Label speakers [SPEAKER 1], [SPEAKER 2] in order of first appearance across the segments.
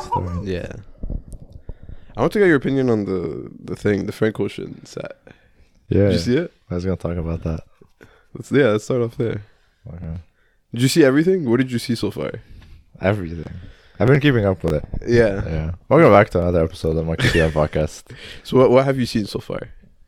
[SPEAKER 1] story.
[SPEAKER 2] Yeah. I want to get your opinion on the the thing, the Frank Ocean set.
[SPEAKER 1] Yeah.
[SPEAKER 2] Did you see it?
[SPEAKER 1] I was gonna talk about that.
[SPEAKER 2] Let's, yeah, let's start off there.
[SPEAKER 1] Okay.
[SPEAKER 2] Did you see everything? What did you see so far?
[SPEAKER 1] Everything. I've been keeping up with it.
[SPEAKER 2] Yeah.
[SPEAKER 1] Yeah. Welcome back to another episode of Monkey T.M. podcast
[SPEAKER 2] So what what have you seen so far?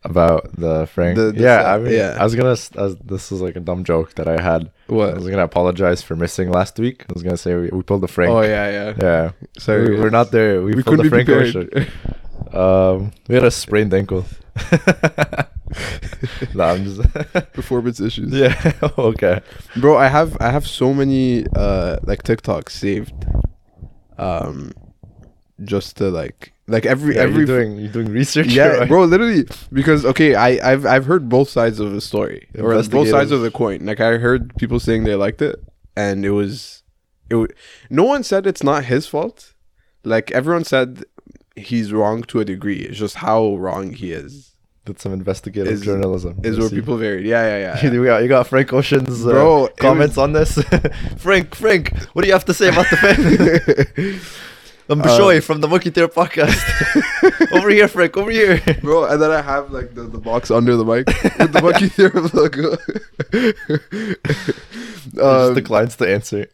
[SPEAKER 1] about the Frank.
[SPEAKER 2] The- the
[SPEAKER 1] yeah,
[SPEAKER 2] set,
[SPEAKER 1] I mean,
[SPEAKER 2] yeah.
[SPEAKER 1] I was gonna. s- I was, this was like a dumb joke that I had. I
[SPEAKER 2] What?
[SPEAKER 1] was gonna apologize for missing last week. I was gonna say we, we pulled the Frank.
[SPEAKER 2] Oh yeah, yeah.
[SPEAKER 1] Yeah.
[SPEAKER 2] Sorry,
[SPEAKER 1] we, we're
[SPEAKER 2] guys.
[SPEAKER 1] not there. We,
[SPEAKER 2] We
[SPEAKER 1] pulled
[SPEAKER 2] couldn't
[SPEAKER 1] the
[SPEAKER 2] be
[SPEAKER 1] Frank
[SPEAKER 2] prepared.
[SPEAKER 1] Ocean. Um, we had a sprained ankle. no, I'm just.
[SPEAKER 2] Performance issues.
[SPEAKER 1] yeah. okay.
[SPEAKER 2] Bro, I have I have so many uh like TikToks saved. Um just to like like every
[SPEAKER 1] Yeah,
[SPEAKER 2] every
[SPEAKER 1] you're doing you're doing research.
[SPEAKER 2] yeah,
[SPEAKER 1] right?
[SPEAKER 2] bro, literally because okay, I I've I've heard both sides of the story or both sides of
[SPEAKER 1] Investigative.
[SPEAKER 2] the coin. Like I heard people saying they liked it, and it was it. wa- no one said it's not his fault. Like everyone said, he's wrong to a degree. It's just how wrong he is.
[SPEAKER 1] That's some investigative
[SPEAKER 2] Is-
[SPEAKER 1] journalism.
[SPEAKER 2] Is
[SPEAKER 1] You
[SPEAKER 2] where
[SPEAKER 1] see.
[SPEAKER 2] people varied. Yeah, yeah, yeah.
[SPEAKER 1] You got, you got Frank Ocean's uh,
[SPEAKER 2] Bro, it
[SPEAKER 1] comments on this. Frank, Frank, what do you have to say about the family? I'm
[SPEAKER 2] Um,
[SPEAKER 1] Bishoy from the Monkey Theater podcast. over here, Frank, over here.
[SPEAKER 2] Bro, and then I have like the, the box under the mic with the monkey theorem logo.
[SPEAKER 1] He just
[SPEAKER 2] Um,
[SPEAKER 1] declines to answer.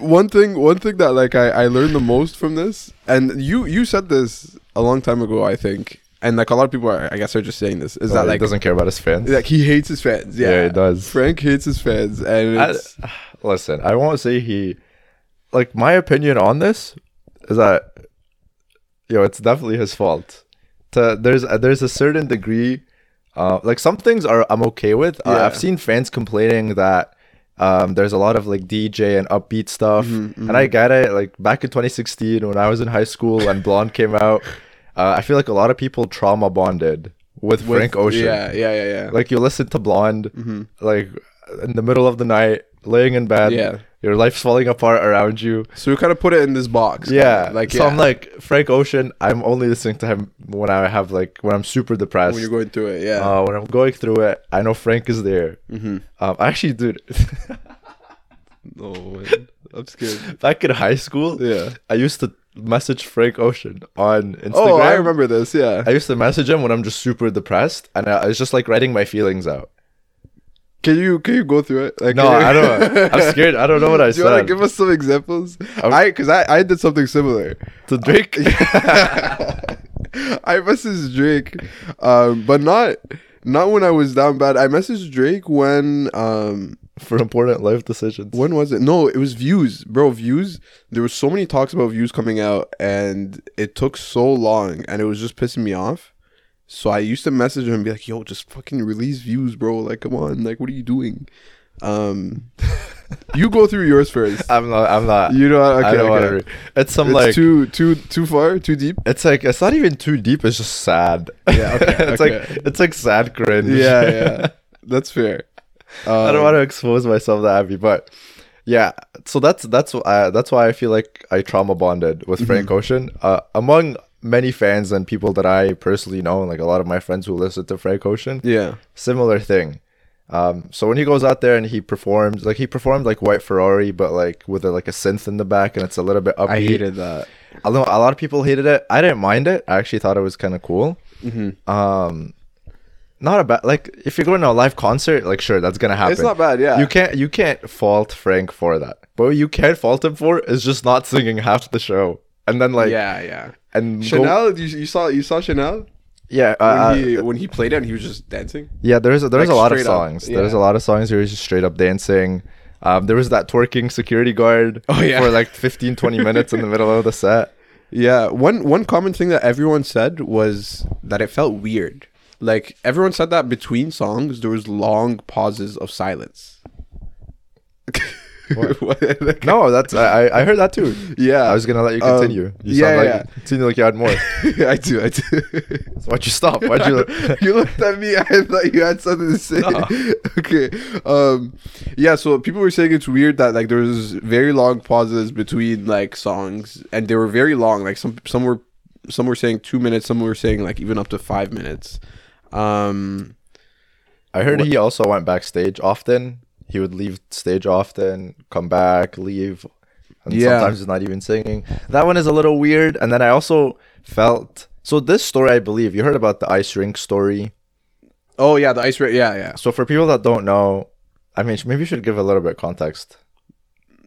[SPEAKER 2] one thing one thing that like I, I learned the most from this and you you said this a long time ago i think and like a lot of people are, i guess are just saying this is that
[SPEAKER 1] he
[SPEAKER 2] like
[SPEAKER 1] Oh, doesn't care about his fans.
[SPEAKER 2] like he hates his fans yeah,
[SPEAKER 1] Yeah, he does. Uh,
[SPEAKER 2] frank hates his fans and
[SPEAKER 1] I-
[SPEAKER 2] it's,
[SPEAKER 1] listen, I won't say he. Like my opinion on this is that, yo, it's definitely his fault. To, there's a, there's a certain degree, uh, like some things are I'm okay with. Uh,
[SPEAKER 2] Yeah.
[SPEAKER 1] I've seen fans complaining that um, there's a lot of like DJ and upbeat stuff, and I get it. Like back in 2016 when I was in high school and Blonde came out, uh, I feel like a lot of people trauma bonded with,
[SPEAKER 2] with-
[SPEAKER 1] Frank Ocean.
[SPEAKER 2] yeah yeah yeah yeah
[SPEAKER 1] Like you listen to Blonde,
[SPEAKER 2] Mm-hmm.
[SPEAKER 1] like in the middle of the night, laying in bed.
[SPEAKER 2] Yeah.
[SPEAKER 1] Your life's falling apart around you.
[SPEAKER 2] so we kind of put it in this box
[SPEAKER 1] Yeah.
[SPEAKER 2] like
[SPEAKER 1] so
[SPEAKER 2] yeah,
[SPEAKER 1] I'm like Frank Ocean. I'm only listening to him when I have like when I'm super depressed.
[SPEAKER 2] when you're going through it Mm-hmm. yeah
[SPEAKER 1] uh, when I'm going through it, I know Frank is there. Um, actually, dude,
[SPEAKER 2] no man. Oh, i'm scared
[SPEAKER 1] back in high school,
[SPEAKER 2] Yeah.
[SPEAKER 1] I used to message Frank Ocean on Instagram.
[SPEAKER 2] oh i remember this yeah
[SPEAKER 1] I used to message him when I'm just super depressed, and I, I was just like writing my feelings out.
[SPEAKER 2] can you can you go through it like
[SPEAKER 1] No,
[SPEAKER 2] can you-
[SPEAKER 1] I don't. I'm scared. I don't know what I
[SPEAKER 2] do you want
[SPEAKER 1] said
[SPEAKER 2] to give us some examples?
[SPEAKER 1] I'm-
[SPEAKER 2] I, cause I, I did something similar.
[SPEAKER 1] to Drake.
[SPEAKER 2] I messaged Drake, um, but not not when I was down bad. I messaged Drake when um
[SPEAKER 1] for important life decisions.
[SPEAKER 2] when was it? No, it was views, bro. Views. There was so many talks about views coming out, and it took so long, and it was just pissing me off. So I used to message him and be like, "Yo, just fucking release views, bro. Like, come on. Like, what are you doing?" Um, you go through yours first.
[SPEAKER 1] I'm not. I'm not.
[SPEAKER 2] You know, okay,
[SPEAKER 1] I don't
[SPEAKER 2] okay.
[SPEAKER 1] want to. It's some
[SPEAKER 2] it's
[SPEAKER 1] like.
[SPEAKER 2] too too too far, too deep.
[SPEAKER 1] it's like it's not even too deep. It's just sad.
[SPEAKER 2] Yeah, okay,
[SPEAKER 1] it's
[SPEAKER 2] okay.
[SPEAKER 1] like it's like sad cringe.
[SPEAKER 2] yeah, yeah. That's fair. Um,
[SPEAKER 1] I don't want to expose myself that heavy, but yeah. So that's that's uh, that's why I feel like I trauma bonded with
[SPEAKER 2] Mm-hmm.
[SPEAKER 1] Frank Ocean. Uh, among many fans and people that I personally know, and like a lot of my friends who listen to Frank Ocean,
[SPEAKER 2] Yeah.
[SPEAKER 1] similar thing. Um, so when he goes out there and he performs, like he performed like White Ferrari, but like with a, like a synth in the back, and it's a little bit upbeat.
[SPEAKER 2] that.
[SPEAKER 1] I know a lot of people hated it. I didn't mind it. I actually thought it was kind of cool.
[SPEAKER 2] Mm-hmm.
[SPEAKER 1] Um, not a bad like if you're going to a live concert, like sure that's gonna happen.
[SPEAKER 2] It's not bad, yeah.
[SPEAKER 1] You can't you can't fault Frank for that. But what you can't fault him for is just not singing half the show and then like
[SPEAKER 2] yeah, yeah.
[SPEAKER 1] and go-
[SPEAKER 2] Chanel, you, you saw you saw Chanel
[SPEAKER 1] yeah
[SPEAKER 2] when
[SPEAKER 1] uh,
[SPEAKER 2] he when he played it and he was just dancing.
[SPEAKER 1] Yeah, there's there's
[SPEAKER 2] Like,
[SPEAKER 1] a lot of
[SPEAKER 2] straight up,
[SPEAKER 1] songs. There's
[SPEAKER 2] yeah.
[SPEAKER 1] a lot of songs where he's just straight up dancing. Um, there was that twerking security guard
[SPEAKER 2] Oh, yeah.
[SPEAKER 1] for like 15, 20 minutes in the middle of the set.
[SPEAKER 2] Yeah. One one common thing that everyone said was that it felt weird. Like everyone said that between songs there was long pauses of silence. What?
[SPEAKER 1] No, that's I I- I heard that too.
[SPEAKER 2] Yeah.
[SPEAKER 1] I was gonna let you
[SPEAKER 2] Um,
[SPEAKER 1] continue. you
[SPEAKER 2] yeah,
[SPEAKER 1] sound like
[SPEAKER 2] yeah.
[SPEAKER 1] continue like you had more.
[SPEAKER 2] I do, I do.
[SPEAKER 1] So why'd you stop? Why'd you?
[SPEAKER 2] you looked at me. I thought you had something to say.
[SPEAKER 1] No.
[SPEAKER 2] Okay. Um, yeah. So people were saying it's weird that like there was very long pauses between like songs, and they were very long. Like some some were some were saying two minutes, some were saying like even up to five minutes. Um,
[SPEAKER 1] I heard he also went backstage often. He would leave stage often, come back, leave. and
[SPEAKER 2] Yeah.
[SPEAKER 1] sometimes it's not even singing. That one is a little weird. And then I also felt so this story, I believe you heard about the ice rink story.
[SPEAKER 2] Oh yeah, the ice rate. Yeah, yeah.
[SPEAKER 1] So for people that don't know, I mean, maybe you should give a little bit of context.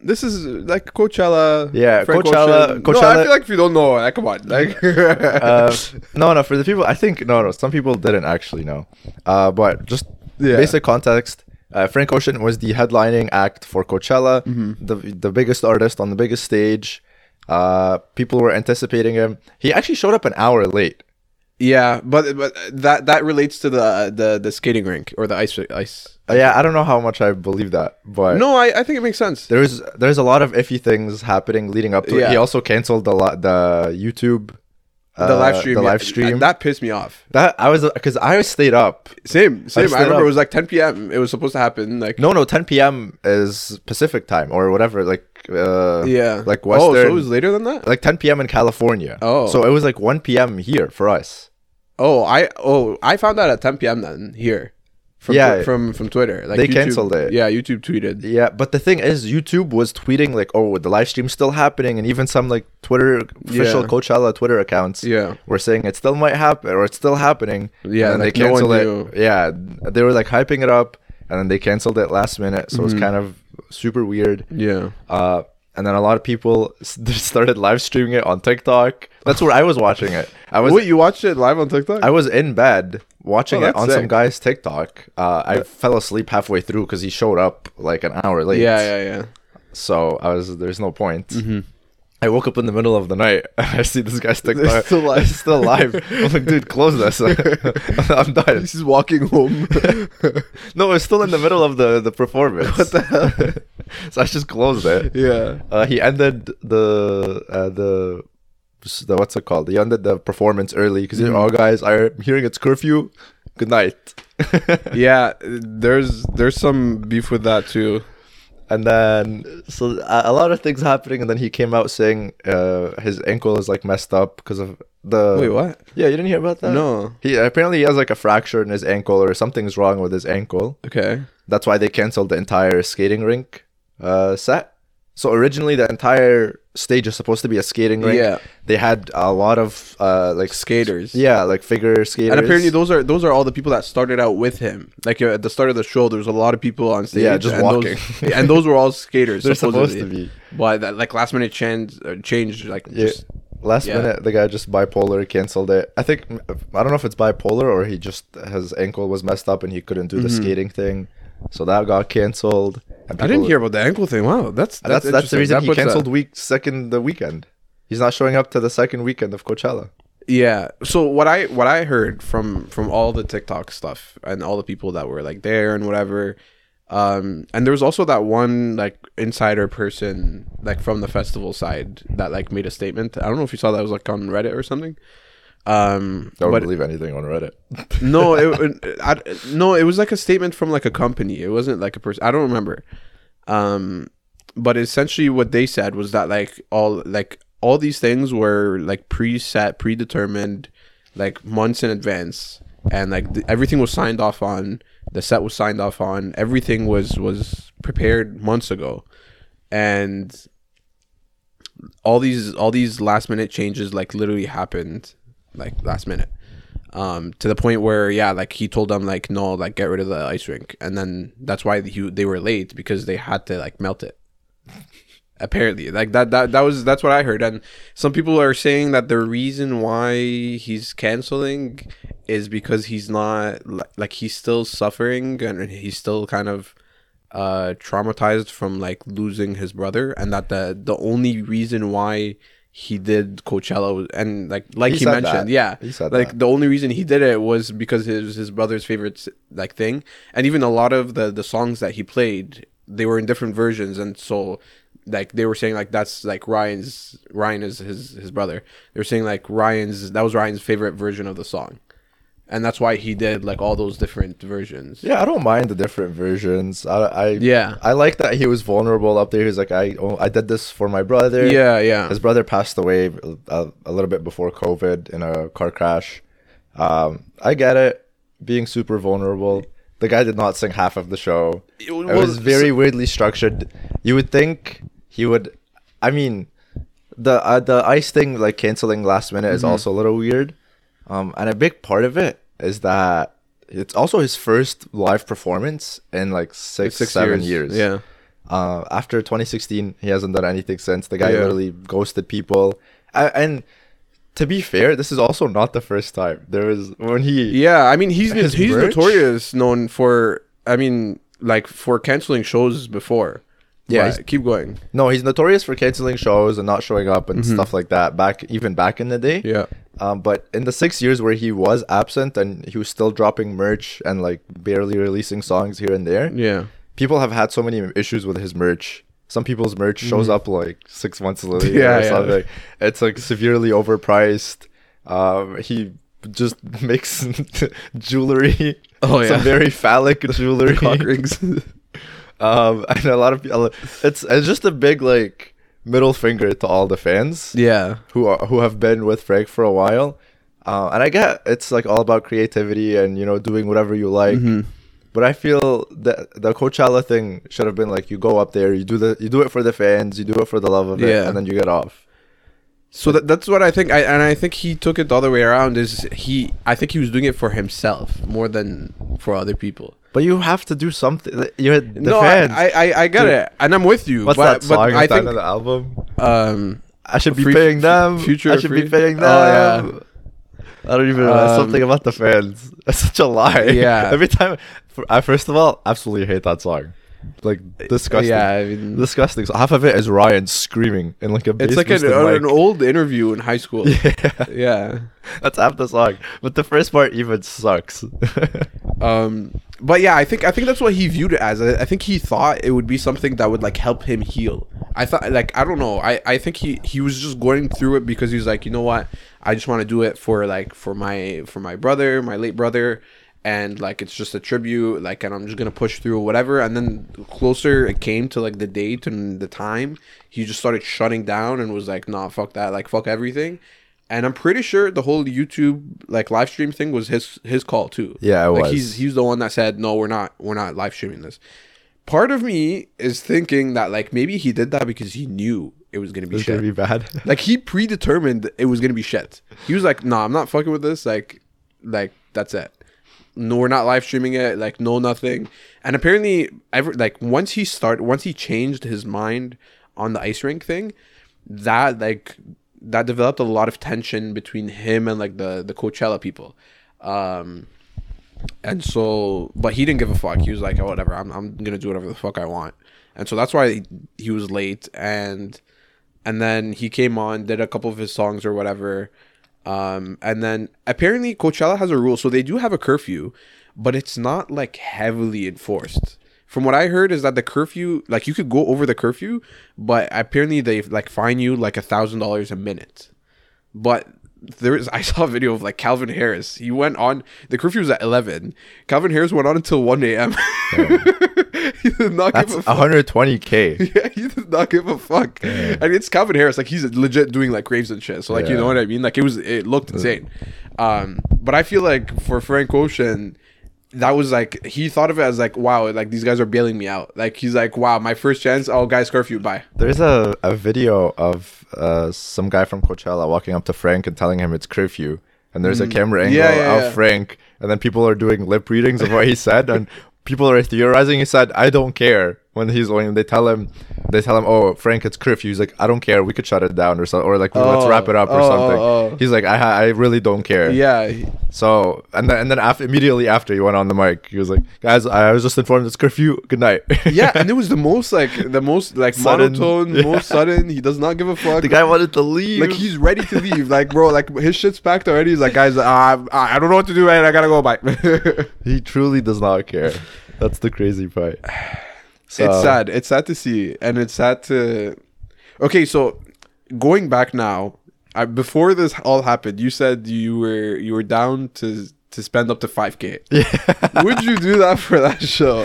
[SPEAKER 2] This is uh, like Coachella.
[SPEAKER 1] Yeah,
[SPEAKER 2] Frank
[SPEAKER 1] Coachella-
[SPEAKER 2] Ocean. No, I
[SPEAKER 1] Coachella-
[SPEAKER 2] feel like if you don't know, like, come on, like.
[SPEAKER 1] Uh, no, no, for the people, I think no, no, some people didn't actually know. Uh, but just
[SPEAKER 2] Yeah.
[SPEAKER 1] basic context. Uh, Frank Ocean was the headlining act for Coachella,
[SPEAKER 2] Mm-hmm.
[SPEAKER 1] the the biggest artist on the biggest stage. Uh, people were anticipating him. He actually showed up an hour late.
[SPEAKER 2] yeah, but but that that relates to the the the skating rink or the ice ice.
[SPEAKER 1] Uh, yeah, I don't know how much I believe that, but
[SPEAKER 2] No, I, I think it makes sense.
[SPEAKER 1] there's there's a lot of iffy things happening leading up to it.
[SPEAKER 2] Yeah.
[SPEAKER 1] He also canceled the li- the YouTube,
[SPEAKER 2] The
[SPEAKER 1] uh,
[SPEAKER 2] live stream.
[SPEAKER 1] the
[SPEAKER 2] yeah,
[SPEAKER 1] live stream. That,
[SPEAKER 2] that pissed me off.
[SPEAKER 1] I was because I stayed up.
[SPEAKER 2] Same, same.
[SPEAKER 1] stayed
[SPEAKER 2] I, remember
[SPEAKER 1] up.
[SPEAKER 2] it was like 10 p.m. It was supposed to happen like
[SPEAKER 1] No, no, 10 p.m. is Pacific time or whatever, like uh,
[SPEAKER 2] yeah,
[SPEAKER 1] like
[SPEAKER 2] Oh, so
[SPEAKER 1] Western-
[SPEAKER 2] it was later than that.
[SPEAKER 1] like 10 p.m. in California.
[SPEAKER 2] Oh.
[SPEAKER 1] so it was like 1 p.m. here for us.
[SPEAKER 2] Oh, I oh I found out at 10 p.m. then here. From,
[SPEAKER 1] Yeah.
[SPEAKER 2] from from Twitter. Like
[SPEAKER 1] They
[SPEAKER 2] YouTube-
[SPEAKER 1] canceled it.
[SPEAKER 2] Yeah, YouTube tweeted.
[SPEAKER 1] Yeah, but the thing is, YouTube was tweeting like, "Oh, the live stream's still happening," and even some like Twitter official
[SPEAKER 2] Yeah.
[SPEAKER 1] Coachella Twitter accounts
[SPEAKER 2] Yeah.
[SPEAKER 1] were saying it still might happen or it's still happening.
[SPEAKER 2] Yeah,
[SPEAKER 1] and then
[SPEAKER 2] like,
[SPEAKER 1] they
[SPEAKER 2] no one
[SPEAKER 1] canceled
[SPEAKER 2] knew.
[SPEAKER 1] it. Yeah, they were like hyping it up, and then they canceled it last minute, so
[SPEAKER 2] Mm-hmm.
[SPEAKER 1] it's kind of super weird.
[SPEAKER 2] Yeah.
[SPEAKER 1] Uh, and then a lot of people s- started live streaming it on TikTok. That's where I was watching it. I was
[SPEAKER 2] Wait, you watched it live on TikTok?
[SPEAKER 1] I was in bed watching
[SPEAKER 2] Oh,
[SPEAKER 1] it
[SPEAKER 2] that's
[SPEAKER 1] on some
[SPEAKER 2] sick.
[SPEAKER 1] guy's TikTok. Uh, I fell asleep halfway through because he showed up like an hour late.
[SPEAKER 2] yeah, Mm-hmm. yeah, yeah.
[SPEAKER 1] So I was there's no point. I woke up in the middle of the night and I see this guy's TikTok
[SPEAKER 2] still live.
[SPEAKER 1] It's still live. I'm like, dude, close this. I'm dying.
[SPEAKER 2] This is walking home.
[SPEAKER 1] No, it's still in the middle of the the performance. What the hell? so I just closed it.
[SPEAKER 2] yeah.
[SPEAKER 1] Uh, he ended the uh, the the what's it called? He ended the performance early because
[SPEAKER 2] Mm.
[SPEAKER 1] oh guys, I'm hearing it's curfew. Good night.
[SPEAKER 2] Yeah, there's there's some beef with that too.
[SPEAKER 1] and then so a, a lot of things happening, and then he came out saying uh, his ankle is like messed up because of the.
[SPEAKER 2] Wait, what?
[SPEAKER 1] Yeah, you didn't hear about that?
[SPEAKER 2] No.
[SPEAKER 1] He apparently he has like a fracture in his ankle or something's wrong with his ankle.
[SPEAKER 2] Okay.
[SPEAKER 1] That's why they canceled the entire skating rink uh, set. So originally, the entire stage is supposed to be a skating rink.
[SPEAKER 2] Yeah.
[SPEAKER 1] They had a lot of uh, like s-
[SPEAKER 2] Skaters.
[SPEAKER 1] yeah, like figure skaters.
[SPEAKER 2] And apparently those are those are all the people that started out with him. Like uh, at the start of the show, there was a lot of people on stage.
[SPEAKER 1] Yeah, just
[SPEAKER 2] and
[SPEAKER 1] walking.
[SPEAKER 2] Those, and those were all skaters.
[SPEAKER 1] they're supposed to
[SPEAKER 2] supposedly.
[SPEAKER 1] be.
[SPEAKER 2] Why that like last minute change uh, change like
[SPEAKER 1] Yeah.
[SPEAKER 2] just
[SPEAKER 1] Last
[SPEAKER 2] yeah.
[SPEAKER 1] minute, the guy just bipolar canceled it. I think I don't know if it's bipolar or he just his ankle was messed up and he couldn't do the skating thing, so that got canceled. And
[SPEAKER 2] Mm-hmm. I didn't
[SPEAKER 1] people-
[SPEAKER 2] hear about the ankle thing. Wow, that's
[SPEAKER 1] That's
[SPEAKER 2] that's,
[SPEAKER 1] that's, the
[SPEAKER 2] interesting.
[SPEAKER 1] reason
[SPEAKER 2] That
[SPEAKER 1] he
[SPEAKER 2] puts a-
[SPEAKER 1] canceled week second the weekend. He's not showing up to the second weekend of Coachella.
[SPEAKER 2] Yeah. So what I what I heard from from all the TikTok stuff and all the people that were like there and whatever, um, and there was also that one like insider person like from the festival side that like made a statement. I don't know if you saw that it was like on Reddit or something. Um,
[SPEAKER 1] Don't
[SPEAKER 2] but
[SPEAKER 1] believe anything on Reddit.
[SPEAKER 2] no, it, it- I, no, it was like a statement from like a company. It wasn't like a person. I don't remember. Um, but essentially, what they said was that like all like all these things were like preset, predetermined, like months in advance, and like th- everything was signed off on. The set was signed off on. Everything was was prepared months ago, and all these all these last minute changes like literally happened like last minute um to the point where yeah like he told them like no like get rid of the ice rink and then that's why he, they were late because they had to like melt it apparently like that that that was that's what i heard and some people are saying that the reason why he's canceling is because he's not li- like he's still suffering and he's still kind of uh traumatized from like losing his brother and that the the only reason why he did Coachella was, and like like
[SPEAKER 1] He
[SPEAKER 2] he,
[SPEAKER 1] said
[SPEAKER 2] mentioned
[SPEAKER 1] that.
[SPEAKER 2] yeah
[SPEAKER 1] He said
[SPEAKER 2] like
[SPEAKER 1] that.
[SPEAKER 2] the only reason he did it was because it was his brother's favorite s- like thing and even a lot of the the songs that he played they were in different versions and so like they were saying like that's like Ryan's Ryan is his his brother they were saying like Ryan's that was Ryan's favorite version of the song and that's why he did like all those different versions
[SPEAKER 1] Yeah, I don't mind the different versions. I I
[SPEAKER 2] yeah
[SPEAKER 1] I like that he was vulnerable up there. He was like, I oh, I did this for my brother.
[SPEAKER 2] yeah yeah
[SPEAKER 1] His brother passed away a, a little bit before COVID in a car crash. Um, I get it, being super vulnerable. The guy did not sing half of the show. It
[SPEAKER 2] It
[SPEAKER 1] was,
[SPEAKER 2] was-
[SPEAKER 1] very weirdly structured. You would think he would I mean, the uh, the ice thing like canceling last minute is also a little weird. Um, and a big part of it is that it's also his first live performance in like six, seven years.
[SPEAKER 2] Yeah.
[SPEAKER 1] Uh, after 2016, he hasn't done anything since. The guy
[SPEAKER 2] Yeah.
[SPEAKER 1] literally ghosted people. A- and to be fair, this is also not the first time. There was when he
[SPEAKER 2] Yeah, I mean he's
[SPEAKER 1] His
[SPEAKER 2] he's
[SPEAKER 1] merch?
[SPEAKER 2] notorious known for I mean like for canceling shows before.
[SPEAKER 1] Yeah,
[SPEAKER 2] But
[SPEAKER 1] he's-
[SPEAKER 2] keep going.
[SPEAKER 1] no, he's notorious for canceling shows and not showing up and stuff like that. Back even back in the day.
[SPEAKER 2] Mm-hmm. Yeah.
[SPEAKER 1] Um, but in the six years where he was absent and he was still dropping merch and like barely releasing songs here and there,
[SPEAKER 2] Yeah.
[SPEAKER 1] people have had so many issues with his merch. Some people's merch shows up like six months later
[SPEAKER 2] Mm-hmm. Yeah,
[SPEAKER 1] or
[SPEAKER 2] yeah.
[SPEAKER 1] something. It's like severely overpriced. Um, he just makes jewelry.
[SPEAKER 2] Oh, yeah.
[SPEAKER 1] Some very phallic jewelry.
[SPEAKER 2] Cock rings.
[SPEAKER 1] um, and a lot of people. It's it's just a big like middle finger to all the fans
[SPEAKER 2] yeah.
[SPEAKER 1] who are, who have been with Frank for a while, uh, and I get it's like all about creativity and you know doing whatever you like.
[SPEAKER 2] Mm-hmm.
[SPEAKER 1] But I feel that the Coachella thing should have been like you go up there, you do the you do it for the fans, you do it for the love of it,
[SPEAKER 2] Yeah.
[SPEAKER 1] and then you get off.
[SPEAKER 2] So that, that's what I think I, and I think he took it the other way around is he I think he was doing it for himself more than for other people.
[SPEAKER 1] But you have to do something. You're the
[SPEAKER 2] no,
[SPEAKER 1] fans.
[SPEAKER 2] I, I I I get
[SPEAKER 1] Dude.
[SPEAKER 2] it. And I'm with you.
[SPEAKER 1] What's
[SPEAKER 2] but
[SPEAKER 1] that song?
[SPEAKER 2] but I
[SPEAKER 1] at the end
[SPEAKER 2] think
[SPEAKER 1] of the album.
[SPEAKER 2] um
[SPEAKER 1] I should be
[SPEAKER 2] Free-
[SPEAKER 1] paying them.
[SPEAKER 2] Future
[SPEAKER 1] I should
[SPEAKER 2] Free-
[SPEAKER 1] be paying
[SPEAKER 2] Oh,
[SPEAKER 1] them.
[SPEAKER 2] yeah.
[SPEAKER 1] I don't even know.
[SPEAKER 2] Um,
[SPEAKER 1] something about the fans. That's such a lie.
[SPEAKER 2] Yeah.
[SPEAKER 1] Every time, f- I first of all absolutely hate that song. Like disgusting.
[SPEAKER 2] Uh, Yeah, I mean
[SPEAKER 1] Disgusting. So half of it is Ryan screaming in like a.
[SPEAKER 2] it's
[SPEAKER 1] bass
[SPEAKER 2] like an,
[SPEAKER 1] boosted mic.
[SPEAKER 2] an old interview in high school.
[SPEAKER 1] Yeah,
[SPEAKER 2] yeah.
[SPEAKER 1] that's half the song. But the first part even sucks.
[SPEAKER 2] Um, but yeah, I think I think that's what he viewed it as. I, I think he thought it would be something that would like help him heal. I thought like I don't know. I I think he he was just going through it because he was like, you know what, I just want to do it for like for my for my brother, my late brother. And like it's just a tribute, like, and I'm just gonna push through whatever. And then closer it came to like the date and the time, he just started shutting down and was like, "Nah, fuck that, like, fuck everything." And I'm pretty sure the whole YouTube like live stream thing was his his call too.
[SPEAKER 1] Yeah, it
[SPEAKER 2] like
[SPEAKER 1] was.
[SPEAKER 2] he's he's the one that said no, we're not we're not live streaming this. Part of me is thinking that like maybe he did that because he knew it was gonna be
[SPEAKER 1] it's
[SPEAKER 2] shit.
[SPEAKER 1] gonna be bad.
[SPEAKER 2] like he predetermined it was gonna be shit. He was like, nah, I'm not fucking with this. Like, like that's it. No, we're not live streaming it. Like, no, nothing. And apparently, ever like once he start, once he changed his mind on the ice rink thing, that like that developed a lot of tension between him and like the the Coachella people. Um, and so, but he didn't give a fuck. He was like, oh, whatever. I'm, I'm gonna do whatever the fuck I want. And so that's why he, he was late. And and then he came on, did a couple of his songs or whatever. Um, and then apparently Coachella has a rule, so they do have a curfew, but it's not like heavily enforced. From what I heard is that the curfew, like you could go over the curfew, but apparently they like fine you like a thousand dollars a minute but there is I saw a video of like Calvin Harris. He went on the curfew was at eleven. Calvin Harris went on until one a.m. he did not
[SPEAKER 1] That's
[SPEAKER 2] give a fuck.
[SPEAKER 1] 120k.
[SPEAKER 2] Yeah, he did not give a fuck. And it's Calvin Harris, like he's legit doing like raves and shit. So like you
[SPEAKER 1] Yeah.
[SPEAKER 2] know what I mean? Like it was it looked insane. Um, but I feel like for Frank Ocean, that was like he thought of it as like wow, like these guys are bailing me out. Like he's like wow, my first chance. Oh guys, curfew, bye.
[SPEAKER 1] There's a, a video of uh, some guy from Coachella walking up to Frank and telling him it's curfew. And there's a camera angle
[SPEAKER 2] Mm. Yeah, yeah,
[SPEAKER 1] of
[SPEAKER 2] yeah.
[SPEAKER 1] Frank. And then people are doing lip readings of what he said. And people are theorizing. He said, I don't care. When he's when they tell him, they tell him, oh, Frank, it's curfew. He's like, I don't care. We could shut it down or so, or like, let's
[SPEAKER 2] Oh,
[SPEAKER 1] wrap it up or
[SPEAKER 2] oh,
[SPEAKER 1] something.
[SPEAKER 2] oh, oh.
[SPEAKER 1] He's like, I, ha- I really don't care.
[SPEAKER 2] Yeah, he-
[SPEAKER 1] So, and then, and then after, immediately after he went on the mic, he was like, guys, I was just informed it's curfew. Good night.
[SPEAKER 2] yeah, and it was the most like the most like
[SPEAKER 1] Sudden.
[SPEAKER 2] monotone,
[SPEAKER 1] Yeah.
[SPEAKER 2] most sudden. He does not give a fuck.
[SPEAKER 1] the guy wanted to leave.
[SPEAKER 2] like he's ready to leave. Like bro, like his shit's packed already. He's like, guys, uh, I I don't know what to do. Right, I gotta go. Bye.
[SPEAKER 1] He truly does not care. That's the crazy part. So,
[SPEAKER 2] it's sad. It's sad to see, and it's sad to. Okay, so going back now, I, before this all happened, you said you were you were down to to spend up to five k. Would you do that for that show?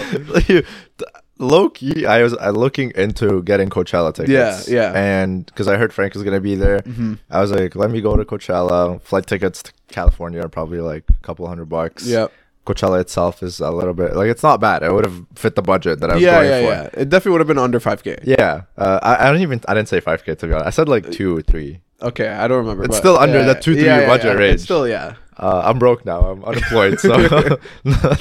[SPEAKER 1] low key, I was uh, looking into getting Coachella tickets.
[SPEAKER 2] Yeah, Mm-hmm. yeah.
[SPEAKER 1] And because I heard Frank was gonna be there, I was like, let me go to Coachella. Flight tickets to California are probably like a couple hundred bucks.
[SPEAKER 2] Yeah.
[SPEAKER 1] Coachella itself is a little bit like it's not bad. It would have fit the budget that I was
[SPEAKER 2] yeah,
[SPEAKER 1] going
[SPEAKER 2] yeah,
[SPEAKER 1] for.
[SPEAKER 2] yeah. It definitely would have been under 5K.
[SPEAKER 1] Yeah, uh, I, I don't even I didn't say five k to be honest. I said like two or three.
[SPEAKER 2] Okay, I don't remember.
[SPEAKER 1] It's
[SPEAKER 2] but-
[SPEAKER 1] still under
[SPEAKER 2] yeah,
[SPEAKER 1] the 2-3 budget range.
[SPEAKER 2] It's still, yeah.
[SPEAKER 1] Uh, I'm broke now. I'm unemployed, so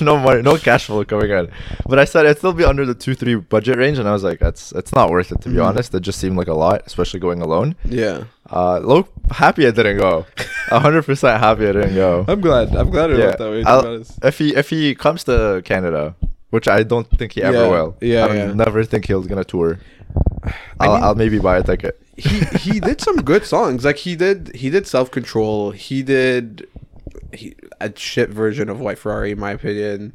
[SPEAKER 1] no money, no cash flow coming in. But I said it'd still be under the two three budget range, and I was like, that's it's not worth it to be
[SPEAKER 2] Mm-hmm.
[SPEAKER 1] honest. It just seemed like a lot, especially going alone.
[SPEAKER 2] Yeah.
[SPEAKER 1] Uh, low happy I didn't go. A hundred percent happy I didn't go.
[SPEAKER 2] I'm glad. I'm glad it
[SPEAKER 1] Yeah,
[SPEAKER 2] went that way. to be
[SPEAKER 1] I'll-
[SPEAKER 2] honest.
[SPEAKER 1] if he if he comes to Canada, which I don't think he ever
[SPEAKER 2] Yeah,
[SPEAKER 1] will.
[SPEAKER 2] yeah,
[SPEAKER 1] I
[SPEAKER 2] yeah.
[SPEAKER 1] never think he'll gonna tour. I'll, I'll maybe buy a ticket.
[SPEAKER 2] he he did some good songs. Like he did he did self control. He did he, a shit version of White Ferrari, in my opinion.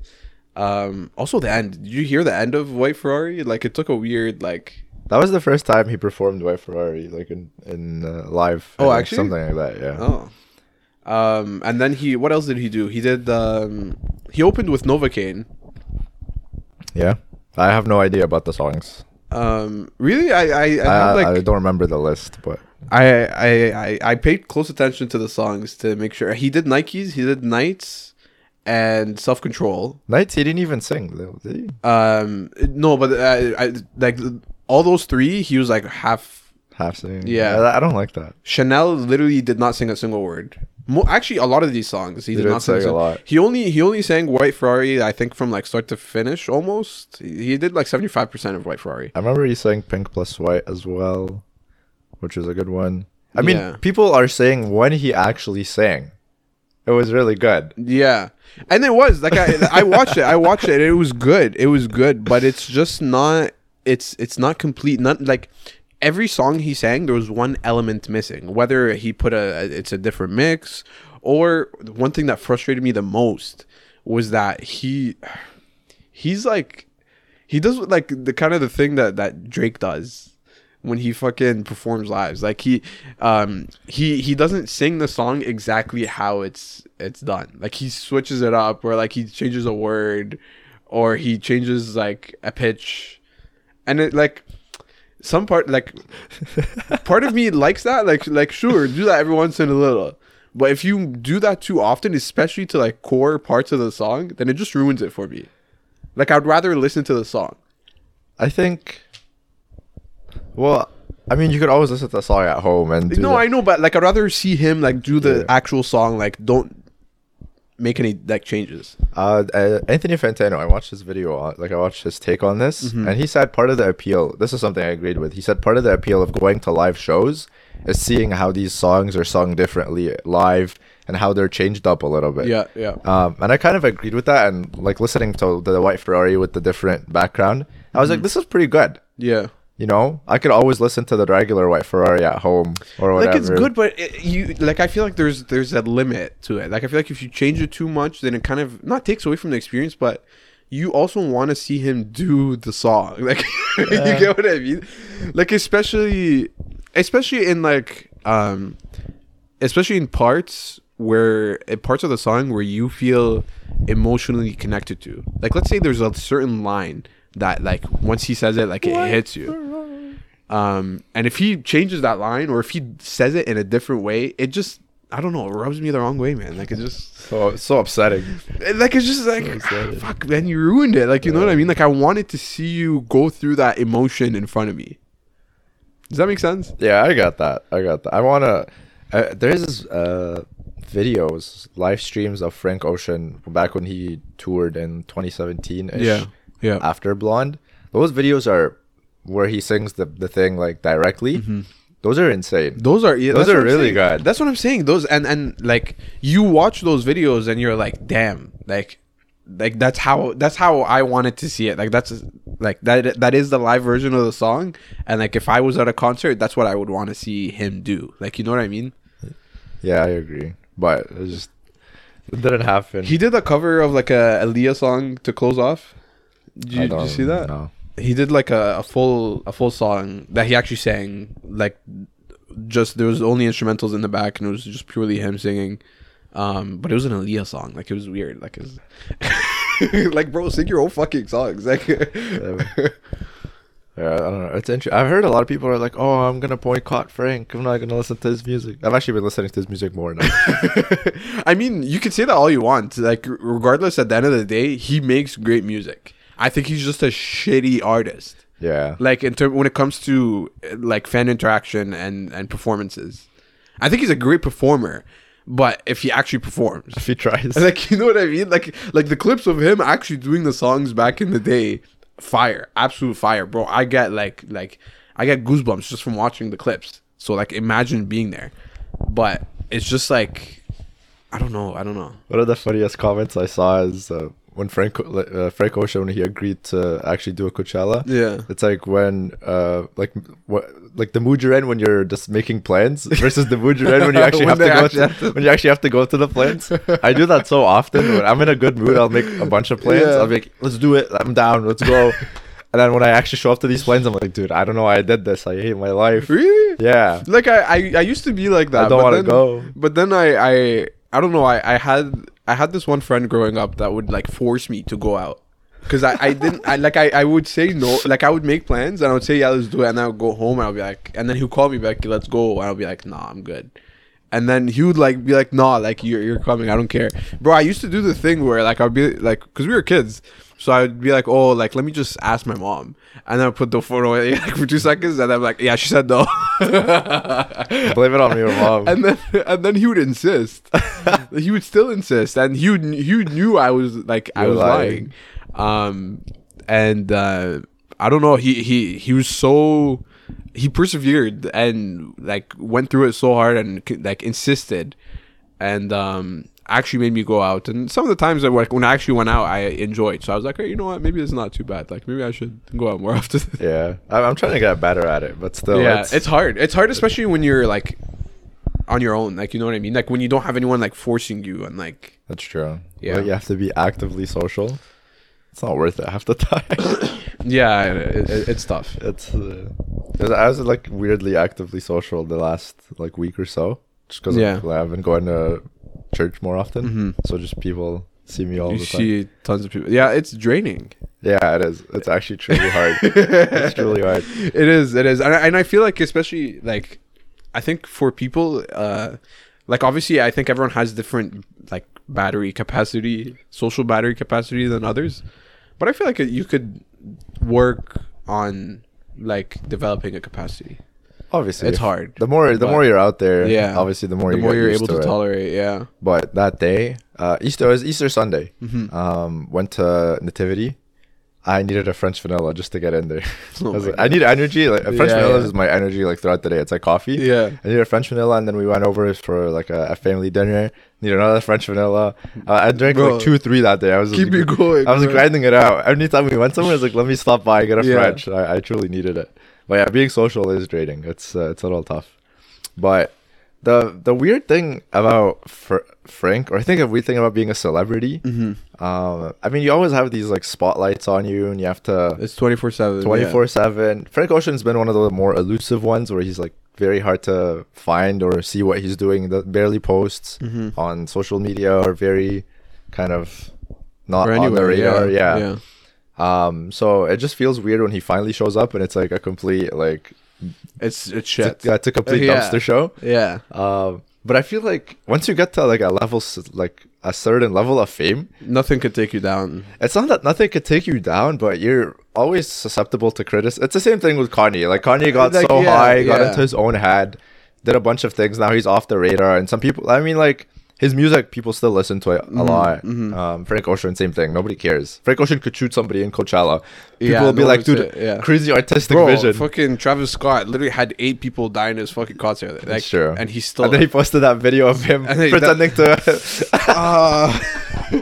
[SPEAKER 2] Um, also the end. Did you hear the end of White Ferrari? Like it took a weird like.
[SPEAKER 1] That was the first time he performed White Ferrari, like in in uh, live.
[SPEAKER 2] Oh,
[SPEAKER 1] I think,
[SPEAKER 2] actually?
[SPEAKER 1] something like that. Yeah.
[SPEAKER 2] Oh. Um, and then he what else did he do? He did um, he opened with Novocaine.
[SPEAKER 1] Yeah. I have no idea about the songs.
[SPEAKER 2] Um, really, I I, I,
[SPEAKER 1] I,
[SPEAKER 2] have, like,
[SPEAKER 1] I don't remember the list, but
[SPEAKER 2] I, I I I paid close attention to the songs to make sure he did Nikes, he did Nights, and Self Control.
[SPEAKER 1] Nights he didn't even sing. Did he?
[SPEAKER 2] Um, no, but uh, I like all those three. He was like half.
[SPEAKER 1] Half sing.
[SPEAKER 2] Yeah.
[SPEAKER 1] I, I don't like that.
[SPEAKER 2] Chanel literally did not sing a single word. Mo- actually, a lot of these songs he, did
[SPEAKER 1] didn't
[SPEAKER 2] not sing,
[SPEAKER 1] sing a
[SPEAKER 2] sing-
[SPEAKER 1] lot.
[SPEAKER 2] He only he only sang White Ferrari. I think from like start to finish almost. He he did like seventy five percent of White Ferrari.
[SPEAKER 1] I remember he sang Pink Plus White as well, which is a good one. I mean,
[SPEAKER 2] Yeah.
[SPEAKER 1] people are saying when he actually sang, it was really good.
[SPEAKER 2] Yeah, and it was like I I watched it. I watched it. and It was good. It was good, but it's just not. It's it's not complete. Not like every song he sang, there was one element missing. Whether he put a, it's a different mix, or one thing that frustrated me the most was that he, he's like, he does like the kind of the thing that that Drake does when he fucking performs lives. Like he um he he doesn't sing the song exactly how it's it's done. Like he switches it up or like he changes a word or he changes like a pitch. And it like some part like part of me likes that. Like like sure, do that every once in a little. But if you do that too often, especially to like core parts of the song, then it just ruins it for me. Like I'd rather listen to the song.
[SPEAKER 1] I think. Well, I mean, you could always listen to the song at home and do
[SPEAKER 2] no,
[SPEAKER 1] the-
[SPEAKER 2] I know, but like I'd rather see him like do the actual song. Like don't make any like changes.
[SPEAKER 1] Uh, uh, Anthony Fantano, I watched his video, on, like I watched his take on this,
[SPEAKER 2] Mm-hmm.
[SPEAKER 1] and he said part of the appeal. This is something I agreed with. He said part of the appeal of going to live shows is seeing how these songs are sung differently live and how they're changed up a little bit.
[SPEAKER 2] Yeah, yeah.
[SPEAKER 1] Um, and I kind of agreed with that. And like listening to the White Ferrari with the different background, I was like,
[SPEAKER 2] Mm-hmm.
[SPEAKER 1] this is pretty good.
[SPEAKER 2] Yeah,
[SPEAKER 1] You know, I could always listen to the regular White Ferrari at home or whatever.
[SPEAKER 2] like it's good, but it, you like I feel like there's there's a limit to it. Like I feel like if you change it too much, then it kind of not takes away from the experience, but you also want to see him do the song. Like you get what I mean? Like especially especially in like um especially in parts where in parts of the song where you feel emotionally connected to like let's say there's a certain line that like once he says it like it hits you um and if he changes that line or if he says it in a different way it just i don't know it rubs me the wrong way man like it just
[SPEAKER 1] So so upsetting.
[SPEAKER 2] it- like it's just like
[SPEAKER 1] excited.
[SPEAKER 2] fuck man you ruined it like you know what i mean like i wanted to see you go through that emotion in front of me does that make sense
[SPEAKER 1] Yeah, I got that. I got that. I wanna. Uh, there's uh, videos, live streams of Frank Ocean back when he toured in 2017 ish.
[SPEAKER 2] Yeah, yeah.
[SPEAKER 1] After Blonde, those videos are where he sings the the thing like directly.
[SPEAKER 2] Mm-hmm.
[SPEAKER 1] Those are insane.
[SPEAKER 2] Those are yeah,
[SPEAKER 1] Those
[SPEAKER 2] that's
[SPEAKER 1] are
[SPEAKER 2] what I'm
[SPEAKER 1] really
[SPEAKER 2] saying.
[SPEAKER 1] good.
[SPEAKER 2] That's what I'm saying. Those and and like you watch those videos and you're like, damn, like like that's how that's how I wanted to see it. Like that's like that that is the live version of the song. And like if I was at a concert, that's what I would want to see him do. Like you know what I mean?
[SPEAKER 1] Yeah, I agree. But it just it didn't happen.
[SPEAKER 2] He did a cover of like a Aaliyah song to close off. Did
[SPEAKER 1] I
[SPEAKER 2] you, did you
[SPEAKER 1] don't
[SPEAKER 2] see that?
[SPEAKER 1] know.
[SPEAKER 2] he did like a, a full a full song that he actually sang like just there was only instrumentals in the back and it was just purely him singing um but it was an Aaliyah song like it was weird like it was like bro sing your own fucking songs like
[SPEAKER 1] Yeah, I don't know. It's interesting. I've heard a lot of people are like, "Oh, I'm gonna boycott Frank. I'm not gonna listen to his music." I've actually been listening to his music more now.
[SPEAKER 2] I mean, you can say that all you want. Like, r- regardless, at the end of the day, he makes great music. I think he's just a shitty artist.
[SPEAKER 1] yeah,
[SPEAKER 2] Like in term when it comes to uh, like fan interaction and and performances, I think he's a great performer. But if he actually performs,
[SPEAKER 1] if he tries.
[SPEAKER 2] like you know what I mean, like like the clips of him actually doing the songs back in the day, fire, absolute fire, bro. I get like like I get goosebumps just from watching the clips. So like imagine being there, but it's just like I don't know, I don't know.
[SPEAKER 1] One of the funniest comments I saw is uh, when Frank uh, Frank Ocean when he agreed to actually do a Coachella.
[SPEAKER 2] Yeah.
[SPEAKER 1] It's like when, uh, like what, like the mood you're in when you're just making plans versus the mood you're in when you actually have
[SPEAKER 2] When
[SPEAKER 1] to
[SPEAKER 2] they
[SPEAKER 1] go
[SPEAKER 2] actually
[SPEAKER 1] to,
[SPEAKER 2] have to-
[SPEAKER 1] when you actually have to go to the plans. I do that so often. When I'm in a good mood, I'll make a bunch of plans.
[SPEAKER 2] Yeah.
[SPEAKER 1] I'll be like, let's do it. I'm down. Let's go. and then when I actually show up to these plans, I'm like, dude, I don't know why I did this. I hate my life.
[SPEAKER 2] Really?
[SPEAKER 1] Yeah.
[SPEAKER 2] Like I, I, I used to be like that.
[SPEAKER 1] I don't
[SPEAKER 2] but
[SPEAKER 1] wanna
[SPEAKER 2] then-
[SPEAKER 1] go.
[SPEAKER 2] But then I, I, I don't know. I, I had, I had this one friend growing up that would like force me to go out. Cause I, I didn't I like I, I would say no like I would make plans and I would say yeah let's do it and I would go home and I'll be like and then he would call me back let's go and I'll be like nah I'm good and then he would like be like nah like you're, you're coming I don't care bro I used to do the thing where like I'd be like because we were kids so I would be like oh like let me just ask my mom and then I put the phone away like for two seconds and I'm like yeah she said no
[SPEAKER 1] Blame it on your mom.
[SPEAKER 2] and then and then he would insist. he would still insist, and he would, he knew I was like I
[SPEAKER 1] You're
[SPEAKER 2] was lying. Um, and uh, I don't know. He he he was so he persevered and like went through it so hard and like insisted, and um actually made me go out. And some of the times that like when I actually went out, I enjoyed. So I was like, hey, you know what? Maybe it's not too bad. Like maybe I should go out more often.
[SPEAKER 1] yeah. I- I'm trying to get better at it, but still,
[SPEAKER 2] yeah,
[SPEAKER 1] it's,
[SPEAKER 2] it's, hard. It's hard, especially when you're like on your own. Like you know what I mean. Like when you don't have anyone like forcing you and like.
[SPEAKER 1] That's true.
[SPEAKER 2] Yeah.
[SPEAKER 1] Yeah. you have to be actively social. It's not worth it half the time.
[SPEAKER 2] Yeah, it, it, it's tough.
[SPEAKER 1] it's. Uh, 'cause I was like weirdly actively social the last like week or so, just because
[SPEAKER 2] Yeah. Mm-hmm.
[SPEAKER 1] I've been going to church more often. So just people see me all
[SPEAKER 2] You
[SPEAKER 1] the time.
[SPEAKER 2] see tons of people. Yeah, it's draining.
[SPEAKER 1] Yeah, it is. It's actually truly hard. it's truly hard.
[SPEAKER 2] It is. It is, and I, and I feel like especially like, I think for people, uh, like obviously I think everyone has different like battery capacity, social battery capacity than others, but I feel like you could work on like developing a capacity.
[SPEAKER 1] Obviously,
[SPEAKER 2] It's
[SPEAKER 1] if-
[SPEAKER 2] hard,
[SPEAKER 1] The more, the
[SPEAKER 2] but-
[SPEAKER 1] more you're out there,
[SPEAKER 2] Yeah.
[SPEAKER 1] Obviously, the more
[SPEAKER 2] The
[SPEAKER 1] you
[SPEAKER 2] more
[SPEAKER 1] get
[SPEAKER 2] you're
[SPEAKER 1] used
[SPEAKER 2] able to,
[SPEAKER 1] it.
[SPEAKER 2] tolerate, yeah.
[SPEAKER 1] But that day, uh, Easter it was Easter Sunday.
[SPEAKER 2] Mm-hmm.
[SPEAKER 1] Um, went to Nativity. I needed a French vanilla just to get in there.
[SPEAKER 2] Oh
[SPEAKER 1] I, was
[SPEAKER 2] my
[SPEAKER 1] like, I need energy. Like a French
[SPEAKER 2] Yeah,
[SPEAKER 1] vanilla
[SPEAKER 2] yeah.
[SPEAKER 1] is my energy. Like throughout the day, it's like coffee.
[SPEAKER 2] Yeah.
[SPEAKER 1] I need a French vanilla, and then we went over for like a, a family dinner. Need another French vanilla. Uh, I drank
[SPEAKER 2] Bro.
[SPEAKER 1] like two, three that day. I was
[SPEAKER 2] Keep
[SPEAKER 1] just,
[SPEAKER 2] it going,
[SPEAKER 1] I was
[SPEAKER 2] bro.
[SPEAKER 1] grinding it out. Every time we went somewhere, I was like, let me stop by, get a
[SPEAKER 2] Yeah.
[SPEAKER 1] French. I, I truly needed it. But yeah, being social is draining. It's uh, it's a little tough. But the the weird thing about Fr- Frank, or I think a weird thing about being a celebrity,
[SPEAKER 2] Mm-hmm.
[SPEAKER 1] um, I mean, you always have these like spotlights on you, and you have to
[SPEAKER 2] It's 24 7.
[SPEAKER 1] twenty four seven. Frank Ocean's been one of the more elusive ones, where he's like very hard to find or see what he's doing. That barely posts on social media, or very kind of not on the radar. yeah. Um, so it just feels weird when he finally shows up, and it's like a complete like
[SPEAKER 2] It's, it's
[SPEAKER 1] t-
[SPEAKER 2] shit.
[SPEAKER 1] yeah, it's a complete
[SPEAKER 2] Yeah.
[SPEAKER 1] dumpster show.
[SPEAKER 2] Yeah.
[SPEAKER 1] Um, but I feel like once you get to like a level, s- like a certain level of fame,
[SPEAKER 2] Nothing could take you down.
[SPEAKER 1] it's not that nothing could take you down, but you're always susceptible to criticism. It's the same thing with Kanye. Like Kanye got
[SPEAKER 2] Like,
[SPEAKER 1] so
[SPEAKER 2] yeah,
[SPEAKER 1] high, got
[SPEAKER 2] yeah.
[SPEAKER 1] into his own head, did a bunch of things. Now he's off the radar, and some people. I mean, like his music, people still listen to it
[SPEAKER 2] Mm-hmm,
[SPEAKER 1] a lot. Um, Frank Ocean, same thing. Nobody cares. Frank Ocean could shoot somebody in Coachella. People
[SPEAKER 2] Yeah,
[SPEAKER 1] will be
[SPEAKER 2] no
[SPEAKER 1] like,
[SPEAKER 2] one would
[SPEAKER 1] dude,
[SPEAKER 2] say- yeah.
[SPEAKER 1] crazy artistic
[SPEAKER 2] Bro,
[SPEAKER 1] vision.
[SPEAKER 2] fucking Travis Scott literally had eight people die in his fucking concert. Like,
[SPEAKER 1] That's true.
[SPEAKER 2] And he's still.
[SPEAKER 1] And then he posted that video of him
[SPEAKER 2] And then he-
[SPEAKER 1] pretending to
[SPEAKER 2] Ah.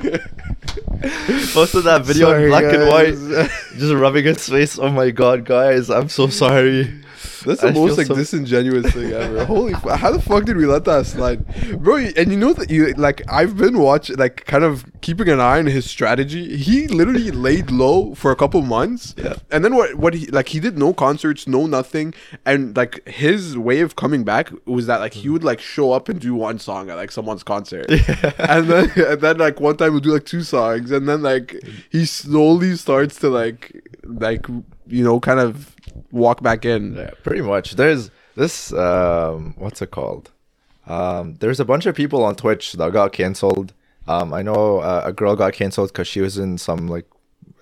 [SPEAKER 1] posted that video
[SPEAKER 2] Sorry,
[SPEAKER 1] in black and
[SPEAKER 2] guys.
[SPEAKER 1] white, just rubbing his face. Oh my god, guys, I'm so sorry.
[SPEAKER 2] That's
[SPEAKER 1] I
[SPEAKER 2] the most
[SPEAKER 1] feel
[SPEAKER 2] like
[SPEAKER 1] so-
[SPEAKER 2] disingenuous thing ever. Holy, f- how the fuck did we let that slide, bro? And you know that you like I've been watching, like kind of keeping an eye on his strategy. He literally laid low for a couple months,
[SPEAKER 1] Yeah.
[SPEAKER 2] And then what? What he like? He did no concerts, no nothing, and like his way of coming back was that like he
[SPEAKER 1] Mm-hmm.
[SPEAKER 2] would like show up and do one song at like someone's concert, and then and then like one time he'll do like two songs, and then like he slowly starts to like like you know, kind of walk back in.
[SPEAKER 1] Yeah, pretty much. There's this um what's it called? Um there's a bunch of people on Twitch that got canceled. Um I know uh, a girl got canceled cuz she was in some like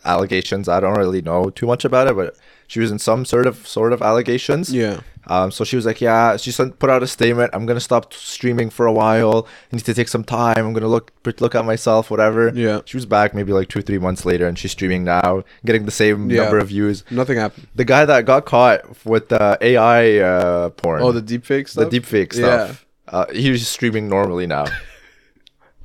[SPEAKER 1] allegations. I don't really know too much about it, but she was in some sort of sort of allegations.
[SPEAKER 2] Yeah.
[SPEAKER 1] Um, so she was like, "Yeah." She sent, put out a statement. I'm gonna stop streaming for a while. I need to take some time. I'm gonna look look at myself, whatever.
[SPEAKER 2] Yeah.
[SPEAKER 1] She was back maybe like two, three months later, and she's streaming now, getting the same
[SPEAKER 2] Yeah.
[SPEAKER 1] number of views.
[SPEAKER 2] Nothing happened.
[SPEAKER 1] The guy that got caught with the AI uh, porn,
[SPEAKER 2] Oh, the deep fake
[SPEAKER 1] the
[SPEAKER 2] stuff.
[SPEAKER 1] deepfake stuff. Uh, he was streaming normally now.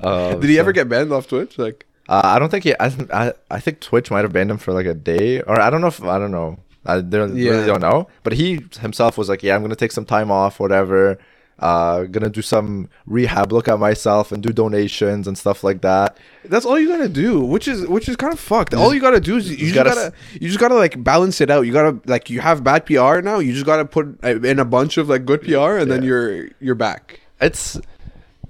[SPEAKER 1] Um,
[SPEAKER 2] Did he ever get banned off Twitch? Like,
[SPEAKER 1] uh, I don't think he. I, th- I I think Twitch might have banned him for like a day, or I don't know if I don't know. I don't, really
[SPEAKER 2] Yeah.
[SPEAKER 1] don't know. But he himself was like, "Yeah, I'm gonna take some time off, whatever. Uh, gonna do some rehab, look at myself, and do donations and stuff like that."
[SPEAKER 2] that's all you gotta do, which is which is kind of fucked. all you gotta do is you, just
[SPEAKER 1] gotta
[SPEAKER 2] gotta,
[SPEAKER 1] s-
[SPEAKER 2] you just gotta like balance it out. You gotta like you have bad PR now. You just gotta put uh, in a bunch of like good PR, and then
[SPEAKER 1] Yeah.
[SPEAKER 2] you're you're back.
[SPEAKER 1] It's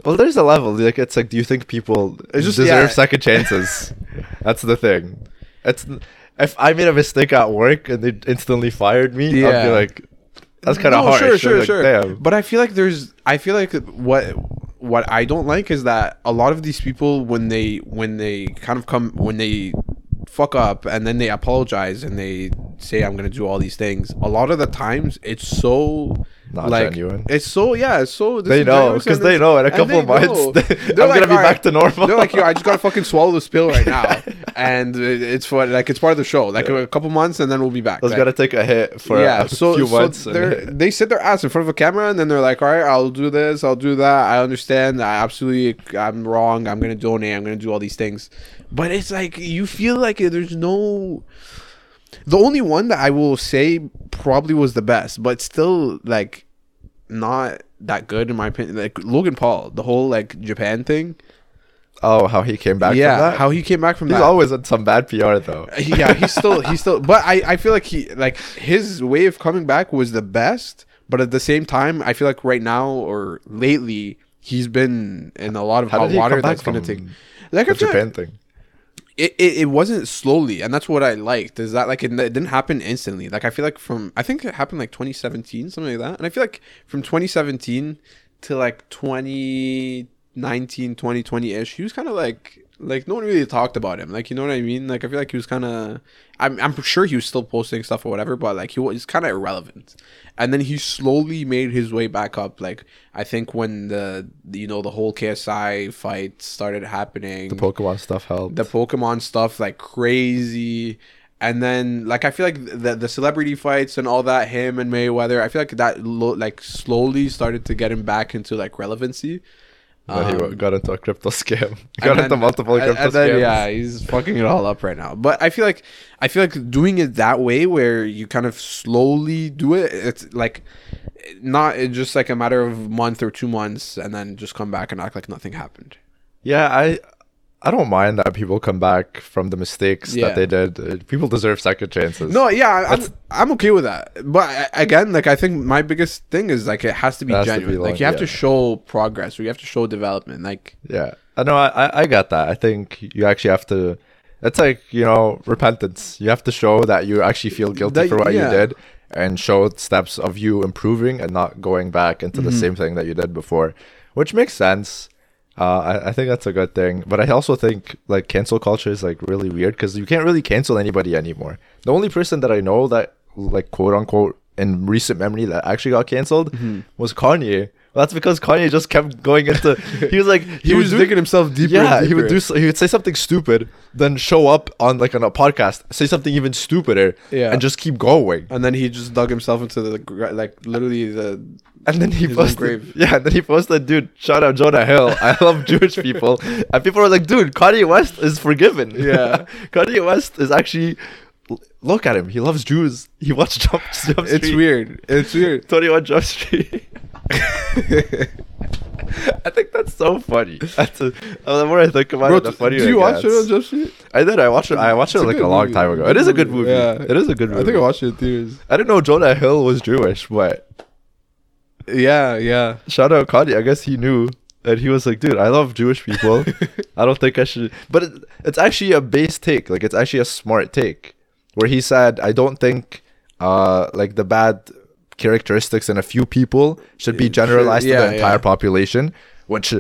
[SPEAKER 1] well, there's a level. Like it's like, do you think people
[SPEAKER 2] It's
[SPEAKER 1] just
[SPEAKER 2] just-
[SPEAKER 1] deserve
[SPEAKER 2] yeah.
[SPEAKER 1] second chances? That's the thing. It's if I made a mistake at work and they instantly fired me, I'd be
[SPEAKER 2] Yeah.
[SPEAKER 1] like, "That's kind of
[SPEAKER 2] No,
[SPEAKER 1] harsh."
[SPEAKER 2] Sure, sure,
[SPEAKER 1] Like,
[SPEAKER 2] sure.
[SPEAKER 1] damn.
[SPEAKER 2] But I feel like there's. I feel like what what I don't like is that a lot of these people when they when they kind of come when they fuck up and then they apologize and they say I'm gonna do all these things. A lot of the times it's so.
[SPEAKER 1] Not
[SPEAKER 2] like,
[SPEAKER 1] genuine.
[SPEAKER 2] It's so yeah. It's so
[SPEAKER 1] They know, 'cause they know in a couple of months, they- I'm gonna be
[SPEAKER 2] "All
[SPEAKER 1] back to normal."
[SPEAKER 2] They're like, yo, I just gotta fucking swallow the pill right now, and it- it's for like it's part of the show. Like a couple months, and then we'll be back.
[SPEAKER 1] Let's
[SPEAKER 2] Like-
[SPEAKER 1] gotta take a hit for a few months. and-
[SPEAKER 2] they're- they sit their ass in front of a camera and then they're like, all right, I'll do this, I'll do that. I understand. I absolutely, I'm wrong. I'm gonna donate. I'm gonna do all these things. But it's like you feel like there's no. The only one that I will say probably was the best, but still like not that good in my opinion. Like Logan Paul, the whole like Japan thing.
[SPEAKER 1] Oh, how he came back
[SPEAKER 2] yeah,
[SPEAKER 1] from that?
[SPEAKER 2] how he came back Uh, from
[SPEAKER 1] He's
[SPEAKER 2] that.
[SPEAKER 1] always on some bad PR though.
[SPEAKER 2] yeah, he's still he's still but I I feel like he like his way of coming back was the best, but at the same time, I feel like right now or lately he's been in a lot of
[SPEAKER 1] How
[SPEAKER 2] hot
[SPEAKER 1] did he come
[SPEAKER 2] water
[SPEAKER 1] back
[SPEAKER 2] that's going to
[SPEAKER 1] from
[SPEAKER 2] take like I
[SPEAKER 1] The
[SPEAKER 2] feel like
[SPEAKER 1] Japan thing.
[SPEAKER 2] it, it, it wasn't slowly and that's what I liked is that like it, it didn't happen instantly like I feel like from I think it happened like 2017 something like that and I feel like from 2017 to like 2019 2020 ish he was kind of like like no one really talked about him like you know what I mean like I feel like he was kind of I'm, I'm sure he was still posting stuff or whatever but like he was kind of irrelevant and then he slowly made his way back up like I think when the you know the whole KSI fight started happening
[SPEAKER 1] The Pokemon stuff helped.
[SPEAKER 2] the Pokemon stuff like crazy. And then like I feel like the the celebrity fights and all that him and Mayweather, I feel like that lo- like slowly started to get him back into like relevancy.
[SPEAKER 1] But he
[SPEAKER 2] Um,
[SPEAKER 1] wa- got into a crypto scam. He
[SPEAKER 2] and
[SPEAKER 1] got into
[SPEAKER 2] then-
[SPEAKER 1] multiple
[SPEAKER 2] and-
[SPEAKER 1] crypto
[SPEAKER 2] and then,
[SPEAKER 1] scams.
[SPEAKER 2] Yeah, he's fucking it all up right now. But I feel like I feel like doing it that way, where you kind of slowly do it. It's like not it's just like a matter of month or two months, and then just come back and act like nothing happened.
[SPEAKER 1] Yeah, I I don't mind that people come back from the mistakes
[SPEAKER 2] Yeah.
[SPEAKER 1] that they did. Uh, People deserve second chances.
[SPEAKER 2] No, yeah, I- I'm, I'm okay with that. But I- again, like I think my biggest thing is like it has to be
[SPEAKER 1] It has to be
[SPEAKER 2] genuine. like
[SPEAKER 1] long-
[SPEAKER 2] you have to
[SPEAKER 1] yeah.
[SPEAKER 2] show progress or you have to show development. Like
[SPEAKER 1] Yeah. I know I, I- I got that. I think you actually have to it's like, you know, repentance. You have to show that you actually feel guilty
[SPEAKER 2] That-
[SPEAKER 1] for what
[SPEAKER 2] yeah.
[SPEAKER 1] you did and show steps of you improving and not going back into
[SPEAKER 2] Mm-hmm.
[SPEAKER 1] the same thing that you did before. Which makes sense. Uh, I, I think that's a good thing. But I also think like cancel culture is like really weird because you can't really cancel anybody anymore. The only person that I know that like quote unquote in recent memory that actually got canceled
[SPEAKER 2] Mm-hmm.
[SPEAKER 1] was Kanye. That's because Kanye just kept going into. He was like he,
[SPEAKER 2] he
[SPEAKER 1] would
[SPEAKER 2] was
[SPEAKER 1] do-
[SPEAKER 2] digging himself deeper.
[SPEAKER 1] yeah,
[SPEAKER 2] and
[SPEAKER 1] he would
[SPEAKER 2] deeper.
[SPEAKER 1] do. so- He would say something stupid, then show up on like on a podcast, say something even stupider,
[SPEAKER 2] Yeah.
[SPEAKER 1] and just keep going.
[SPEAKER 2] and then he just dug himself into the gr- like literally the
[SPEAKER 1] And then he
[SPEAKER 2] His own
[SPEAKER 1] posted,
[SPEAKER 2] grave.
[SPEAKER 1] yeah, and then he posted, dude, shout out Jonah Hill. I love Jewish people, and people were like, dude, Kanye West is forgiven.
[SPEAKER 2] Yeah.
[SPEAKER 1] Kanye West is actually, l- look at him. He loves Jews. He watched Jump, Jump Street.
[SPEAKER 2] It's weird. It's weird.
[SPEAKER 1] Twenty One Jump Street. I think that's so funny. That's a, uh, the more I think about
[SPEAKER 2] Bro,
[SPEAKER 1] it, the funnier
[SPEAKER 2] do you
[SPEAKER 1] it
[SPEAKER 2] watch it
[SPEAKER 1] gets.
[SPEAKER 2] on Just Street?
[SPEAKER 1] I did. I watched it. I watched it
[SPEAKER 2] It's a
[SPEAKER 1] like a
[SPEAKER 2] good
[SPEAKER 1] long
[SPEAKER 2] movie.
[SPEAKER 1] time ago. It is a good movie.
[SPEAKER 2] Yeah.
[SPEAKER 1] It is a good movie.
[SPEAKER 2] I think I watched it in theaters.
[SPEAKER 1] I didn't know Jonah Hill was Jewish, but
[SPEAKER 2] Yeah, yeah.
[SPEAKER 1] shout out Kanye. I guess he knew, and he was like, "Dude, I love Jewish people. I don't think I should." But it, it's actually a base take. Like it's actually a smart take. where he said, "I don't think uh, like the bad characteristics in a few people should be generalized to
[SPEAKER 2] yeah,
[SPEAKER 1] the entire
[SPEAKER 2] yeah.
[SPEAKER 1] population." Which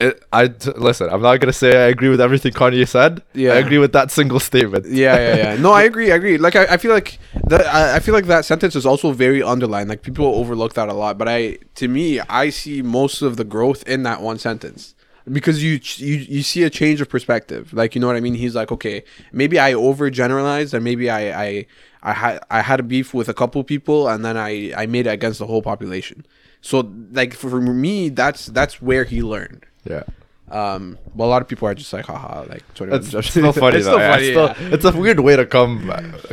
[SPEAKER 1] it, I t- listen. I'm not gonna say I agree with everything Kanye said.
[SPEAKER 2] Yeah.
[SPEAKER 1] I agree with that single statement.
[SPEAKER 2] Yeah, yeah, yeah. No, I agree. I agree. Like, I, I feel like that. I, I feel like that sentence is also very underlined. Like, people overlook that a lot. But I, to me, I see most of the growth in that one sentence because you ch- you you see a change of perspective. Like, you know what I mean? He's like, okay, maybe I overgeneralized, and maybe I I I had I had a beef with a couple people, and then I I made it against the whole population. So, like for, for me, that's that's where he learned.
[SPEAKER 1] yeah.
[SPEAKER 2] Um, but a lot of people are just like, haha, like sort of
[SPEAKER 1] It's still funny
[SPEAKER 2] It's
[SPEAKER 1] though.
[SPEAKER 2] still
[SPEAKER 1] yeah.
[SPEAKER 2] funny,
[SPEAKER 1] It's, still-
[SPEAKER 2] yeah.
[SPEAKER 1] it's a weird way to come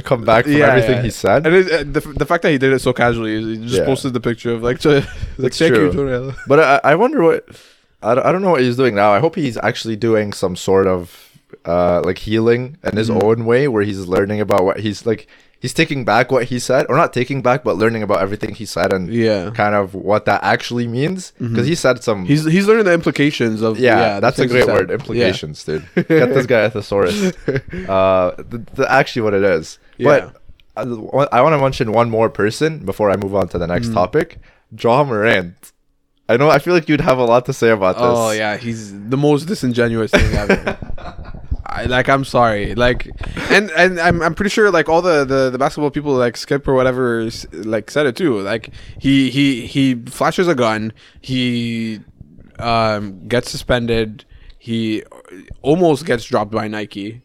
[SPEAKER 1] come back from everything he said.
[SPEAKER 2] And it, uh, the, f- the fact that he did it so casually, is he just
[SPEAKER 1] Yeah.
[SPEAKER 2] posted the picture of like, to, like
[SPEAKER 1] That's
[SPEAKER 2] check
[SPEAKER 1] true.
[SPEAKER 2] you, Jonah.
[SPEAKER 1] But I, I wonder what I don't, I don't know what he's doing now. I hope he's actually doing some sort of uh like healing in his own way, where he's learning about what he's like. He's taking back what he said, or not taking back, but learning about everything he said and
[SPEAKER 2] Yeah,
[SPEAKER 1] kind of what that actually means. Because he said some.
[SPEAKER 2] he's he's learning the implications of
[SPEAKER 1] yeah,
[SPEAKER 2] the
[SPEAKER 1] that's a
[SPEAKER 2] things he
[SPEAKER 1] great
[SPEAKER 2] said.
[SPEAKER 1] word.
[SPEAKER 2] Yeah.
[SPEAKER 1] Implications, dude. Get this guy a thesaurus. Uh, th- th- actually, what it is.
[SPEAKER 2] Yeah.
[SPEAKER 1] But uh, I want to mention one more person before I move on to the next
[SPEAKER 2] Mm-hmm.
[SPEAKER 1] topic. John Morant. I know. I feel like you'd have a lot to say about this.
[SPEAKER 2] Oh yeah, he's the most disingenuous thing ever. I, like I'm sorry, like, and and I'm, I'm pretty sure like all the, the the basketball people like Skip or whatever s- like said it too. Like he he he flashes a gun, he um gets suspended, he almost gets dropped by Nike.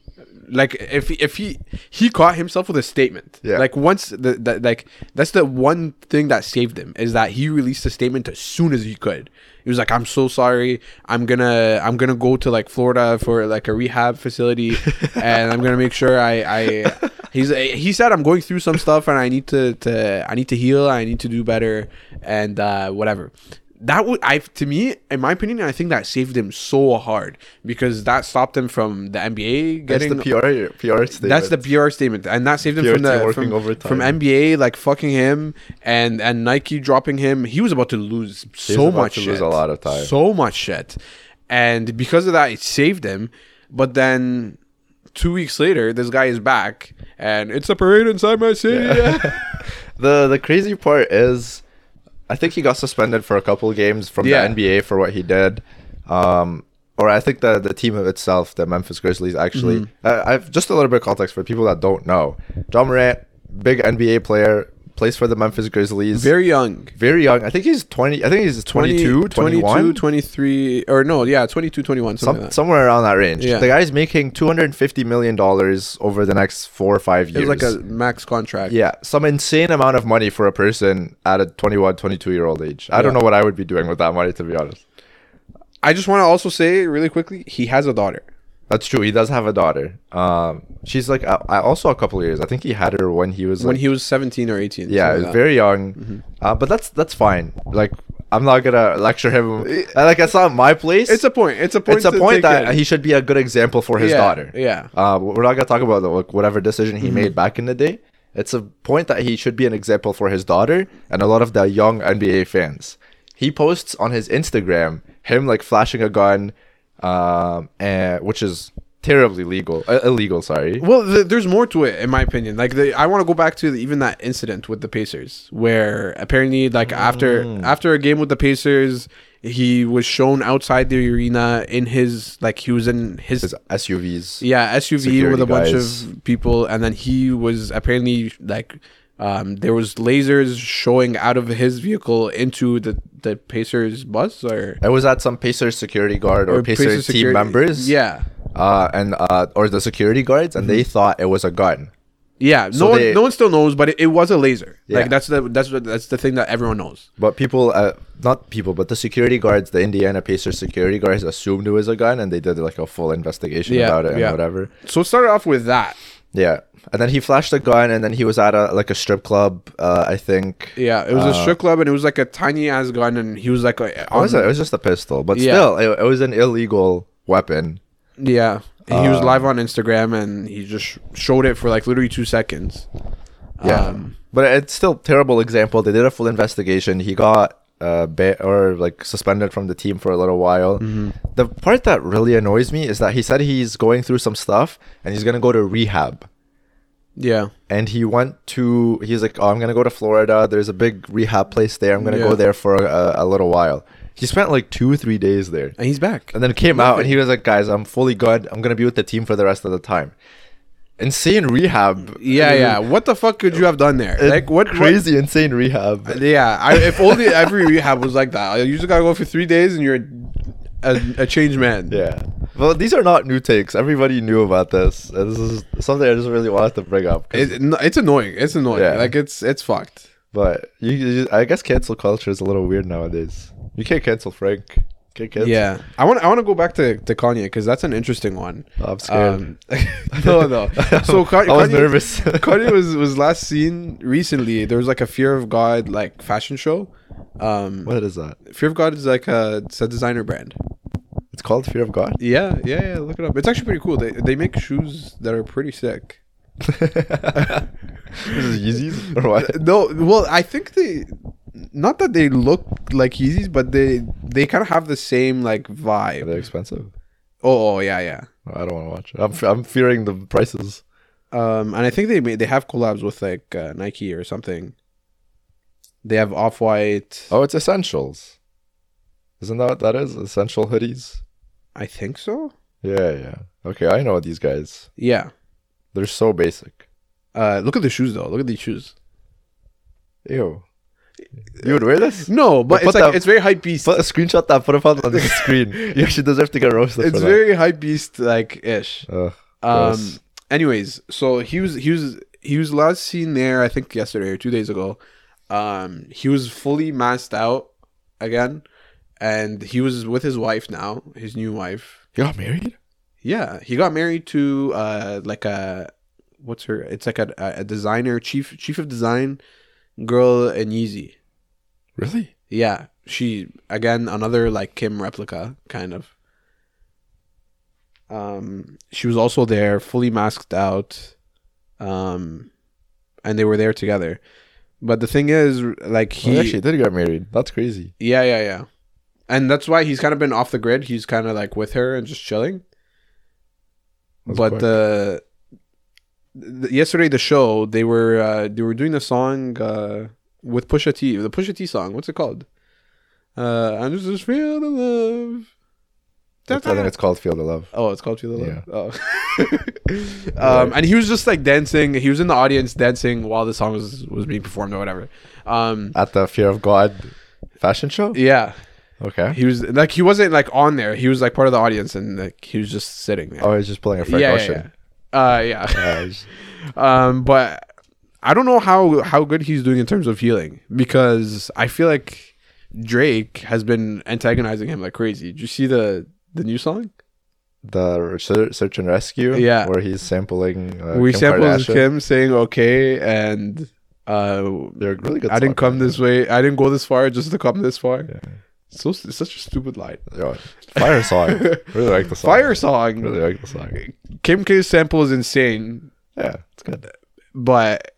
[SPEAKER 2] Like if he, if he he caught himself with a statement.
[SPEAKER 1] Yeah.
[SPEAKER 2] Like once the, the like that's the one thing that saved him is that he released a statement as soon as he could. He was like, "I'm so sorry. I'm gonna I'm gonna go to like Florida for like a rehab facility, and I'm gonna make sure I I." He's he said, "I'm going through some stuff, and I need to to I need to heal. I need to do better, and uh, whatever." That would I to me, in my opinion, I think that saved him so hard because that stopped him from the NBA
[SPEAKER 1] That's
[SPEAKER 2] getting
[SPEAKER 1] the PR PR statement.
[SPEAKER 2] that's the PR statement, and that saved him
[SPEAKER 1] PR
[SPEAKER 2] from the
[SPEAKER 1] team working
[SPEAKER 2] from,
[SPEAKER 1] overtime.
[SPEAKER 2] from NBA like fucking him and and Nike dropping him. He was about to lose so
[SPEAKER 1] about
[SPEAKER 2] much.
[SPEAKER 1] to
[SPEAKER 2] shit.
[SPEAKER 1] lose a lot of time.
[SPEAKER 2] So much shit, and because of that, it saved him. But then, two weeks later, this guy is back, and it's a parade inside my city.
[SPEAKER 1] the the crazy part is, I think he got suspended for a couple games from
[SPEAKER 2] Yeah.
[SPEAKER 1] the NBA for what he did. Um, or I think the the team of itself, the Memphis Grizzlies, actually.
[SPEAKER 2] Mm-hmm.
[SPEAKER 1] Uh, I've just a little bit of context for people that don't know. John Morant, big NBA player, plays for the Memphis Grizzlies. Very,
[SPEAKER 2] Very young.
[SPEAKER 1] young. I think he's twenty. I think he's
[SPEAKER 2] 20,
[SPEAKER 1] 22, 21.
[SPEAKER 2] 23 or no, yeah, 22, 21, something
[SPEAKER 1] Some,
[SPEAKER 2] like that.
[SPEAKER 1] somewhere around that range.
[SPEAKER 2] Yeah.
[SPEAKER 1] The guy's making two hundred and fifty million dollars over the next four or five
[SPEAKER 2] It
[SPEAKER 1] years.
[SPEAKER 2] was like a max contract.
[SPEAKER 1] Yeah, some insane amount of money for a person at a 21, 22 year old age. I don't
[SPEAKER 2] Yeah.
[SPEAKER 1] know what I would be doing with that money, to be honest.
[SPEAKER 2] I just want to also say really quickly, he has a daughter.
[SPEAKER 1] That's true. He does have a daughter. Um, she's like uh, I also a couple years. I think he had her when he was
[SPEAKER 2] When
[SPEAKER 1] like,
[SPEAKER 2] he was 17 or 18.
[SPEAKER 1] yeah,
[SPEAKER 2] something like that. Mm-hmm.
[SPEAKER 1] very young. Uh, but that's that's fine. Like I'm not gonna lecture him. Uh, Like that's not my place.
[SPEAKER 2] It's a point. It's a point.
[SPEAKER 1] it's a
[SPEAKER 2] to
[SPEAKER 1] point
[SPEAKER 2] take
[SPEAKER 1] that
[SPEAKER 2] in.
[SPEAKER 1] he should be a good example for his
[SPEAKER 2] Yeah,
[SPEAKER 1] daughter.
[SPEAKER 2] Yeah.
[SPEAKER 1] Uh, we're not gonna talk about the, like, whatever decision
[SPEAKER 2] Mm-hmm.
[SPEAKER 1] he made back in the day. It's a point that he should be an example for his daughter and a lot of the young NBA fans. He posts on his Instagram him like flashing a gun, um, and, which is terribly legal, uh, illegal. Sorry.
[SPEAKER 2] Well, th- there's more to it, in my opinion. Like, the, I want to go back to the, even that incident with the Pacers, where apparently, like after
[SPEAKER 1] Mm.
[SPEAKER 2] after a game with the Pacers, he was shown outside the arena in his like he was in his,
[SPEAKER 1] His SUVs.
[SPEAKER 2] yeah SUV with
[SPEAKER 1] security
[SPEAKER 2] a bunch
[SPEAKER 1] guys.
[SPEAKER 2] of people, and then he was apparently like um, there was lasers showing out of his vehicle into the the Pacers bus or.
[SPEAKER 1] I was at some Pacers security guard or, Pacers, team
[SPEAKER 2] security-
[SPEAKER 1] members.
[SPEAKER 2] Yeah. Mm-hmm.
[SPEAKER 1] Uh, and uh, or the security guards, and they thought it was a gun.
[SPEAKER 2] Yeah,
[SPEAKER 1] So
[SPEAKER 2] no one,
[SPEAKER 1] they-
[SPEAKER 2] no one still knows, but it, it was a laser.
[SPEAKER 1] Yeah.
[SPEAKER 2] Like that's the that's what that's the thing that everyone knows.
[SPEAKER 1] But people, uh, not people, but the security guards, the Indiana Pacers security guards assumed it was a gun and they did like a full investigation
[SPEAKER 2] Yeah,
[SPEAKER 1] about it and
[SPEAKER 2] yeah.
[SPEAKER 1] whatever.
[SPEAKER 2] So it started off with that.
[SPEAKER 1] Yeah. And then he flashed a gun and then he was at a like a strip club, uh, I think.
[SPEAKER 2] Yeah, it was a strip club, and it was like a tiny ass gun, and he was like, uh,
[SPEAKER 1] Or Uh. was
[SPEAKER 2] on-
[SPEAKER 1] it? It was just a pistol, but
[SPEAKER 2] Yeah.
[SPEAKER 1] still, it, it was an illegal weapon.
[SPEAKER 2] yeah, and
[SPEAKER 1] Uh.
[SPEAKER 2] he was live on Instagram, and he just sh- showed it for like literally two seconds.
[SPEAKER 1] Yeah.
[SPEAKER 2] Um,
[SPEAKER 1] but it's still terrible example. They did a full investigation. He got uh ba- or like suspended from the team for a little while.
[SPEAKER 2] Mm-hmm.
[SPEAKER 1] The part that really annoys me is that he said he's going through some stuff and he's going to go to rehab.
[SPEAKER 2] Yeah.
[SPEAKER 1] and he went to he's like oh i'm gonna go to florida there's a big rehab place there i'm gonna
[SPEAKER 2] Yeah.
[SPEAKER 1] go there for a, a little while he spent like two three days there
[SPEAKER 2] And he's back.
[SPEAKER 1] and then came out and he was like guys i'm fully good i'm gonna be with the team for the rest of the time insane rehab
[SPEAKER 2] Yeah, yeah. What the fuck could you have done there?
[SPEAKER 1] Uh,
[SPEAKER 2] Like what what-
[SPEAKER 1] crazy insane rehab
[SPEAKER 2] Yeah, I, if only every rehab was like that. You just gotta go for three days and you're a, a, a changed man.
[SPEAKER 1] yeah well these are not new takes everybody knew about this Uh, this is something i just really wanted to bring up 'cause-
[SPEAKER 2] It, no, it's annoying. It's annoying.
[SPEAKER 1] Yeah.
[SPEAKER 2] Like it's it's fucked.
[SPEAKER 1] but you, you i guess cancel culture is a little weird nowadays you can't cancel frank can't cancel
[SPEAKER 2] Yeah, I want I want to go back to, to Kanye because that's an interesting one. Um,
[SPEAKER 1] I'm scared.
[SPEAKER 2] no, no. So Ka-
[SPEAKER 1] I was
[SPEAKER 2] Kanye,
[SPEAKER 1] nervous.
[SPEAKER 2] Kanye was was last seen recently. There was like a Fear of God like fashion show. Um,
[SPEAKER 1] What is that?
[SPEAKER 2] Fear of God is like a it's a designer brand.
[SPEAKER 1] It's called Fear of God.
[SPEAKER 2] Yeah, yeah, yeah. Look it up. It's actually pretty cool. They they make shoes that are pretty sick.
[SPEAKER 1] this is Yeezys or what?
[SPEAKER 2] Uh, No, well, I think they not that they look like Yeezys, but they they kind of have the same like vibe.
[SPEAKER 1] They're expensive.
[SPEAKER 2] Oh, oh, yeah, yeah.
[SPEAKER 1] I don't want to watch. it. I'm f- I'm fearing the prices.
[SPEAKER 2] Um, and I think they made, they have collabs with like uh, Nike or something. They have Off White.
[SPEAKER 1] Oh, it's essentials. Isn't that what that is? Essential hoodies.
[SPEAKER 2] I think so.
[SPEAKER 1] Yeah, yeah. Okay, I know these guys.
[SPEAKER 2] Yeah.
[SPEAKER 1] They're so basic.
[SPEAKER 2] Uh, look at the shoes though. Look at these shoes.
[SPEAKER 1] Ew. You would wear this?
[SPEAKER 2] No, but
[SPEAKER 1] Put
[SPEAKER 2] it's like
[SPEAKER 1] that-
[SPEAKER 2] it's very hype beast.
[SPEAKER 1] Put a screenshot that put up on the screen. You actually deserve to get roasted
[SPEAKER 2] It's
[SPEAKER 1] for
[SPEAKER 2] very hype beast like ish.
[SPEAKER 1] that. Ugh.
[SPEAKER 2] Um.
[SPEAKER 1] Gross.
[SPEAKER 2] Anyways, so he was he was he was last seen there. I think yesterday or two days ago. Um. He was fully masked out again, and he was with his wife now, his new wife.
[SPEAKER 1] You got married?
[SPEAKER 2] Yeah, he got married to uh like a what's her? It's like a a designer chief chief of design girl in Yeezy.
[SPEAKER 1] Really?
[SPEAKER 2] Yeah, she again another like Kim replica kind of. Um, she was also there, fully masked out, um, and they were there together. But the thing is, like
[SPEAKER 1] He
[SPEAKER 2] he,
[SPEAKER 1] actually did get married. That's crazy.
[SPEAKER 2] yeah, yeah, yeah, and that's why he's kind of been off the grid. He's kind of like with her and just chilling.
[SPEAKER 1] That's
[SPEAKER 2] but
[SPEAKER 1] quick.
[SPEAKER 2] the, the yesterday the show they were uh, they were doing the song uh, with Pusha T, the Pusha T song. What's it called? Uh, I just feel the love.
[SPEAKER 1] I think it's called Feel the Love.
[SPEAKER 2] Oh, it's called Feel the Love. Oh. um, and he was just like dancing. He was in the audience dancing while the song was, was being performed or whatever. Um,
[SPEAKER 1] At the Fear of God fashion show?
[SPEAKER 2] yeah,
[SPEAKER 1] Okay.
[SPEAKER 2] he was like he wasn't like on there. He was like part of the audience and like he was just sitting there.
[SPEAKER 1] Oh, he's just playing a Frank
[SPEAKER 2] yeah, yeah,
[SPEAKER 1] Ocean.
[SPEAKER 2] yeah. Uh, yeah.
[SPEAKER 1] Yeah, he's-
[SPEAKER 2] um, but I don't know how how good he's doing in terms of healing because I feel like Drake has been antagonizing him like crazy. Did you see the the new song?
[SPEAKER 1] the re- ser- search and rescue.
[SPEAKER 2] Yeah.
[SPEAKER 1] where he's sampling. Uh,
[SPEAKER 2] we
[SPEAKER 1] Kim
[SPEAKER 2] sampled
[SPEAKER 1] Kardashian.
[SPEAKER 2] him saying okay and uh,
[SPEAKER 1] They're really good.
[SPEAKER 2] I didn't come this way. I didn't go this far just to come this far.
[SPEAKER 1] Yeah.
[SPEAKER 2] So it's such a stupid line.
[SPEAKER 1] Yo, fire song. really like the song.
[SPEAKER 2] Fire song.
[SPEAKER 1] Really like the song.
[SPEAKER 2] Kim K's sample is insane.
[SPEAKER 1] Yeah, it's good.
[SPEAKER 2] but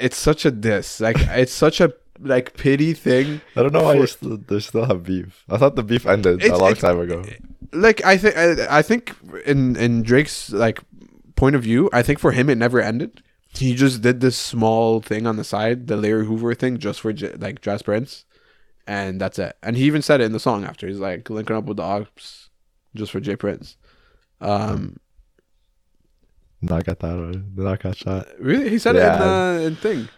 [SPEAKER 2] it's such a diss. Like it's such a like pity thing.
[SPEAKER 1] I don't know why you st- they still have beef. I thought the beef ended a
[SPEAKER 2] It's-
[SPEAKER 1] long
[SPEAKER 2] it's-
[SPEAKER 1] time ago.
[SPEAKER 2] Like I think I I think in in Drake's like point of view, I think for him it never ended. He just did this small thing on the side, the Larry Hoover thing, just for J- like Jazz Prince, and that's it. And he even said it in the song after. He's like linking up with the Ops just for J Prince. Um,
[SPEAKER 1] Not got that. Right. Not got shot.
[SPEAKER 2] really, he said
[SPEAKER 1] Yeah.
[SPEAKER 2] it in uh, in thing.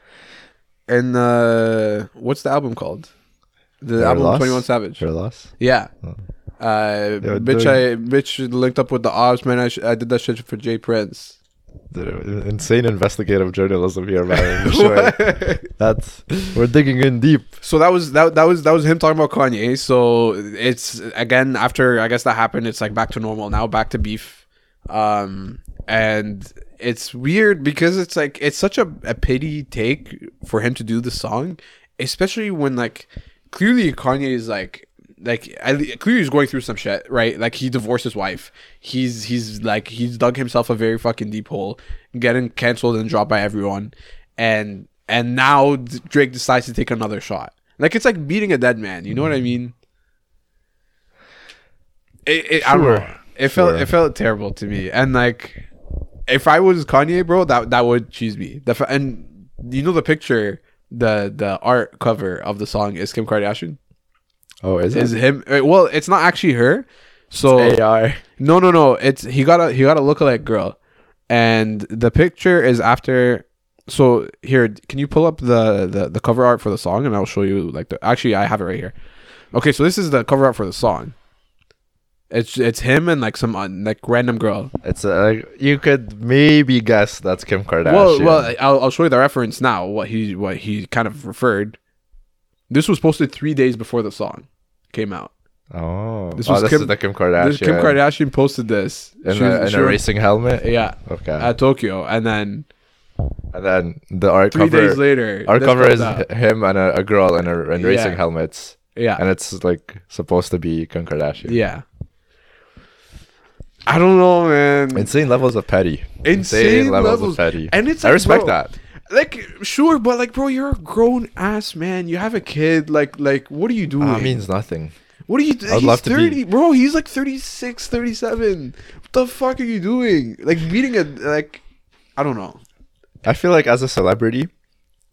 [SPEAKER 2] And uh, what's the album called? The
[SPEAKER 1] Their
[SPEAKER 2] album
[SPEAKER 1] Loss?
[SPEAKER 2] Twenty One Savage.
[SPEAKER 1] Sure loss.
[SPEAKER 2] Yeah.
[SPEAKER 1] Oh.
[SPEAKER 2] Uh,
[SPEAKER 1] were
[SPEAKER 2] bitch, I bitch linked up with the ops man. I, sh- I did that shit for Jay Prince.
[SPEAKER 1] Dude, Insane investigative journalism here, man. Sure. That's we're digging in deep.
[SPEAKER 2] so that was that that was that was him talking about Kanye. So it's again after I guess that happened. It's like back to normal now, back to beef. Um, and it's weird because it's like it's such a, a pity take for him to do the song, especially when like clearly Kanye is like like at le- clearly he's going through some shit, right? Like he divorced his wife. He's he's like he's dug himself a very fucking deep hole, getting canceled and dropped by everyone, and and now D- Drake decides to take another shot. Like it's like beating a dead man. You know what
[SPEAKER 1] Mm-hmm.
[SPEAKER 2] I mean? It, it, I don't
[SPEAKER 1] Sure.
[SPEAKER 2] know. It felt
[SPEAKER 1] Sure.
[SPEAKER 2] it felt terrible to me, and like if I was Kanye, bro, that that would cheese me. The fa- and you know the picture, the the art cover of the song is Kim Kardashian.
[SPEAKER 1] Oh, is
[SPEAKER 2] Is
[SPEAKER 1] it?
[SPEAKER 2] him? uh, Well, it's not actually her. So
[SPEAKER 1] AI.
[SPEAKER 2] no, no, no. It's he got a he got a lookalike girl, and the picture is after. So here, can you pull up the the, the cover art for the song, and I'll show you like the. Actually, I have it right here. Okay, so this is the cover art for the song. It's it's him and like some uh, like random girl.
[SPEAKER 1] It's uh, like you could maybe guess that's Kim Kardashian.
[SPEAKER 2] Well, well, I'll, I'll show you the reference now. What he what he kind of referred. This was posted three days before the song came out.
[SPEAKER 1] oh,
[SPEAKER 2] this
[SPEAKER 1] Oh,
[SPEAKER 2] was
[SPEAKER 1] this
[SPEAKER 2] Kim-
[SPEAKER 1] is the Kim Kardashian.
[SPEAKER 2] This Kim Kardashian posted this.
[SPEAKER 1] in,
[SPEAKER 2] She
[SPEAKER 1] a,
[SPEAKER 2] was-
[SPEAKER 1] in
[SPEAKER 2] she
[SPEAKER 1] a
[SPEAKER 2] was-
[SPEAKER 1] racing helmet.
[SPEAKER 2] Yeah,
[SPEAKER 1] Okay,
[SPEAKER 2] at Tokyo, and then
[SPEAKER 1] and then the art
[SPEAKER 2] three
[SPEAKER 1] cover.
[SPEAKER 2] days later,
[SPEAKER 1] Art
[SPEAKER 2] this
[SPEAKER 1] cover
[SPEAKER 2] comes
[SPEAKER 1] is
[SPEAKER 2] out.
[SPEAKER 1] him and a, a girl in, a, in racing
[SPEAKER 2] Yeah.
[SPEAKER 1] helmets,
[SPEAKER 2] yeah,
[SPEAKER 1] and it's like supposed to be Kim Kardashian.
[SPEAKER 2] yeah. I don't know, man.
[SPEAKER 1] Insane levels of petty.
[SPEAKER 2] Insane levels.
[SPEAKER 1] of petty.
[SPEAKER 2] And it's
[SPEAKER 1] I
[SPEAKER 2] like,
[SPEAKER 1] respect
[SPEAKER 2] bro,
[SPEAKER 1] that.
[SPEAKER 2] like, sure, but like, bro, you're a grown ass man. You have a kid. Like, like, what are you doing?
[SPEAKER 1] That means nothing.
[SPEAKER 2] What are you doing?
[SPEAKER 1] I'd
[SPEAKER 2] He's
[SPEAKER 1] love to be-
[SPEAKER 2] 30, bro. He's like 36, 37. What the fuck are you doing? Like meeting a like I don't know.
[SPEAKER 1] I feel like as a celebrity,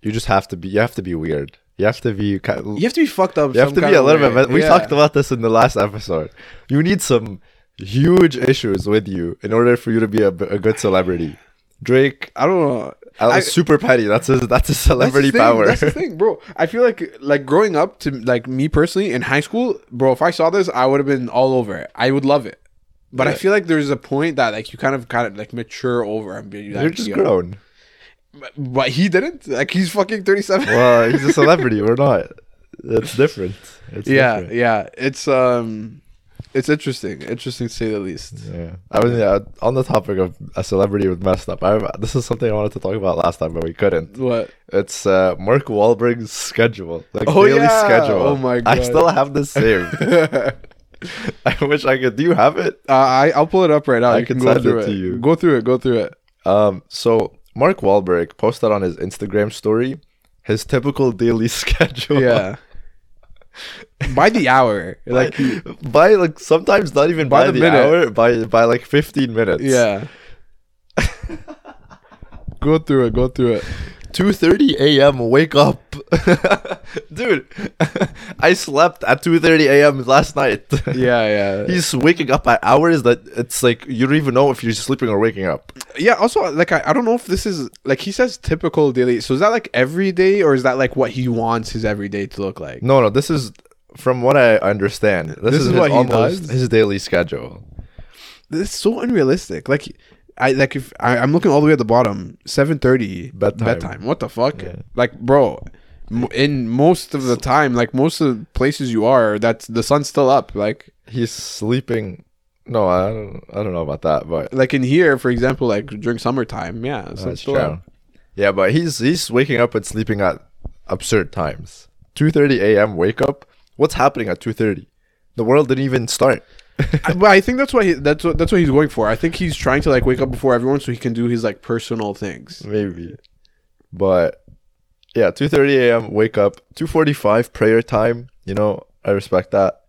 [SPEAKER 1] you just have to be. You have to be weird. You have to be. ki-
[SPEAKER 2] You have to be fucked up.
[SPEAKER 1] You have
[SPEAKER 2] some
[SPEAKER 1] to be
[SPEAKER 2] kind
[SPEAKER 1] a
[SPEAKER 2] of
[SPEAKER 1] little
[SPEAKER 2] way.
[SPEAKER 1] bit. We
[SPEAKER 2] Yeah.
[SPEAKER 1] talked about this in the last episode. You need some huge issues with you in order for you to be a, b- a good celebrity. Drake,
[SPEAKER 2] I don't know.
[SPEAKER 1] I was
[SPEAKER 2] I-
[SPEAKER 1] super petty. That's his. That's his
[SPEAKER 2] That's the
[SPEAKER 1] celebrity
[SPEAKER 2] thing,
[SPEAKER 1] power.
[SPEAKER 2] That's the thing, bro. I feel like like growing up to like me personally in high school, bro. If I saw this, I would have been all over it. I would love it. But I
[SPEAKER 1] Yeah.
[SPEAKER 2] feel like there's a point that like you kind of kind of like mature over and be like,
[SPEAKER 1] You're just
[SPEAKER 2] yo.
[SPEAKER 1] grown.
[SPEAKER 2] But- But he didn't. Like he's fucking 37.
[SPEAKER 1] Well, he's a celebrity. We're not. It's different. It's
[SPEAKER 2] yeah
[SPEAKER 1] different.
[SPEAKER 2] yeah it's um it's interesting interesting to say the least
[SPEAKER 1] Yeah. I mean, yeah, on the topic of a celebrity with messed up, I this is something I wanted to talk about last time, but we couldn't.
[SPEAKER 2] what
[SPEAKER 1] It's uh, Mark Wahlberg's schedule, like
[SPEAKER 2] Oh,
[SPEAKER 1] daily
[SPEAKER 2] yeah.
[SPEAKER 1] schedule.
[SPEAKER 2] Oh my
[SPEAKER 1] I
[SPEAKER 2] God.
[SPEAKER 1] still have this saved.
[SPEAKER 2] uh,
[SPEAKER 1] I wish I could. Do you have it?
[SPEAKER 2] i i'll pull it up right now
[SPEAKER 1] I
[SPEAKER 2] you can,
[SPEAKER 1] can
[SPEAKER 2] go
[SPEAKER 1] send
[SPEAKER 2] through
[SPEAKER 1] it
[SPEAKER 2] it,
[SPEAKER 1] to you.
[SPEAKER 2] go through it go through it
[SPEAKER 1] Um, so Mark Wahlberg posted on his Instagram story his typical daily schedule.
[SPEAKER 2] yeah by the hour like
[SPEAKER 1] Like by like sometimes not even by,
[SPEAKER 2] the
[SPEAKER 1] the,
[SPEAKER 2] minute.
[SPEAKER 1] hour, by by like fifteen minutes.
[SPEAKER 2] yeah go through it go through it
[SPEAKER 1] Two thirty AM wake up. Dude I slept at two thirty AM last night.
[SPEAKER 2] yeah yeah
[SPEAKER 1] He's waking up at hours that it's like you don't even know if you're sleeping or waking up.
[SPEAKER 2] yeah also like I, I don't know if this is like he says typical daily so is that like every day or is that like what he wants his everyday to look like
[SPEAKER 1] No, no, this is from what I understand. This,
[SPEAKER 2] This
[SPEAKER 1] is,
[SPEAKER 2] is
[SPEAKER 1] his
[SPEAKER 2] what he
[SPEAKER 1] almost
[SPEAKER 2] does?
[SPEAKER 1] his daily schedule.
[SPEAKER 2] This is so unrealistic. Like, I like if I, I'm looking all the way at the bottom, seven thirty
[SPEAKER 1] Bedtime.
[SPEAKER 2] What the fuck?
[SPEAKER 1] Yeah.
[SPEAKER 2] Like, bro, m- in most of the time, like most of the places you are, that's the sun's still up. Like,
[SPEAKER 1] he's sleeping. No, I don't. I don't know about that, but
[SPEAKER 2] like in here, for example, like during summertime, yeah, the sun's
[SPEAKER 1] that's
[SPEAKER 2] still
[SPEAKER 1] true.
[SPEAKER 2] up.
[SPEAKER 1] Yeah, but he's he's waking up and sleeping at absurd times. Two thirty a.m. wake up. What's happening at two thirty? The world didn't even start.
[SPEAKER 2] I, but I think that's what he, that's what that's what he's going for. I think he's trying to like wake up before everyone so he can do his like personal
[SPEAKER 1] Mm.
[SPEAKER 2] things.
[SPEAKER 1] Maybe, but yeah, two thirty a.m. wake up. Two forty-five prayer time. You know, I respect that.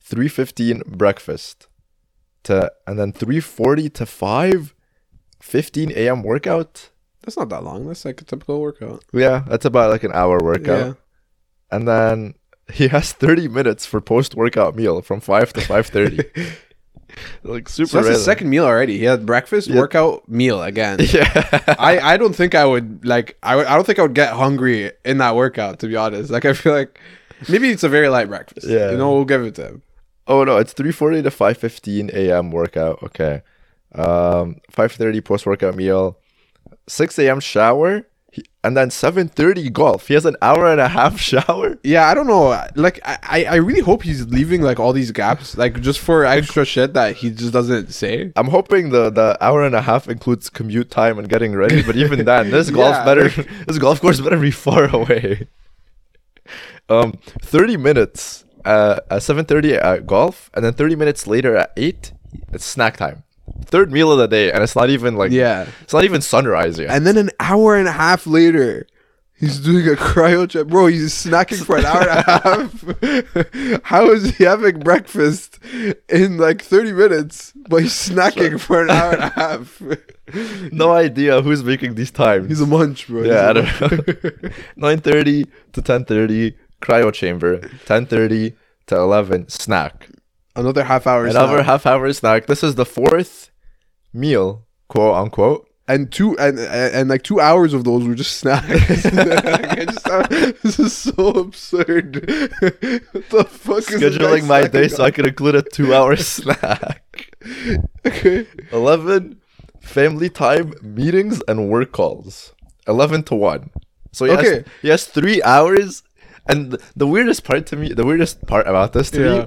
[SPEAKER 1] Three fifteen breakfast, to and then three forty to five, fifteen a.m. workout.
[SPEAKER 2] That's not that long. That's like a typical workout.
[SPEAKER 1] Yeah, that's about like an hour workout.
[SPEAKER 2] Yeah.
[SPEAKER 1] and then he has 30 minutes for post-workout meal from 5 to 5.30 like super
[SPEAKER 2] So that's his
[SPEAKER 1] random.
[SPEAKER 2] second meal already. He had breakfast, workout, meal again.
[SPEAKER 1] yeah
[SPEAKER 2] I, I don't think I would like I would, I don't think I would get hungry in that workout to be honest. Like I feel like maybe it's a very light breakfast.
[SPEAKER 1] Yeah.
[SPEAKER 2] You know, we'll give it to him.
[SPEAKER 1] oh no it's 3.40 to 5.15 a.m workout okay um 5.30 post-workout meal 6 a.m shower he- and then 7.30 golf he has an hour and a half shower
[SPEAKER 2] Yeah, I don't know. Like I, I- I really hope he's leaving like all these gaps, like just for extra shit that he just doesn't say.
[SPEAKER 1] i'm hoping the the hour and a half includes commute time and getting ready but even then this
[SPEAKER 2] Yeah,
[SPEAKER 1] golf better this golf course better be far away um 30 minutes uh, at 7.30 at golf and then 30 minutes later at 8 it's snack time third meal of the day and it's not even like
[SPEAKER 2] Yeah.
[SPEAKER 1] it's not even sunrise yet
[SPEAKER 2] And then an hour and a half later, He's doing a cryo check, bro. He's snacking for an hour and a half. How is he having breakfast in like thirty minutes, but he's snacking for an hour and a half?
[SPEAKER 1] No idea who's making these times.
[SPEAKER 2] He's a munch, bro. He's
[SPEAKER 1] yeah, I
[SPEAKER 2] a
[SPEAKER 1] don't know. Nine thirty to ten thirty, cryo chamber. Ten thirty to eleven, snack.
[SPEAKER 2] Another half hour.
[SPEAKER 1] Another
[SPEAKER 2] snack.
[SPEAKER 1] half hour snack. This is the fourth meal, quote unquote.
[SPEAKER 2] and two and, and and, like two hours of those were just snacks. Like, I just thought, this is so absurd. what the fuck is this guy
[SPEAKER 1] Scheduling my day
[SPEAKER 2] snacking
[SPEAKER 1] so I could include a two-hour snack.
[SPEAKER 2] on? okay.
[SPEAKER 1] Eleven, family time, meetings, and work calls. Eleven to one. So yes,
[SPEAKER 2] Okay.
[SPEAKER 1] yes, three hours. And th- the weirdest part to me, the weirdest part about this to me,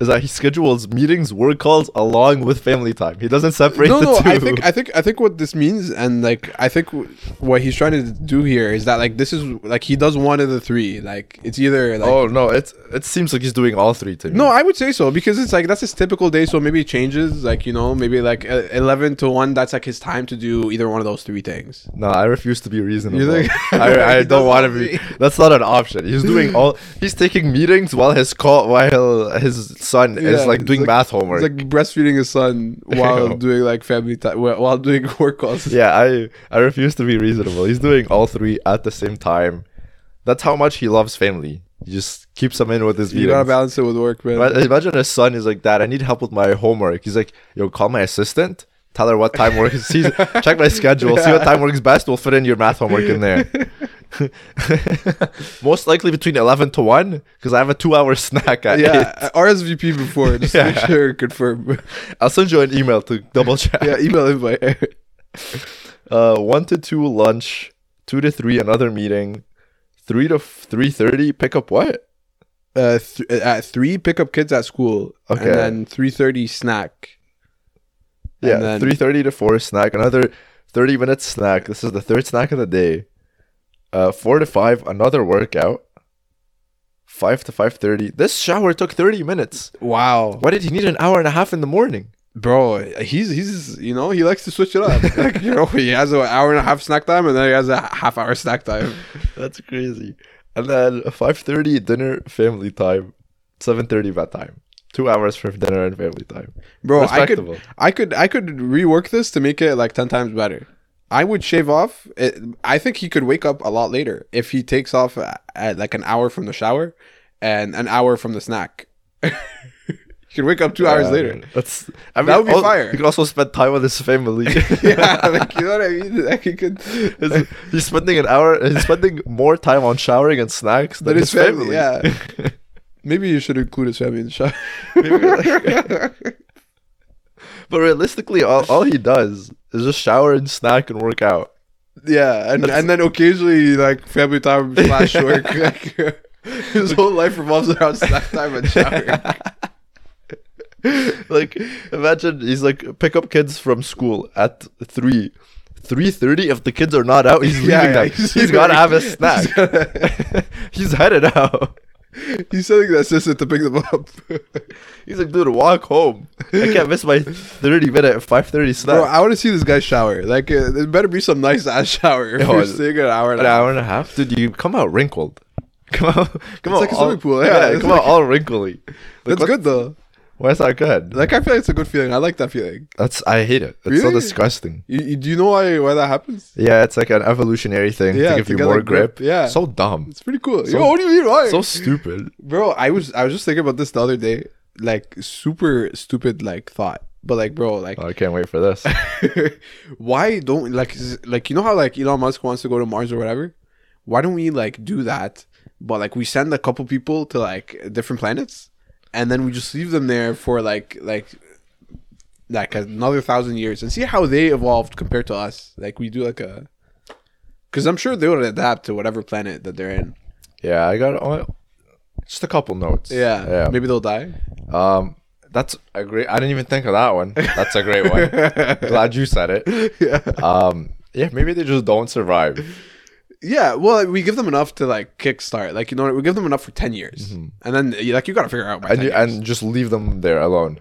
[SPEAKER 1] is that he schedules meetings, work calls along with family time. He doesn't separate
[SPEAKER 2] No,
[SPEAKER 1] the
[SPEAKER 2] no.
[SPEAKER 1] two.
[SPEAKER 2] I think I think I think what this means, and like I think w- what he's trying to do here is that like this is like he does one of the three. Like it's either like
[SPEAKER 1] oh no, it's it seems like he's doing all three to me.
[SPEAKER 2] No, I would say so because it's like that's his typical day. So maybe it changes, like you know, maybe like uh, eleven to one. That's like his time to do either one of those three things.
[SPEAKER 1] No, I refuse to be reasonable.
[SPEAKER 2] You think-
[SPEAKER 1] I, I
[SPEAKER 2] He
[SPEAKER 1] don't
[SPEAKER 2] does
[SPEAKER 1] want
[SPEAKER 2] all
[SPEAKER 1] to be. That's not an option. He's doing all. He's taking meetings while his call while his son
[SPEAKER 2] Yeah,
[SPEAKER 1] is like
[SPEAKER 2] it's
[SPEAKER 1] doing
[SPEAKER 2] like-
[SPEAKER 1] math
[SPEAKER 2] It's
[SPEAKER 1] homework.
[SPEAKER 2] like breastfeeding his son
[SPEAKER 1] Ew.
[SPEAKER 2] while doing like family time, while doing work calls.
[SPEAKER 1] yeah, I I refuse to be reasonable. He's doing all three at the same time. That's how much he loves family. He just keeps them in with his
[SPEAKER 2] You gotta
[SPEAKER 1] meetings.
[SPEAKER 2] balance it with work, man.
[SPEAKER 1] Ima- Imagine his son is like, Dad, I need help with my homework. He's like, Yo, call my assistant. Tell her what time works. See, check my schedule. See what time works best. We'll fit in your math homework in there. Most likely between eleven to one, because I have a two-hour snack. At
[SPEAKER 2] yeah, I RSVP before just to make
[SPEAKER 1] Yeah.
[SPEAKER 2] sure confirm.
[SPEAKER 1] eight. I'll send you an email to double check.
[SPEAKER 2] yeah, email invite.
[SPEAKER 1] Uh, one to two lunch, two to three another meeting, three to three thirty pick up what?
[SPEAKER 2] Uh, th- at three, pick up kids at school,
[SPEAKER 1] Okay.
[SPEAKER 2] and then three thirty snack. And
[SPEAKER 1] Yeah,
[SPEAKER 2] then-
[SPEAKER 1] three thirty to four snack. Another thirty minute snack. This is the third snack of the day. Uh, four to five, another workout. Five to five thirty. This shower took thirty minutes.
[SPEAKER 2] Wow,
[SPEAKER 1] Why did he need an hour and a half in the morning?
[SPEAKER 2] bro, he's he's you know he likes to switch it up. like you know he has an hour and a half snack time, and then he has a half hour snack time.
[SPEAKER 1] That's crazy. And then five thirty dinner family time, seven thirty bedtime. Two hours for dinner and family time.
[SPEAKER 2] Bro, I could
[SPEAKER 1] Respectable.
[SPEAKER 2] I could I could rework this to make it like ten times better. I would shave off. It, I think he could wake up a lot later if he takes off at, at like an hour from the shower and an hour from the snack. he could wake up two hours
[SPEAKER 1] Yeah,
[SPEAKER 2] later.
[SPEAKER 1] That's I mean,
[SPEAKER 2] That would be
[SPEAKER 1] al-
[SPEAKER 2] fire.
[SPEAKER 1] You could also spend time with his family.
[SPEAKER 2] yeah, like you know what I mean. Like he could.
[SPEAKER 1] He's- he's spending an hour. He's spending more time on showering and snacks than
[SPEAKER 2] Than
[SPEAKER 1] his
[SPEAKER 2] his
[SPEAKER 1] family.
[SPEAKER 2] family, Maybe you should include his family in the shower.
[SPEAKER 1] but realistically, all, all he does is just shower and snack and work out.
[SPEAKER 2] yeah, and and then occasionally like family time slash work. Like, his whole life revolves around snack time and shower.
[SPEAKER 1] Like, imagine he's like pick up kids from school at three. 3.30 if the kids are not out he's leaving
[SPEAKER 2] Yeah, yeah,
[SPEAKER 1] them
[SPEAKER 2] he's
[SPEAKER 1] he's gotta
[SPEAKER 2] leaving.
[SPEAKER 1] have a snack
[SPEAKER 2] He's gotta-
[SPEAKER 1] he's headed out
[SPEAKER 2] He's sending the assistant to pick them up.
[SPEAKER 1] He's like, dude, walk home. I can't miss my 30 minute, 530 snack.
[SPEAKER 2] Bro, I want to see this guy shower. Like, uh, there better be some nice ass shower if
[SPEAKER 1] Yo,
[SPEAKER 2] you're staying an hour and
[SPEAKER 1] An
[SPEAKER 2] a half.
[SPEAKER 1] hour and a half? Dude, you come out wrinkled. Come out. Come out
[SPEAKER 2] like a
[SPEAKER 1] all-
[SPEAKER 2] swimming pool, yeah, it's
[SPEAKER 1] come out
[SPEAKER 2] like-
[SPEAKER 1] all wrinkly. Like,
[SPEAKER 2] That's
[SPEAKER 1] what-
[SPEAKER 2] good though.
[SPEAKER 1] Why is that good?
[SPEAKER 2] Like, I feel like it's a good feeling. I like that feeling.
[SPEAKER 1] That's I hate it. It's so
[SPEAKER 2] Really?
[SPEAKER 1] disgusting.
[SPEAKER 2] You, you, do you know why why that happens?
[SPEAKER 1] Yeah, it's like an evolutionary thing
[SPEAKER 2] Yeah,
[SPEAKER 1] to give
[SPEAKER 2] to
[SPEAKER 1] you
[SPEAKER 2] get,
[SPEAKER 1] more
[SPEAKER 2] like,
[SPEAKER 1] grip.
[SPEAKER 2] grip, yeah.
[SPEAKER 1] So dumb.
[SPEAKER 2] It's pretty cool.
[SPEAKER 1] So-
[SPEAKER 2] Yo, what do you mean why?
[SPEAKER 1] So stupid.
[SPEAKER 2] bro, I was I was just thinking about this the other day. Like, super stupid like thought. But like, bro, like,
[SPEAKER 1] Oh, I can't wait for this.
[SPEAKER 2] why don't like s- like you know how like Elon Musk wants to go to Mars or whatever? Why don't we like do that? But like we send a couple people to like different planets, and then we just leave them there for like like like another thousand years and see how they evolved compared to us. Like we do like a because I'm sure they would adapt to whatever planet that they're in.
[SPEAKER 1] yeah, I got oh, just a couple notes.
[SPEAKER 2] Yeah,
[SPEAKER 1] Yeah.
[SPEAKER 2] maybe they'll die.
[SPEAKER 1] Um that's a great I didn't even think of that one. That's a great one. Glad you said it.
[SPEAKER 2] yeah.
[SPEAKER 1] Um, yeah, maybe they just don't survive.
[SPEAKER 2] Yeah, well, we give them enough to like kickstart. Like you know, we give them enough for ten years, and then you- like you gotta figure out.
[SPEAKER 1] Mm-hmm.
[SPEAKER 2] By
[SPEAKER 1] And,
[SPEAKER 2] 10
[SPEAKER 1] you,
[SPEAKER 2] years.
[SPEAKER 1] and just leave them there alone.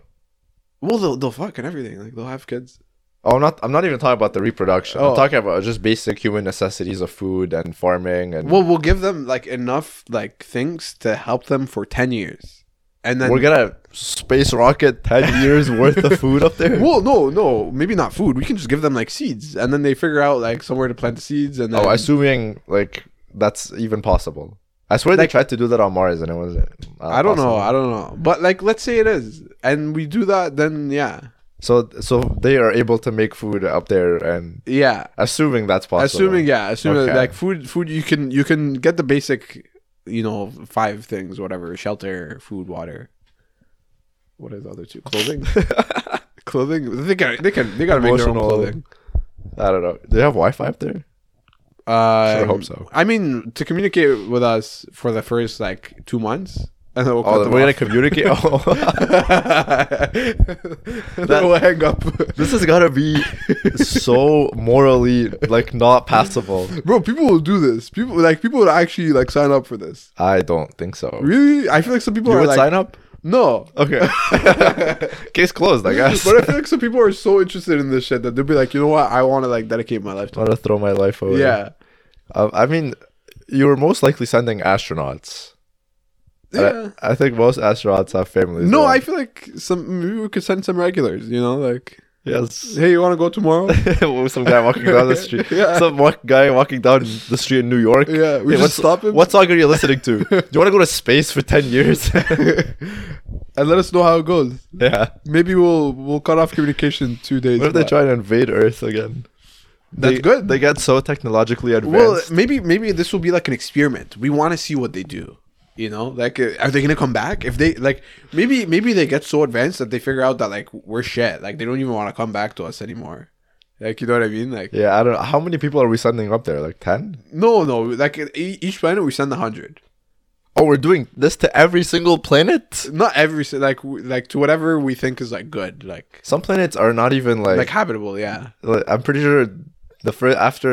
[SPEAKER 2] well, they'll they'll fuck and everything. Like they'll have kids.
[SPEAKER 1] Oh, I'm not. I'm not even talking about the reproduction.
[SPEAKER 2] Oh.
[SPEAKER 1] I'm talking about just basic human necessities of food and farming, and
[SPEAKER 2] Well, we'll give them like enough like things to help them for ten years, and then
[SPEAKER 1] we're gonna space rocket ten years worth of food up there.
[SPEAKER 2] Well, no, no, maybe not food. We can just give them like seeds, and then they figure out like somewhere to plant the seeds, and then
[SPEAKER 1] Oh, assuming like that's even possible. I swear they
[SPEAKER 2] Like-
[SPEAKER 1] tried to do that on Mars, and it was. uh,
[SPEAKER 2] I don't know, I don't know. But like, let's say it is, and we do that, then yeah,
[SPEAKER 1] So, so they are able to make food up there, and
[SPEAKER 2] yeah.
[SPEAKER 1] assuming that's possible.
[SPEAKER 2] Assuming yeah, assuming
[SPEAKER 1] Okay.
[SPEAKER 2] like food, food you can you can get the basic, you know, five things, whatever: shelter, food, water. What are the other two? Clothing. clothing. They got. They can. They got to make their own
[SPEAKER 1] Emotional.
[SPEAKER 2] clothing.
[SPEAKER 1] I don't know. Do they have Wi-Fi up there?
[SPEAKER 2] Uh,
[SPEAKER 1] Sure hope so.
[SPEAKER 2] I mean, to communicate with us for the first like two months, and then we'll cut
[SPEAKER 1] Oh,
[SPEAKER 2] them
[SPEAKER 1] we're gonna
[SPEAKER 2] off.
[SPEAKER 1] communicate. Oh,
[SPEAKER 2] that will hang up.
[SPEAKER 1] this has gotta be so morally like not passable.
[SPEAKER 2] Bro, people will do this. People like people would actually like sign up for this.
[SPEAKER 1] I don't think so.
[SPEAKER 2] Really? I feel like some people
[SPEAKER 1] You
[SPEAKER 2] are
[SPEAKER 1] would
[SPEAKER 2] like
[SPEAKER 1] sign up?
[SPEAKER 2] no.
[SPEAKER 1] Okay. Case closed, I guess.
[SPEAKER 2] But I feel like some people are so interested in this shit that they'll be like, you know what? I want to like dedicate my life to.
[SPEAKER 1] I'm gonna throw my life away.
[SPEAKER 2] Yeah.
[SPEAKER 1] Uh, I mean, you were most likely sending astronauts. I-
[SPEAKER 2] Yeah.
[SPEAKER 1] I, think most astronauts have families.
[SPEAKER 2] No,
[SPEAKER 1] yeah.
[SPEAKER 2] I feel like some maybe we could send some regulars. You know, like
[SPEAKER 1] yes.
[SPEAKER 2] hey, you want to go tomorrow?
[SPEAKER 1] With some guy walking down the street.
[SPEAKER 2] Yeah.
[SPEAKER 1] Some walk, guy walking down the street in New York.
[SPEAKER 2] yeah,
[SPEAKER 1] Hey,
[SPEAKER 2] we just
[SPEAKER 1] what's-
[SPEAKER 2] stop him.
[SPEAKER 1] What song are you listening to? Do you want to go to space for 10 years?
[SPEAKER 2] and let us know how it goes.
[SPEAKER 1] yeah.
[SPEAKER 2] Maybe we'll we'll cut off communication two days.
[SPEAKER 1] What if they
[SPEAKER 2] back.
[SPEAKER 1] try to invade Earth again?
[SPEAKER 2] That's
[SPEAKER 1] They-
[SPEAKER 2] good.
[SPEAKER 1] They get so technologically
[SPEAKER 2] Well,
[SPEAKER 1] advanced.
[SPEAKER 2] maybe maybe this will be like an experiment. We want to see what they do. You know, like uh, are they gonna come back? If they like, maybe maybe they get so advanced that they figure out that like we're shit. Like they don't even want to come back to us anymore. Like you know what I mean? Like
[SPEAKER 1] yeah, I don't know. How many people are we sending up there? Like 10?
[SPEAKER 2] no no like e- each planet we send a hundred.
[SPEAKER 1] Oh, we're doing this to every single planet?
[SPEAKER 2] Not every si- like w- like to whatever we think is like good like
[SPEAKER 1] Some planets are not even
[SPEAKER 2] like,
[SPEAKER 1] like,
[SPEAKER 2] habitable. Yeah.
[SPEAKER 1] like, I'm pretty sure the first after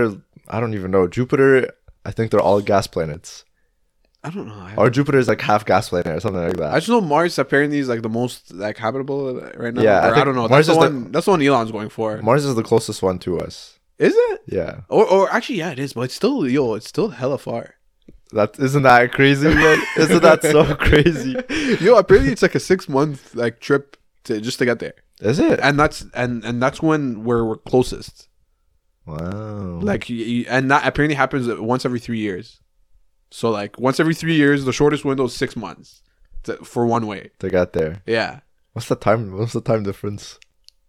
[SPEAKER 1] I don't even know Jupiter. I think they're all gas planets,
[SPEAKER 2] I don't know. I,
[SPEAKER 1] or Jupiter is like half gas planet or something like
[SPEAKER 2] I
[SPEAKER 1] that.
[SPEAKER 2] just know Mars apparently is like the most like habitable uh, right now.
[SPEAKER 1] Yeah, I
[SPEAKER 2] Or I,
[SPEAKER 1] think
[SPEAKER 2] don't know.
[SPEAKER 1] Mars
[SPEAKER 2] that's the
[SPEAKER 1] is the-
[SPEAKER 2] one. that's the one Elon's going for.
[SPEAKER 1] Mars is the closest one to us.
[SPEAKER 2] Is it?
[SPEAKER 1] Yeah,
[SPEAKER 2] Or, or actually, yeah, it is, but it's still yo, it's still hella far.
[SPEAKER 1] that isn't that crazy, man? isn't that so crazy?
[SPEAKER 2] Yo, apparently it's like a six month like trip to just to get there,
[SPEAKER 1] Is it?
[SPEAKER 2] and that's and and that's when we're, we're closest.
[SPEAKER 1] Wow.
[SPEAKER 2] Like, you, you- and that apparently happens once every three years. So like once every three years, the shortest window is six months to, for one way.
[SPEAKER 1] they got there.
[SPEAKER 2] Yeah,
[SPEAKER 1] What's the time? What's the time difference?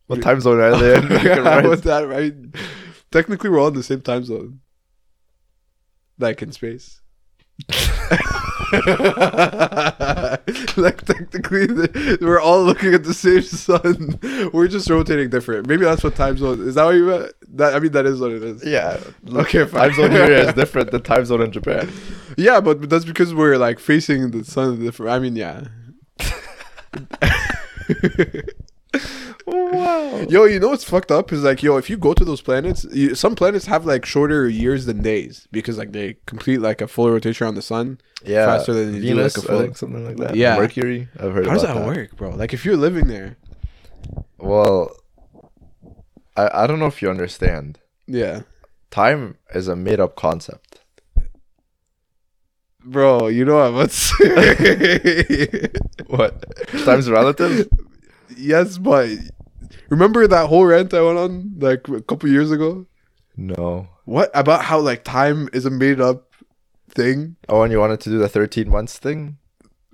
[SPEAKER 1] What time zone are they in?
[SPEAKER 2] What's that? I mean, technically we're all in the same time zone, like in space. like technically, th- we're all looking at the same sun. We're just rotating different. Maybe that's what time zone is. That what you meant? That I mean, that is what it is.
[SPEAKER 1] yeah.
[SPEAKER 2] Okay, fine.
[SPEAKER 1] Time zone here is different than time zone in Japan.
[SPEAKER 2] Yeah, but, but that's because we're like facing the sun different. I mean, yeah.
[SPEAKER 1] Wow.
[SPEAKER 2] Yo, you know what's fucked up is like, yo, if you go to those planets, you, some planets have like shorter years than days because like they complete like a full rotation around the sun
[SPEAKER 1] yeah,
[SPEAKER 2] faster than you
[SPEAKER 1] Venus,
[SPEAKER 2] do like a
[SPEAKER 1] I
[SPEAKER 2] full.
[SPEAKER 1] think, something like that.
[SPEAKER 2] Yeah.
[SPEAKER 1] Mercury. I've heard.
[SPEAKER 2] How does
[SPEAKER 1] about
[SPEAKER 2] that, work, bro? Like if you're living there,
[SPEAKER 1] Well, I I don't know if you understand.
[SPEAKER 2] yeah,
[SPEAKER 1] Time is a made up concept.
[SPEAKER 2] bro, you know what I'm about to say.
[SPEAKER 1] What? Time's relative.
[SPEAKER 2] yes, but remember that whole rant I went on like a couple years ago?
[SPEAKER 1] No.
[SPEAKER 2] What about how like time is a made up thing?
[SPEAKER 1] Oh, and you wanted to do the thirteen months thing?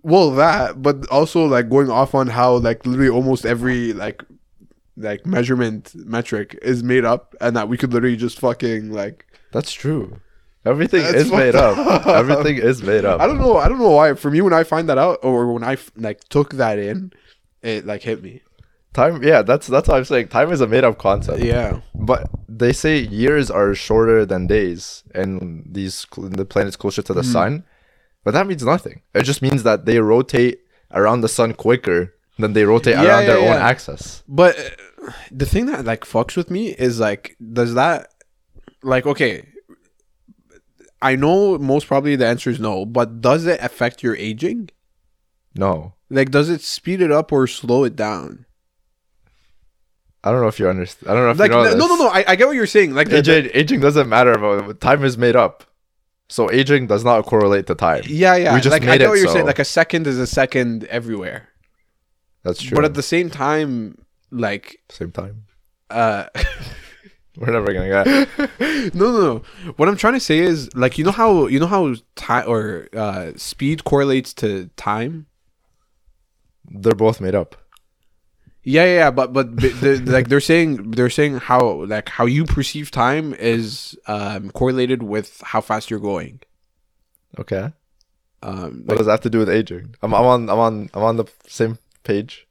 [SPEAKER 2] well that but also like going off on how like literally almost every like like measurement metric is made up and that we could literally just fucking like
[SPEAKER 1] That's true. Everything
[SPEAKER 2] That's
[SPEAKER 1] is made
[SPEAKER 2] fucked
[SPEAKER 1] up.
[SPEAKER 2] up.
[SPEAKER 1] Everything is made up.
[SPEAKER 2] i don't know i don't know why for me when i find that out or when i f- like took that in it like hit me
[SPEAKER 1] Time. Yeah, that's that's what I'm saying. Time is a made up concept.
[SPEAKER 2] yeah
[SPEAKER 1] But they say years are shorter than days, and these cl- the planets closer to the
[SPEAKER 2] Mm-hmm.
[SPEAKER 1] sun. But that means nothing. It just means that they rotate around the sun quicker than they rotate
[SPEAKER 2] Yeah,
[SPEAKER 1] around
[SPEAKER 2] yeah,
[SPEAKER 1] their own
[SPEAKER 2] yeah.
[SPEAKER 1] axis.
[SPEAKER 2] But uh, the thing that like fucks with me is like, does that like okay? I know most probably the answer is no, but does it affect your aging?
[SPEAKER 1] No,
[SPEAKER 2] Like, does it speed it up or slow it down?
[SPEAKER 1] I don't know if you understand. I don't know if
[SPEAKER 2] Like
[SPEAKER 1] you know
[SPEAKER 2] no, no, no,
[SPEAKER 1] this.
[SPEAKER 2] no. I, I get what you're saying. Like uh, the-
[SPEAKER 1] Aging, aging doesn't matter. But time is made up, so aging does not correlate to time.
[SPEAKER 2] yeah, yeah.
[SPEAKER 1] We just
[SPEAKER 2] like I
[SPEAKER 1] made
[SPEAKER 2] get
[SPEAKER 1] it
[SPEAKER 2] what you're saying.
[SPEAKER 1] so.
[SPEAKER 2] Like a second is a second everywhere.
[SPEAKER 1] That's true.
[SPEAKER 2] But at the same time, like
[SPEAKER 1] same time,
[SPEAKER 2] uh
[SPEAKER 1] we're never gonna get. it.
[SPEAKER 2] no, no, no. What I'm trying to say is like you know how you know how time or uh speed correlates to time.
[SPEAKER 1] They're both made up.
[SPEAKER 2] Yeah, yeah, yeah, but but b- the, like they're saying they're saying how like how you perceive time is um correlated with how fast you're going.
[SPEAKER 1] Okay.
[SPEAKER 2] Um,
[SPEAKER 1] What
[SPEAKER 2] like,
[SPEAKER 1] does that have to do with aging? I'm, I'm on. I'm on. I'm on the same page.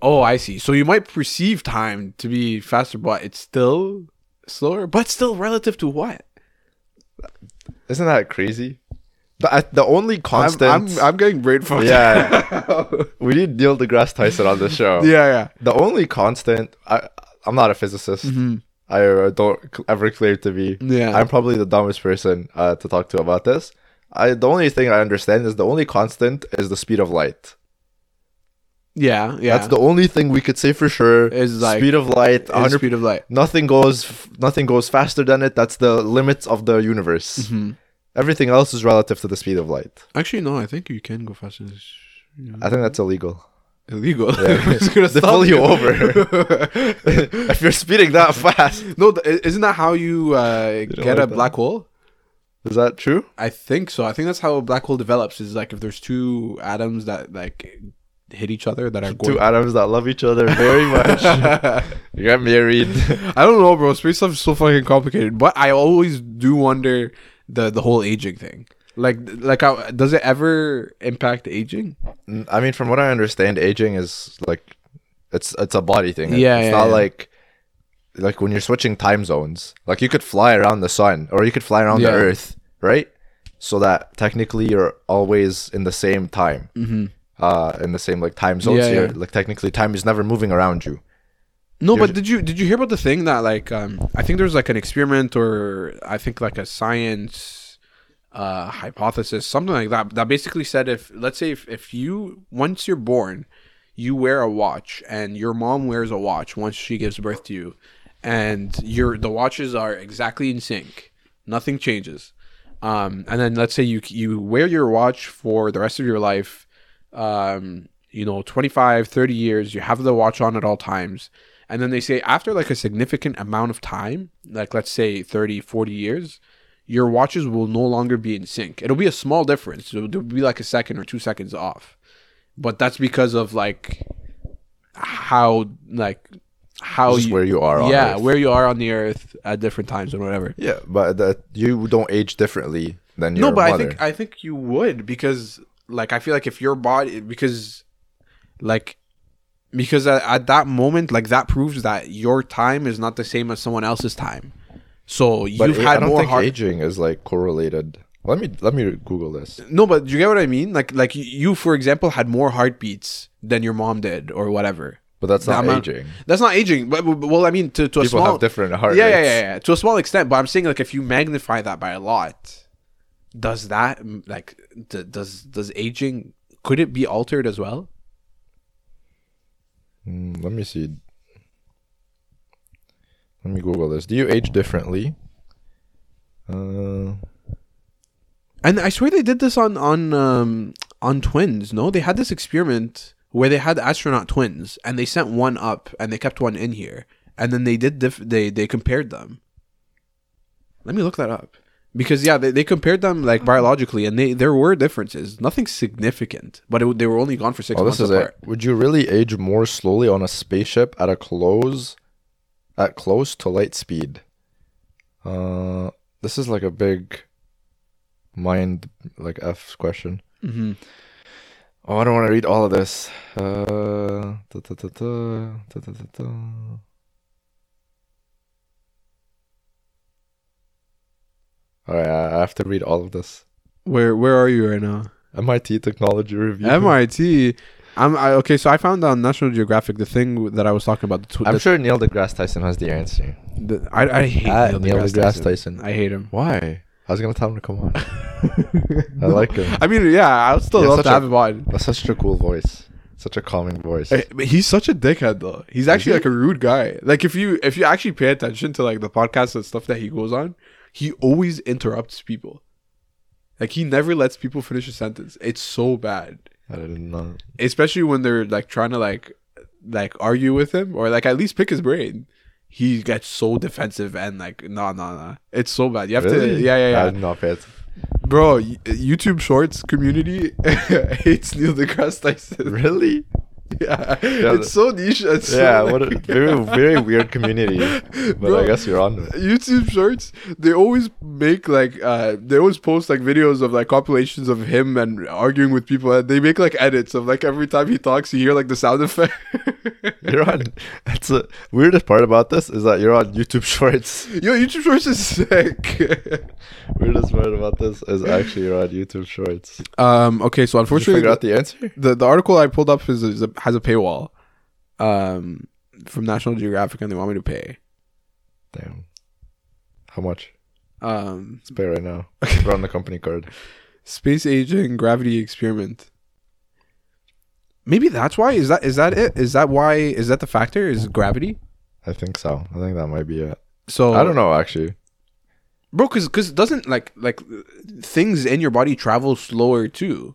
[SPEAKER 2] oh, I see. So you might perceive time to be faster, but it's still slower, but still relative to what?
[SPEAKER 1] Isn't that crazy? The, I- the only
[SPEAKER 2] I'm,
[SPEAKER 1] constant.
[SPEAKER 2] I'm I'm getting brain fucked.
[SPEAKER 1] yeah. we need Neil deGrasse Tyson on the show.
[SPEAKER 2] yeah, yeah.
[SPEAKER 1] The only constant. I. I'm not a physicist. I uh, don't c- ever claim to be.
[SPEAKER 2] Mm-hmm. Yeah.
[SPEAKER 1] I'm probably the dumbest person uh, to talk to about this. I the only thing I understand is the only constant is the speed of light.
[SPEAKER 2] Yeah, yeah.
[SPEAKER 1] That's the only thing we could say for sure.
[SPEAKER 2] Is like-
[SPEAKER 1] speed of light.
[SPEAKER 2] It's
[SPEAKER 1] 100
[SPEAKER 2] speed of light.
[SPEAKER 1] nothing goes f- nothing goes faster than it that's the limits of the universe
[SPEAKER 2] Mm-hmm.
[SPEAKER 1] everything else is relative to the speed of light
[SPEAKER 2] Actually, no. I think you can go faster. It's Mm-hmm.
[SPEAKER 1] i think that's illegal
[SPEAKER 2] illegal. it's gonna
[SPEAKER 1] they
[SPEAKER 2] stop
[SPEAKER 1] pull you over if you're speeding that fast
[SPEAKER 2] No, th- isn't that how you uh,
[SPEAKER 1] don't
[SPEAKER 2] get
[SPEAKER 1] like
[SPEAKER 2] a
[SPEAKER 1] that.
[SPEAKER 2] black hole?
[SPEAKER 1] is that true
[SPEAKER 2] I think so. I think that's how a black hole develops. Is like if there's two atoms that like hit each other that are going.
[SPEAKER 1] two atoms that love each other very much you got married
[SPEAKER 2] I don't know, bro. Space stuff is so fucking complicated. But I always do wonder the the whole aging thing. Like like how does it ever impact aging?
[SPEAKER 1] N- i mean from what i understand aging is like it's it's a body thing It-
[SPEAKER 2] Yeah,
[SPEAKER 1] it's
[SPEAKER 2] yeah,
[SPEAKER 1] not
[SPEAKER 2] yeah.
[SPEAKER 1] like like when you're switching time zones like you could fly around the sun or you could fly around the
[SPEAKER 2] Yeah.
[SPEAKER 1] earth right so that technically you're always in the same time
[SPEAKER 2] Mm-hmm.
[SPEAKER 1] uh in the same like time zone
[SPEAKER 2] Yeah,
[SPEAKER 1] so
[SPEAKER 2] yeah.
[SPEAKER 1] you're- like technically time is never moving around you
[SPEAKER 2] No,
[SPEAKER 1] You're
[SPEAKER 2] but did you did you hear about the thing that like um I think there's like an experiment or I think like a science uh hypothesis something like that that basically said if let's say if, if you once you're born you wear a watch and your mom wears a watch once she gives birth to you and your the watches are exactly in sync nothing changes um and then let's say you you wear your watch for the rest of your life um you know 25 30 years you have the watch on at all times and then they say after like a significant amount of time like let's say 30 40 years your watches will no longer be in sync it'll be a small difference it'll, it'll be like a second or two seconds off but that's because of like how like how
[SPEAKER 1] Just where you are on
[SPEAKER 2] Oh, yeah
[SPEAKER 1] Earth.
[SPEAKER 2] where you are on the earth at different times and whatever
[SPEAKER 1] yeah but that you don't age differently than your
[SPEAKER 2] no but
[SPEAKER 1] mother.
[SPEAKER 2] i think i think you would because like i feel like if your body because like because at, at that moment like that proves that your time is not the same as someone else's time so
[SPEAKER 1] but
[SPEAKER 2] you've
[SPEAKER 1] a- I
[SPEAKER 2] had
[SPEAKER 1] don't
[SPEAKER 2] more
[SPEAKER 1] think
[SPEAKER 2] heart
[SPEAKER 1] aging is like correlated let me let me google this
[SPEAKER 2] no but you get what i mean like like y- you for example had more heartbeats than your mom did or whatever
[SPEAKER 1] but that's
[SPEAKER 2] The
[SPEAKER 1] not
[SPEAKER 2] amount-
[SPEAKER 1] aging
[SPEAKER 2] that's not aging but, but- well i mean to, to a
[SPEAKER 1] people
[SPEAKER 2] small
[SPEAKER 1] have different heart
[SPEAKER 2] yeah, yeah,
[SPEAKER 1] rates.
[SPEAKER 2] yeah, yeah. To a small extent, but I'm saying like if you magnify that by a lot, does that mm, like d- does does aging could it be altered as well?
[SPEAKER 1] Mm, let me see. Let me Google this. Do you age differently? Uh,
[SPEAKER 2] And I swear they did this on on um, on twins. No, they had this experiment where they had astronaut twins and they sent one up and they kept one in here and then they did diff- they they compared them. Let me look that up because yeah, they, they compared them like biologically and they there were differences, nothing significant, but it, they were only gone for six
[SPEAKER 1] oh,
[SPEAKER 2] months
[SPEAKER 1] this is
[SPEAKER 2] apart.
[SPEAKER 1] it. Would you really age more slowly on a spaceship at a close, at close to light speed? Uh, this is like a big mind like F question.
[SPEAKER 2] Mm-hmm.
[SPEAKER 1] Oh, I don't want to read all of this. Uh, da, da, da, da, da, da, da, da. All right, I I have to read all of this.
[SPEAKER 2] Where where are you right now?
[SPEAKER 1] MIT Technology Review.
[SPEAKER 2] MIT. I'm I, okay. So I found on National Geographic the thing that I was talking about. The tw-
[SPEAKER 1] I'm
[SPEAKER 2] the,
[SPEAKER 1] sure Neil deGrasse Tyson has the answer.
[SPEAKER 2] the- I, I hate
[SPEAKER 1] Ah,
[SPEAKER 2] Neil, deGrasse Tyson. I hate him.
[SPEAKER 1] Why? I was gonna tell him to come on. I like him.
[SPEAKER 2] I mean, yeah, I would still
[SPEAKER 1] Yeah,
[SPEAKER 2] love
[SPEAKER 1] such
[SPEAKER 2] to
[SPEAKER 1] a-
[SPEAKER 2] have him on.
[SPEAKER 1] That's such a cool voice. Such a calming voice.
[SPEAKER 2] Eh, but he's such a dickhead though. He's actually like a rude guy. Like if you if you actually pay attention to like the podcasts and stuff that he goes on, he always interrupts people. Like he never lets people finish a sentence. It's so bad.
[SPEAKER 1] I didn't know.
[SPEAKER 2] Especially when they're like trying to like like argue with him or like at least pick his brain. He gets so defensive and like nah nah nah. It's so bad. You have to
[SPEAKER 1] Really?
[SPEAKER 2] yeah yeah yeah.
[SPEAKER 1] I did not pay atten-
[SPEAKER 2] Bro, y- YouTube Shorts community hates Neil deGrasse Tyson.
[SPEAKER 1] Really?
[SPEAKER 2] Yeah, it's so niche. It's so,
[SPEAKER 1] yeah, what a
[SPEAKER 2] like-
[SPEAKER 1] very very weird community. But
[SPEAKER 2] Bro,
[SPEAKER 1] I guess you're on it.
[SPEAKER 2] YouTube Shorts. They always make like uh, they always post like videos of like compilations of him and arguing with people. And they make like edits of like every time he talks, you hear like the sound effect.
[SPEAKER 1] You're on. That's the weirdest part about this is that you're on YouTube Shorts.
[SPEAKER 2] Yo, YouTube Shorts is sick.
[SPEAKER 1] Weirdest part about this is actually you're on YouTube Shorts.
[SPEAKER 2] um. Okay.
[SPEAKER 1] Did
[SPEAKER 2] So
[SPEAKER 1] you
[SPEAKER 2] unfortunately,
[SPEAKER 1] figure out the answer?
[SPEAKER 2] the the article I pulled up is, is a, has a paywall, um, from National Geographic, and they want me to pay.
[SPEAKER 1] Damn. How much?
[SPEAKER 2] Um,
[SPEAKER 1] Let's pay right now. We're on the company card.
[SPEAKER 2] space aging gravity experiment. Maybe that's why. Is that is that it? Is that why? Is that the factor? Is gravity?
[SPEAKER 1] I think so. I think that might be it.
[SPEAKER 2] So
[SPEAKER 1] I don't know actually.
[SPEAKER 2] bro. Because because doesn't like like things in your body travel slower too,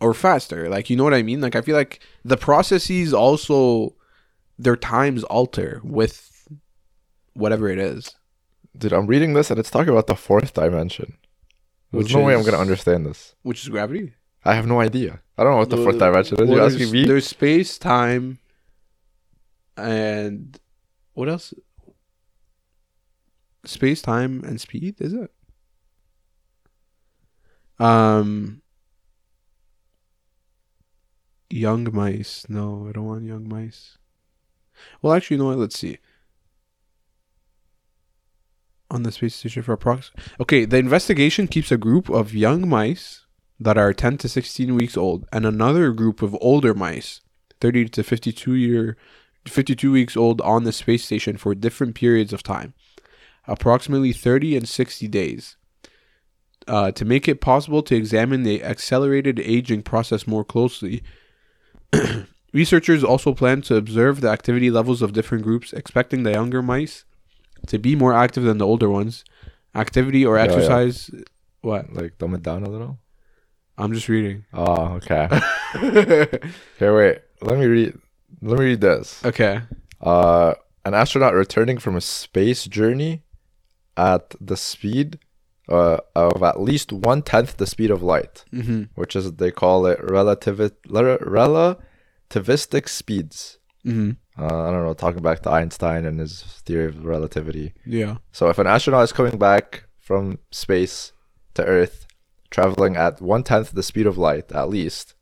[SPEAKER 2] or faster. Like you know what I mean. Like I feel like the processes also their times alter with whatever it is.
[SPEAKER 1] Dude, I'm reading this and it's talking about the fourth dimension. There's
[SPEAKER 2] Which
[SPEAKER 1] no way I'm
[SPEAKER 2] is-
[SPEAKER 1] gonna understand this.
[SPEAKER 2] Which is gravity.
[SPEAKER 1] I have no idea. I don't know what the fourth dimension is.
[SPEAKER 2] Well,
[SPEAKER 1] You're
[SPEAKER 2] there's-
[SPEAKER 1] asking me?
[SPEAKER 2] There's space, time, and what else? Space, time, and speed. Is it? Um, young mice. No, I don't want young mice. Well, actually, you know what? Let's see. On the space station for approx. Okay, the investigation keeps a group of young mice that are 10 to 16 weeks old and another group of older mice 30 to 52 year 52 weeks old on the space station for different periods of time approximately 30 and 60 days uh, to make it possible to examine the accelerated aging process more closely researchers also plan to observe the activity levels of different groups expecting the younger mice to be more active than the older ones activity or
[SPEAKER 1] Yeah, yeah.
[SPEAKER 2] exercise what
[SPEAKER 1] Like dumb it down a little.
[SPEAKER 2] i'm just reading
[SPEAKER 1] Oh, okay. Okay, wait. Let me read. Let me read this.
[SPEAKER 2] okay.
[SPEAKER 1] Uh, an astronaut returning from a space journey at the speed uh, of at least one tenth the speed of light,
[SPEAKER 2] Mm-hmm.
[SPEAKER 1] which is they call it relativi- le- relativistic speeds.
[SPEAKER 2] Mm-hmm.
[SPEAKER 1] Uh, I don't know, talking back to Einstein and his theory of relativity.
[SPEAKER 2] Yeah.
[SPEAKER 1] So if an astronaut is coming back from space to Earth, traveling at one tenth the speed of light, at least,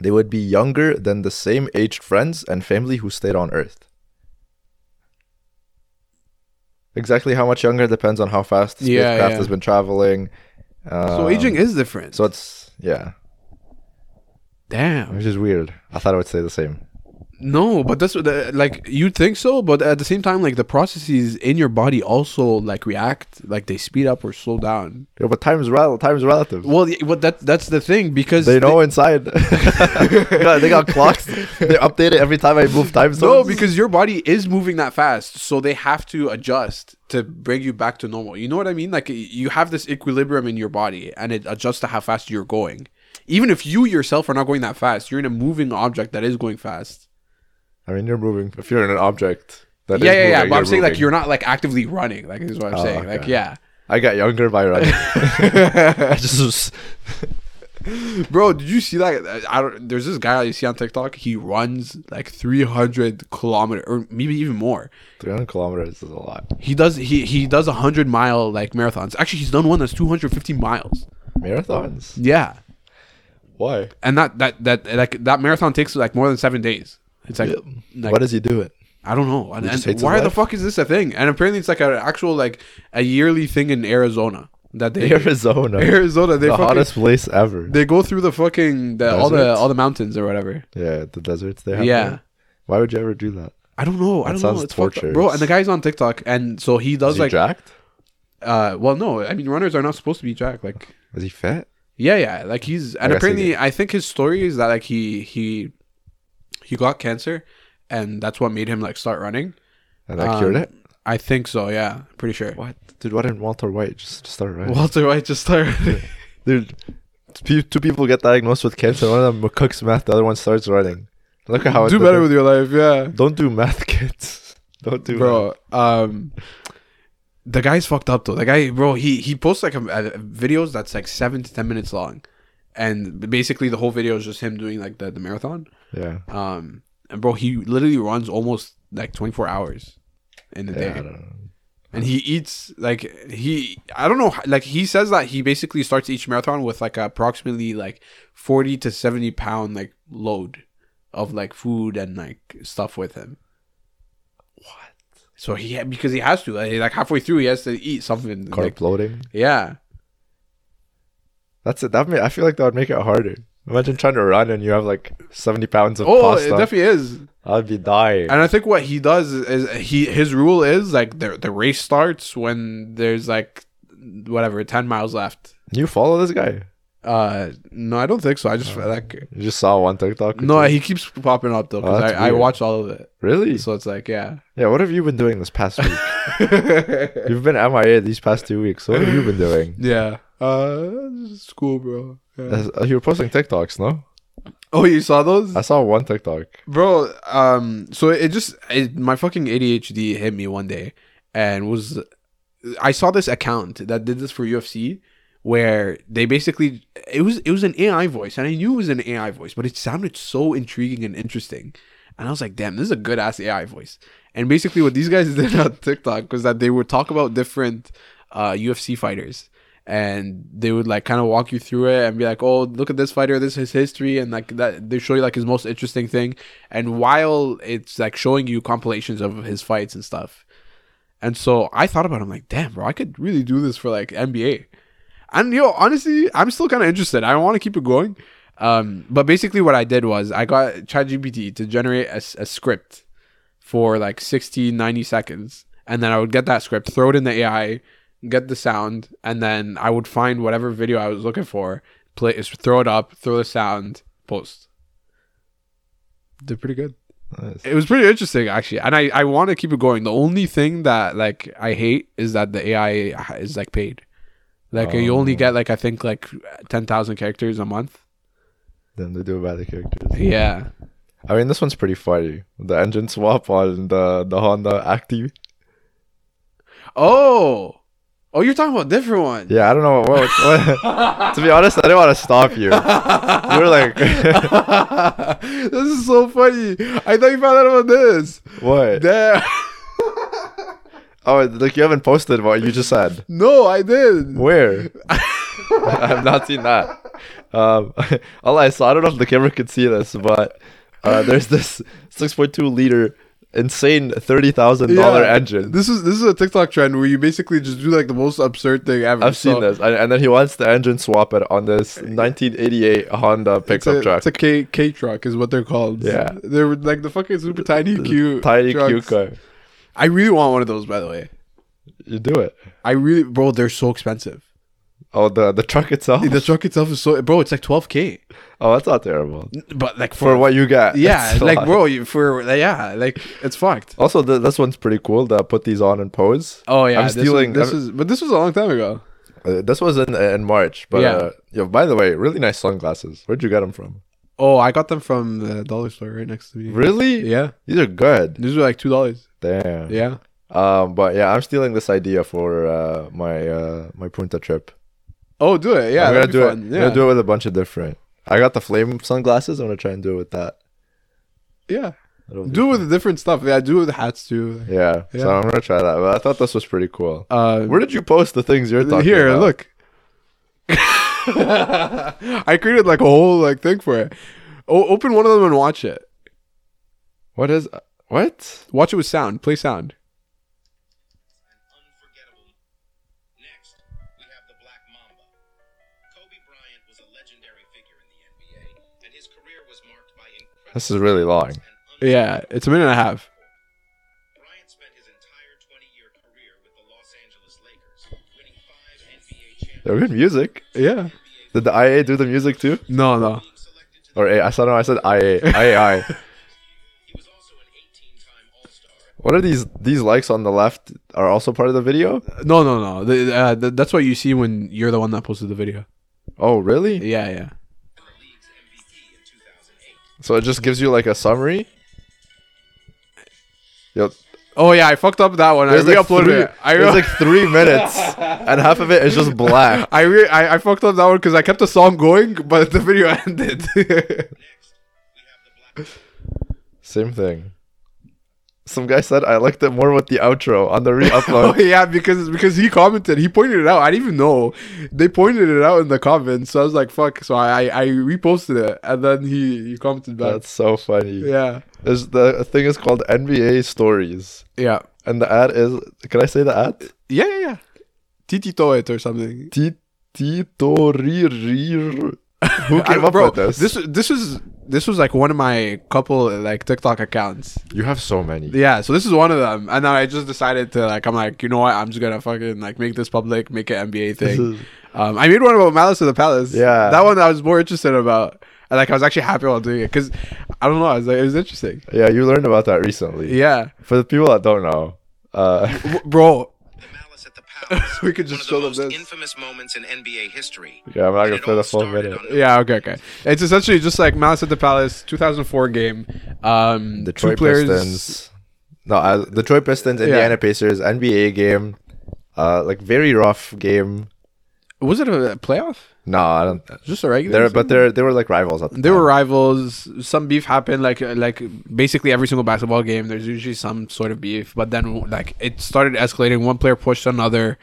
[SPEAKER 1] they would be younger than the same aged friends and family who stayed on Earth. Exactly how much younger depends on how fast the
[SPEAKER 2] Yeah,
[SPEAKER 1] spacecraft
[SPEAKER 2] yeah.
[SPEAKER 1] has been traveling. Uh,
[SPEAKER 2] Um, So aging is different.
[SPEAKER 1] So it's yeah,
[SPEAKER 2] damn.
[SPEAKER 1] which is weird. I thought it would stay the same.
[SPEAKER 2] No, but that's what the, like you'd think so, but at the same time, like the processes in your body also like react, like they speed up or slow down.
[SPEAKER 1] Yeah, but time is rel- time is relative.
[SPEAKER 2] Well, y- but that that's the thing because
[SPEAKER 1] They know inside. God, they got clocks. They update it every time I move time zones.
[SPEAKER 2] no, because your body is moving that fast, so they have to adjust to bring you back to normal. You know what I mean? Like y- you have this equilibrium in your body, and it adjusts to how fast you're going. Even if you yourself are not going that fast, you're in a moving object that is going fast.
[SPEAKER 1] I mean, you're moving. If you're in an object, that is
[SPEAKER 2] yeah, yeah, yeah.
[SPEAKER 1] moving,
[SPEAKER 2] But I'm saying like
[SPEAKER 1] moving.
[SPEAKER 2] you're not like actively running. Like is what I'm
[SPEAKER 1] Oh,
[SPEAKER 2] saying. Like
[SPEAKER 1] okay.
[SPEAKER 2] yeah,
[SPEAKER 1] I got younger by running. I just was-
[SPEAKER 2] bro. Did you see that? I don't. There's this guy I see on TikTok. He runs like 300 kilometer or maybe even more.
[SPEAKER 1] 300 kilometers is a lot.
[SPEAKER 2] He does. He he does 100 mile like marathons. Actually, he's done one that's 250 miles.
[SPEAKER 1] Marathons?
[SPEAKER 2] Yeah,
[SPEAKER 1] Why?
[SPEAKER 2] and that that that like that marathon takes like more than seven days. It's like, like
[SPEAKER 1] Why does he do it?
[SPEAKER 2] I don't know. And,
[SPEAKER 1] just hates
[SPEAKER 2] and
[SPEAKER 1] his
[SPEAKER 2] why the
[SPEAKER 1] life?
[SPEAKER 2] fuck is this a thing? And apparently, it's like an actual like a yearly thing in Arizona that they
[SPEAKER 1] Arizona,
[SPEAKER 2] Arizona they
[SPEAKER 1] the
[SPEAKER 2] fucking,
[SPEAKER 1] hottest place ever.
[SPEAKER 2] They go through the fucking the, all the
[SPEAKER 1] Desert.
[SPEAKER 2] all the mountains or whatever.
[SPEAKER 1] yeah, the deserts they have.
[SPEAKER 2] Yeah.
[SPEAKER 1] there. Why would you ever do that?
[SPEAKER 2] I don't know.
[SPEAKER 1] That
[SPEAKER 2] I don't know.
[SPEAKER 1] sounds
[SPEAKER 2] It's fucked up, bro.
[SPEAKER 1] torturous.
[SPEAKER 2] And the guy's on TikTok, and so he does
[SPEAKER 1] Is
[SPEAKER 2] like,
[SPEAKER 1] he jacked?
[SPEAKER 2] uh, well, no, I mean, runners are not supposed to be jacked. Like,
[SPEAKER 1] Is he fat?
[SPEAKER 2] yeah, yeah, like he's, and
[SPEAKER 1] guess he
[SPEAKER 2] apparently, I think his story is that like he he he got cancer, and that's what made him like start running.
[SPEAKER 1] and I cured
[SPEAKER 2] Um,
[SPEAKER 1] it.
[SPEAKER 2] I think so. Yeah, pretty sure.
[SPEAKER 1] What, dude? Why didn't Walter White just start right?
[SPEAKER 2] Walter White just started.
[SPEAKER 1] Dude, pe- two people get diagnosed with cancer. One of them cooks math. The other one starts running. Look at how it
[SPEAKER 2] do better with your life. Yeah.
[SPEAKER 1] Don't do math, kids. Don't do math.
[SPEAKER 2] bro. Um, the guy's fucked up though. The guy, bro, he he posts like a, a- videos that's like seven to ten minutes long, and basically the whole video is just him doing like the, the marathon.
[SPEAKER 1] Yeah.
[SPEAKER 2] Um, and bro, he literally runs almost like twenty four hours in the
[SPEAKER 1] Yeah, I
[SPEAKER 2] day,
[SPEAKER 1] don't know.
[SPEAKER 2] and he eats like he I don't know how- like he says that he basically starts each marathon with like approximately like forty to seventy pound like load of like food and like stuff with him. So he ha- because he has to like, like halfway through he has to eat something.
[SPEAKER 1] Carb
[SPEAKER 2] Like,
[SPEAKER 1] loading.
[SPEAKER 2] yeah,
[SPEAKER 1] That's it. That may, I feel like that would make it harder. Imagine trying to run and you have like 70 pounds of
[SPEAKER 2] oh, it
[SPEAKER 1] pasta.
[SPEAKER 2] definitely is.
[SPEAKER 1] I'd be dying.
[SPEAKER 2] And I think what he does is he his rule is like the the race starts when there's like whatever ten miles left.
[SPEAKER 1] You follow this guy?
[SPEAKER 2] Uh, no, I don't think so. I
[SPEAKER 1] Oh.
[SPEAKER 2] just like
[SPEAKER 1] You just saw one TikTok? or
[SPEAKER 2] no,
[SPEAKER 1] two?
[SPEAKER 2] he keeps popping up though
[SPEAKER 1] Oh,
[SPEAKER 2] because
[SPEAKER 1] that's
[SPEAKER 2] I, I
[SPEAKER 1] weird.
[SPEAKER 2] watch all of it.
[SPEAKER 1] really?
[SPEAKER 2] So it's like yeah,
[SPEAKER 1] Yeah. What have you been doing this past week? You've been MIA these past two weeks. What have you been doing?
[SPEAKER 2] yeah. Uh, school, bro. Yeah.
[SPEAKER 1] Uh, You were posting TikToks, no?
[SPEAKER 2] Oh, you saw those?
[SPEAKER 1] I saw one TikTok.
[SPEAKER 2] bro um so it just it, my fucking adhd hit me one day and was i saw this account that did this for ufc where they basically it was it was an ai voice and i knew it was an ai voice but it sounded so intriguing and interesting and i was like damn this is a good ass ai voice and basically what these guys did on tiktok was that they would talk about different uh ufc fighters and they would like kind of walk you through it and be like, "Oh, look at this fighter. This is his history," and like that they show you like his most interesting thing. And while it's like showing you compilations of his fights and stuff, and so I thought about, it, I'm like, "Damn, bro, I could really do this for like NBA." And yo, honestly, I'm still kind of interested. I want to keep it going. Um, but basically, what I did was I got ChatGPT to generate a, s- a script for like 60, 90 seconds, and then I would get that script, throw it in the AI, get the sound, and then I would find whatever video I was looking for, play, is- throw it up, throw the sound, post. Did pretty good.
[SPEAKER 1] Nice.
[SPEAKER 2] It was pretty interesting actually, and I I want to keep it going. The only thing that like I hate is that the AI ha- is like paid. Like you only
[SPEAKER 1] Oh.
[SPEAKER 2] get like I think like ten thousand characters a month.
[SPEAKER 1] Then they do about the characters.
[SPEAKER 2] Yeah.
[SPEAKER 1] I mean, this one's pretty funny. The engine swap on the, the Honda Active.
[SPEAKER 2] Oh. Oh, you're talking about a different one.
[SPEAKER 1] Yeah, I don't know. What, what- to be honest, I didn't want to stop you. You were like,
[SPEAKER 2] this is so funny. I thought you found out about this.
[SPEAKER 1] what?
[SPEAKER 2] Damn.
[SPEAKER 1] Oh, like you haven't posted what you just said.
[SPEAKER 2] No, I did.
[SPEAKER 1] Where? I've not seen that. Um, all I saw, I don't know if the camera could see this, but uh, there's this 6.2 liter insane $30,000
[SPEAKER 2] Yeah.
[SPEAKER 1] engine.
[SPEAKER 2] This is this is a TikTok trend where you basically just do like the most absurd thing ever.
[SPEAKER 1] I've seen
[SPEAKER 2] So,
[SPEAKER 1] this. And, and then he wants the engine swap it on this 1988 Honda
[SPEAKER 2] It's
[SPEAKER 1] pickup
[SPEAKER 2] a,
[SPEAKER 1] truck.
[SPEAKER 2] it's a K K truck is what they're called.
[SPEAKER 1] Yeah.
[SPEAKER 2] they're like the fucking super tiny cute
[SPEAKER 1] Tiny cute
[SPEAKER 2] trucks.
[SPEAKER 1] car.
[SPEAKER 2] I really want one of those, by the way.
[SPEAKER 1] You do it.
[SPEAKER 2] I really, bro, they're so expensive.
[SPEAKER 1] Oh, the the truck itself.
[SPEAKER 2] The truck itself is so, bro, it's like twelve k.
[SPEAKER 1] Oh, that's not terrible
[SPEAKER 2] But like
[SPEAKER 1] for what you got.
[SPEAKER 2] yeah,
[SPEAKER 1] it's a
[SPEAKER 2] like
[SPEAKER 1] lot.
[SPEAKER 2] bro, you, for yeah, like it's fucked.
[SPEAKER 1] Also, th- this one's pretty cool. That I put these on and pose.
[SPEAKER 2] Oh yeah,
[SPEAKER 1] I'm
[SPEAKER 2] this
[SPEAKER 1] stealing-
[SPEAKER 2] Was, this
[SPEAKER 1] I'm-
[SPEAKER 2] is, but this was a long time ago.
[SPEAKER 1] Uh, this was in in March, but
[SPEAKER 2] Yeah.
[SPEAKER 1] uh, yeah. By the way, really nice sunglasses. Where'd you get them from?
[SPEAKER 2] Oh, I got them from the dollar store right next to me.
[SPEAKER 1] Really?
[SPEAKER 2] Yeah,
[SPEAKER 1] These are good.
[SPEAKER 2] these were like two dollars.
[SPEAKER 1] Damn.
[SPEAKER 2] Yeah.
[SPEAKER 1] Um, but yeah, I'm stealing this idea for uh, my uh, my Punta trip.
[SPEAKER 2] Oh, do it. Yeah,
[SPEAKER 1] I'm gonna
[SPEAKER 2] that'd be
[SPEAKER 1] do it.
[SPEAKER 2] fun.
[SPEAKER 1] I'm
[SPEAKER 2] Yeah,
[SPEAKER 1] gonna do it with a bunch of different. I got the flame sunglasses. I'm gonna try and do it with that.
[SPEAKER 2] yeah.
[SPEAKER 1] It'll be
[SPEAKER 2] Do it with different stuff. Yeah, do it with hats too.
[SPEAKER 1] fun. Yeah, So
[SPEAKER 2] Yeah.
[SPEAKER 1] I'm gonna try that. But I thought this was pretty cool.
[SPEAKER 2] Uh,
[SPEAKER 1] Where did you post the things you're talking
[SPEAKER 2] here,
[SPEAKER 1] about?
[SPEAKER 2] look. I created like a whole like thing for it. O- open one of them and watch it.
[SPEAKER 1] What is what?
[SPEAKER 2] Watch it with sound. Play sound.
[SPEAKER 3] unforgettable. Next, we have the Black Mamba. Kobe Bryant was a legendary figure in the NBA, and his career was marked by incredible.
[SPEAKER 1] This is really long.
[SPEAKER 3] and
[SPEAKER 2] Yeah, it's a minute and a half.
[SPEAKER 3] Bryant spent his entire 20-year career with the Los Angeles Lakers, winning five NBA championships.
[SPEAKER 1] They were good music.
[SPEAKER 2] Yeah.
[SPEAKER 1] Did the IA do the music too?
[SPEAKER 2] No, no.
[SPEAKER 3] Being selected to the
[SPEAKER 1] Or A- I don't know. I said IA. AI. What are these these likes on the left are also part of the video?
[SPEAKER 2] No, no, no. The, uh, th that's what you see when you're the one that posted the video.
[SPEAKER 1] Oh, really?
[SPEAKER 2] Yeah, yeah.
[SPEAKER 3] the league's MVP in 2008.
[SPEAKER 1] So it just gives you like a summary. Yo,
[SPEAKER 2] Oh yeah, I fucked up that one.
[SPEAKER 1] there's
[SPEAKER 2] I
[SPEAKER 1] like
[SPEAKER 2] re-uploaded
[SPEAKER 1] three,
[SPEAKER 2] it. I, re-
[SPEAKER 1] there's like three minutes, and half of it is just black.
[SPEAKER 2] I, re- I I fucked up that one because I kept the song going, but the video ended.
[SPEAKER 3] Next, we have the black.
[SPEAKER 1] Same thing. Some guy said I liked it more with the outro on the
[SPEAKER 2] oh
[SPEAKER 1] re-upload.
[SPEAKER 2] yeah, because because he commented, he pointed it out. I didn't even know they pointed it out in the comments. So I was like, fuck. So I I, I reposted it, and then he he commented back.
[SPEAKER 1] That's so funny.
[SPEAKER 2] yeah,
[SPEAKER 1] There's the thing is called NBA Stories,
[SPEAKER 2] yeah,
[SPEAKER 1] and the ad is. Can I say the ad?
[SPEAKER 2] yeah, yeah, yeah. Titi Toit or something.
[SPEAKER 1] Ti- Titorir. Who
[SPEAKER 2] I-
[SPEAKER 1] came up
[SPEAKER 2] bro,
[SPEAKER 1] with this?
[SPEAKER 2] This this was this was like one of my couple like TikTok accounts.
[SPEAKER 1] You have so many.
[SPEAKER 2] Yeah, so this is one of them, and then I just decided to like I'm like you know what I'm just gonna fucking like make this public, make an NBA thing.
[SPEAKER 1] is-
[SPEAKER 2] um, I made one about Malice of the Palace.
[SPEAKER 1] Yeah.
[SPEAKER 2] that one I was more interested about, and like I was actually happy while doing it because I don't know, I was like it was interesting.
[SPEAKER 1] Yeah, you learned about that recently.
[SPEAKER 2] Yeah,
[SPEAKER 1] For the people that don't know, uh,
[SPEAKER 2] W- bro.
[SPEAKER 3] The malice at the palace.
[SPEAKER 2] We could just
[SPEAKER 3] one
[SPEAKER 2] show
[SPEAKER 3] of the
[SPEAKER 2] them this.
[SPEAKER 3] most infamous moments in NBA history.
[SPEAKER 1] yeah, I'm not
[SPEAKER 3] And
[SPEAKER 1] gonna
[SPEAKER 3] it
[SPEAKER 1] play
[SPEAKER 3] all
[SPEAKER 1] the full
[SPEAKER 3] started
[SPEAKER 1] minute.
[SPEAKER 3] on
[SPEAKER 2] Yeah, okay, okay. It's essentially just like Malice at the Palace, 2004 game. Um,
[SPEAKER 1] Detroit
[SPEAKER 2] two players,
[SPEAKER 1] Pistons. No, uh, Detroit Pistons, Indiana Pacers, NBA game. Uh, like very rough game.
[SPEAKER 2] Was it a playoff?
[SPEAKER 1] No, I don't.
[SPEAKER 2] Just a regular?
[SPEAKER 1] They're,
[SPEAKER 2] season?
[SPEAKER 1] but they're they were like rivals at the
[SPEAKER 2] They
[SPEAKER 1] time.
[SPEAKER 2] were rivals. Some beef happened. Like like basically every single basketball game, there's usually some sort of beef. But then like it started escalating. One player pushed another,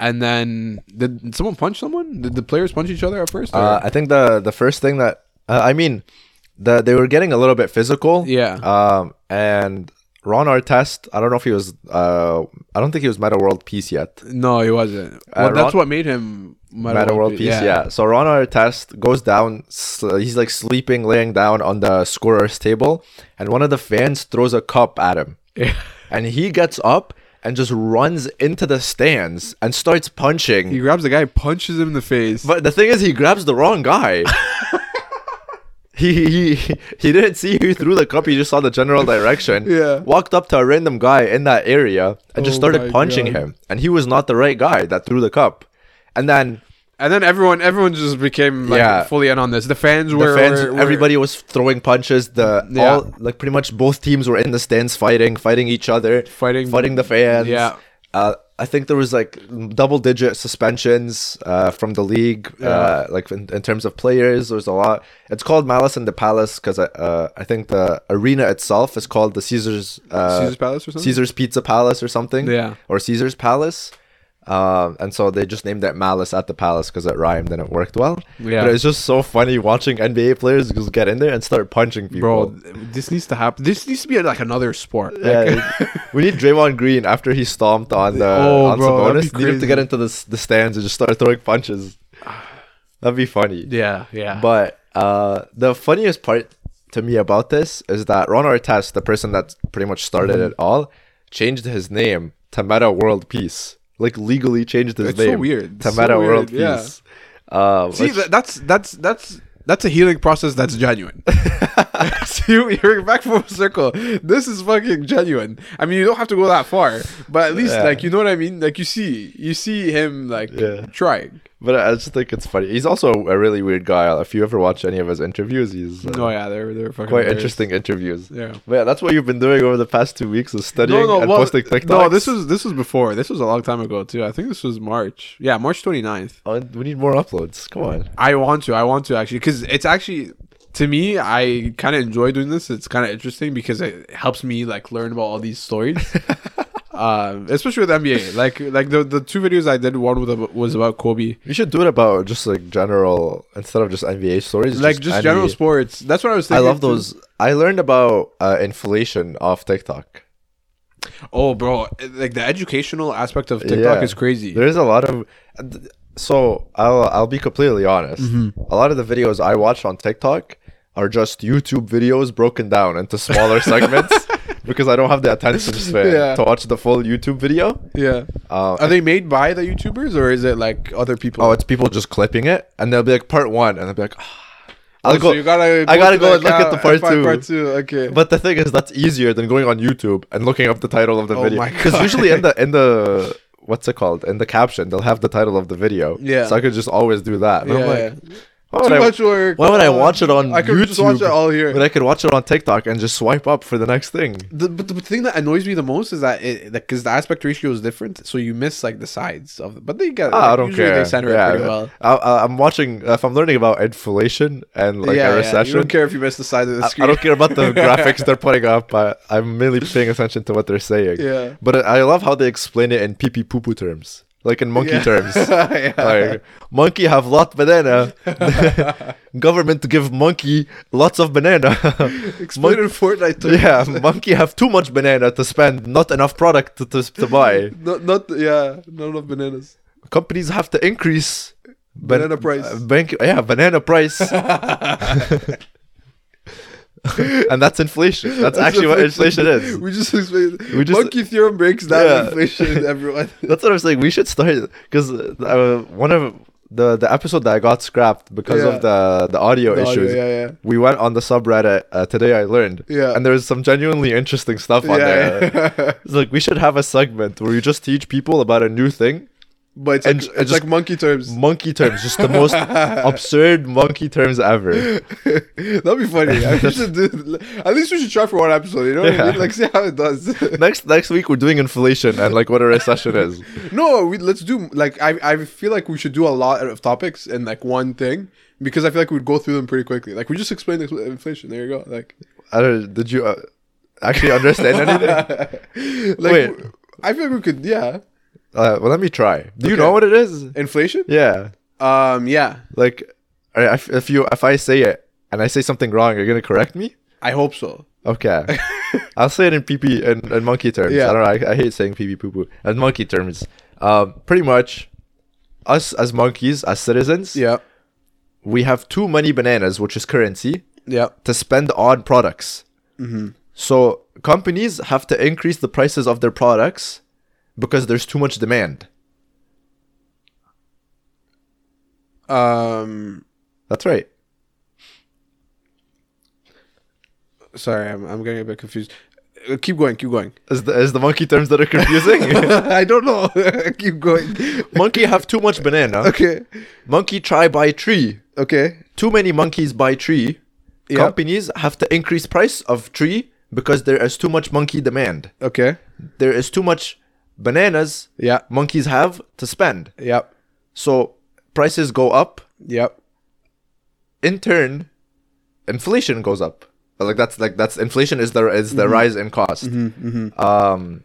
[SPEAKER 2] and then did someone punch someone? Did the players punch each other at first? or-
[SPEAKER 1] Uh, I think the the first thing that uh, I mean, the they were getting a little bit physical.
[SPEAKER 2] Yeah.
[SPEAKER 1] Um, and Ron Artest, I don't know if he was. Uh, I don't think he was Meta World Peace yet.
[SPEAKER 2] no, he wasn't. well,
[SPEAKER 1] Ron-
[SPEAKER 2] that's what made him Meta
[SPEAKER 1] Meta World
[SPEAKER 2] Pe-
[SPEAKER 1] Peace, yeah. So Ron Artest goes down. Sl- he's like sleeping, laying down on the scorer's table, and one of the fans throws a cup at him,
[SPEAKER 2] Yeah.
[SPEAKER 1] and he gets up and just runs into the stands and starts punching.
[SPEAKER 2] He grabs the guy, punches him in the face.
[SPEAKER 1] but the thing is, he grabs the wrong guy. He, he he didn't see who threw the cup. He just saw the general direction.
[SPEAKER 2] Yeah.
[SPEAKER 1] Walked up to a random guy in that area and just
[SPEAKER 2] Oh my
[SPEAKER 1] started punching
[SPEAKER 2] God.
[SPEAKER 1] him. And he was not the right guy that threw the cup. And then
[SPEAKER 2] and then everyone everyone just became like
[SPEAKER 1] Yeah.
[SPEAKER 2] fully in on this. The fans
[SPEAKER 1] the
[SPEAKER 2] were,
[SPEAKER 1] fans,
[SPEAKER 2] were- were-
[SPEAKER 1] everybody was throwing punches. The
[SPEAKER 2] Yeah.
[SPEAKER 1] all like pretty much both teams were in the stands fighting, fighting each other,
[SPEAKER 2] Fighting-
[SPEAKER 1] fighting the fans.
[SPEAKER 2] Yeah.
[SPEAKER 1] Uh, I think there was like double digit suspensions uh, from the league, uh, like in, in terms of players. There's a lot. It's called Malice in the Palace because I, uh, I think the arena itself is called the Caesar's uh,
[SPEAKER 2] Caesar's Palace or something?
[SPEAKER 1] Caesar's Pizza Palace or something.
[SPEAKER 2] Yeah.
[SPEAKER 1] Or Caesar's Palace. Um, and so they just named it Malice at the Palace because it rhymed and it worked well.
[SPEAKER 2] Yeah.
[SPEAKER 1] But it's just so funny watching NBA players just get in there and start punching people.
[SPEAKER 2] Bro, this needs to happen. This needs to be like another sport.
[SPEAKER 1] Yeah, we need Draymond Green after he stomped on the
[SPEAKER 2] Oh,
[SPEAKER 1] on
[SPEAKER 2] bro, that'd
[SPEAKER 1] Sabonis.
[SPEAKER 2] be
[SPEAKER 1] Need him to
[SPEAKER 2] crazy.
[SPEAKER 1] get into the s- the stands and just start throwing punches. That'd be funny.
[SPEAKER 2] yeah, yeah.
[SPEAKER 1] But uh, the funniest part to me about this is that Ron Artest, the person that pretty much started
[SPEAKER 2] Mm-hmm.
[SPEAKER 1] it all, changed his name to Meta World Peace. Like legally changed his
[SPEAKER 2] It's so
[SPEAKER 1] name
[SPEAKER 2] weird.
[SPEAKER 1] to
[SPEAKER 2] So
[SPEAKER 1] Meta
[SPEAKER 2] weird,
[SPEAKER 1] World
[SPEAKER 2] yeah.
[SPEAKER 1] Peace. Um,
[SPEAKER 2] See,
[SPEAKER 1] which-
[SPEAKER 2] tha- that's that's that's that's a healing process that's genuine. See, you're back full circle. This is fucking genuine. I mean, you don't have to go that far, but at least
[SPEAKER 1] Yeah.
[SPEAKER 2] like you know what I mean. Like you see, you see him like
[SPEAKER 1] Yeah.
[SPEAKER 2] trying.
[SPEAKER 1] but I just think it's funny. He's also a really weird guy. If you ever watch any of his interviews, he's uh,
[SPEAKER 2] Oh yeah, they're they're fucking
[SPEAKER 1] quite
[SPEAKER 2] hilarious.
[SPEAKER 1] interesting interviews.
[SPEAKER 2] Yeah.
[SPEAKER 1] But yeah, that's what you've been doing over the past two weeks is studying
[SPEAKER 2] No, no,
[SPEAKER 1] and
[SPEAKER 2] well,
[SPEAKER 1] posting TikToks.
[SPEAKER 2] no. This was this was before. This was a long time ago too. I think this was March. Yeah, March 29th.
[SPEAKER 1] Oh, we need more uploads. Come on.
[SPEAKER 2] I want to. I want to actually because it's actually to me. I kind of enjoy doing this. It's kind of interesting because it helps me like learn about all these stories, um, especially with NBA. Like like the the two videos I did. One with was about Kobe.
[SPEAKER 1] You should do it about just like general instead of just NBA stories.
[SPEAKER 2] Like just, general
[SPEAKER 1] NBA.
[SPEAKER 2] sports. That's what I was
[SPEAKER 1] I
[SPEAKER 2] thinking.
[SPEAKER 1] love
[SPEAKER 2] too.
[SPEAKER 1] those. I learned about uh, inflation off TikTok.
[SPEAKER 2] Oh, bro! Like the educational aspect of TikTok
[SPEAKER 1] Yeah.
[SPEAKER 2] is crazy.
[SPEAKER 1] There's a lot of so I'll I'll be completely honest.
[SPEAKER 2] Mm-hmm.
[SPEAKER 1] A lot of the videos I watch on TikTok are just YouTube videos broken down into smaller segments because I don't have the attention span
[SPEAKER 2] Yeah.
[SPEAKER 1] to watch the full YouTube video.
[SPEAKER 2] yeah.
[SPEAKER 1] Uh,
[SPEAKER 2] Are they made by the YouTubers or is it like other people?
[SPEAKER 1] Oh, it's people just clipping it, and they'll be like part one, and they'll be like, "Ah, I'll
[SPEAKER 2] Oh,
[SPEAKER 1] go.
[SPEAKER 2] so you gotta
[SPEAKER 1] I gotta
[SPEAKER 2] to
[SPEAKER 1] go and
[SPEAKER 2] that
[SPEAKER 1] look at
[SPEAKER 2] account
[SPEAKER 1] the
[SPEAKER 2] and
[SPEAKER 1] part
[SPEAKER 2] find
[SPEAKER 1] two.
[SPEAKER 2] Part two. Okay.
[SPEAKER 1] But the thing is, that's easier than going on YouTube and looking up the title of the
[SPEAKER 2] Oh
[SPEAKER 1] video.
[SPEAKER 2] my
[SPEAKER 1] Because
[SPEAKER 2] God.
[SPEAKER 1] usually in the in the what's it called in the caption, they'll have the title of the video.
[SPEAKER 2] Yeah.
[SPEAKER 1] So I could just always do that. And
[SPEAKER 2] yeah,
[SPEAKER 1] I'm like,
[SPEAKER 2] yeah.
[SPEAKER 1] why
[SPEAKER 2] too
[SPEAKER 1] would, I,
[SPEAKER 2] much work.
[SPEAKER 1] why would I
[SPEAKER 2] Uh,
[SPEAKER 1] watch it on
[SPEAKER 2] I could
[SPEAKER 1] YouTube?
[SPEAKER 2] just watch it all here.
[SPEAKER 1] But I could watch it on TikTok and just swipe up for the next thing.
[SPEAKER 4] The, but the thing that annoys me the most is that it because the aspect ratio is different, so you miss like the sides of. But they get.
[SPEAKER 1] Ah, I
[SPEAKER 4] like,
[SPEAKER 1] don't
[SPEAKER 4] usually
[SPEAKER 1] care.
[SPEAKER 4] They center it
[SPEAKER 1] Yeah,
[SPEAKER 4] pretty
[SPEAKER 1] yeah.
[SPEAKER 4] well.
[SPEAKER 1] I, I, I'm watching if I'm learning about inflation and like
[SPEAKER 4] yeah, yeah.
[SPEAKER 1] a
[SPEAKER 4] You
[SPEAKER 1] recession.
[SPEAKER 4] don't care if you miss the side of the
[SPEAKER 1] I,
[SPEAKER 4] screen.
[SPEAKER 1] I don't care about the graphics they're putting up, but I'm merely paying attention to what they're saying.
[SPEAKER 2] Yeah.
[SPEAKER 1] But I love how they explain it in pee pee poo poo terms, like in monkey
[SPEAKER 2] Yeah.
[SPEAKER 1] terms.
[SPEAKER 2] Yeah.
[SPEAKER 1] Like, monkey have lot banana. Government give monkey lots of banana.
[SPEAKER 2] Explain in Fortnite. To
[SPEAKER 1] yeah, monkey have too much banana to spend, not enough product to, to, to buy.
[SPEAKER 2] Not, not yeah, not enough bananas.
[SPEAKER 1] Companies have to increase ban-
[SPEAKER 2] Banana price.
[SPEAKER 1] uh, bank, yeah, banana price. and that's inflation. That's, actually what inflation is.
[SPEAKER 2] We just explained.
[SPEAKER 1] We just-
[SPEAKER 2] monkey theorem breaks down
[SPEAKER 1] Yeah.
[SPEAKER 2] inflation. Everyone.
[SPEAKER 1] That's what I'm saying. We should start because uh, one of the the episode that got scrapped because
[SPEAKER 2] Yeah.
[SPEAKER 1] of the the audio
[SPEAKER 2] The audio,
[SPEAKER 1] issues.
[SPEAKER 2] yeah, yeah.
[SPEAKER 1] We went on the subreddit uh, today. I learned.
[SPEAKER 2] Yeah.
[SPEAKER 1] And there was some genuinely interesting stuff on there. It's like we should have a segment where you just teach people about a new thing.
[SPEAKER 2] but it's,
[SPEAKER 1] And
[SPEAKER 2] like,
[SPEAKER 1] j- and
[SPEAKER 2] it's
[SPEAKER 1] just-
[SPEAKER 2] like monkey terms.
[SPEAKER 1] Monkey terms, just the most absurd monkey terms ever.
[SPEAKER 2] That'd be funny. I should do, at least we should try for one episode. You know what I
[SPEAKER 1] Yeah.
[SPEAKER 2] mean? Like see how it does.
[SPEAKER 1] Next next week we're doing inflation and like what a recession is.
[SPEAKER 2] no, we, let's do like I I feel like we should do a lot of topics in like one thing because I feel like we'd go through them pretty quickly. Like we just explained ex- inflation. There you go. Like
[SPEAKER 1] I don't. Did you uh, actually understand anything?
[SPEAKER 2] like
[SPEAKER 1] Wait.
[SPEAKER 2] I feel like we could yeah
[SPEAKER 1] Uh, well, let me try. Do you
[SPEAKER 2] Okay.
[SPEAKER 1] know what it is?
[SPEAKER 2] inflation.
[SPEAKER 1] Yeah.
[SPEAKER 4] Um. Yeah.
[SPEAKER 1] Like, I- if, if you if I say it and I say something wrong, you're gonna correct me.
[SPEAKER 4] I hope so.
[SPEAKER 1] Okay, I'll say it in PP and in, in monkey terms. I
[SPEAKER 2] Yeah.
[SPEAKER 1] don't know. I, I hate saying PP poo poo in monkey terms. Um, pretty much, us as monkeys, as citizens,
[SPEAKER 4] Yeah.
[SPEAKER 1] we have too many bananas, which is currency,
[SPEAKER 4] Yeah.
[SPEAKER 1] to spend on products. So companies have to increase the prices of their products because there's too much demand.
[SPEAKER 4] Um.
[SPEAKER 1] That's right.
[SPEAKER 4] Sorry, I'm I'm getting a bit confused. Uh, Keep going. Keep going.
[SPEAKER 1] Is the is the monkey terms that are confusing?
[SPEAKER 4] I don't know. keep going.
[SPEAKER 1] monkey have too much banana.
[SPEAKER 4] Okay.
[SPEAKER 1] Monkey try by tree.
[SPEAKER 4] Okay.
[SPEAKER 1] Too many monkeys by tree. Companies have to increase price of tree because there is too much monkey demand.
[SPEAKER 4] Okay.
[SPEAKER 1] There is too much bananas
[SPEAKER 4] Yeah.
[SPEAKER 1] monkeys have to spend.
[SPEAKER 4] Yep.
[SPEAKER 1] So prices go up.
[SPEAKER 4] Yep.
[SPEAKER 1] In turn, inflation goes up. Like that's like that's inflation is the is the rise in cost. Um,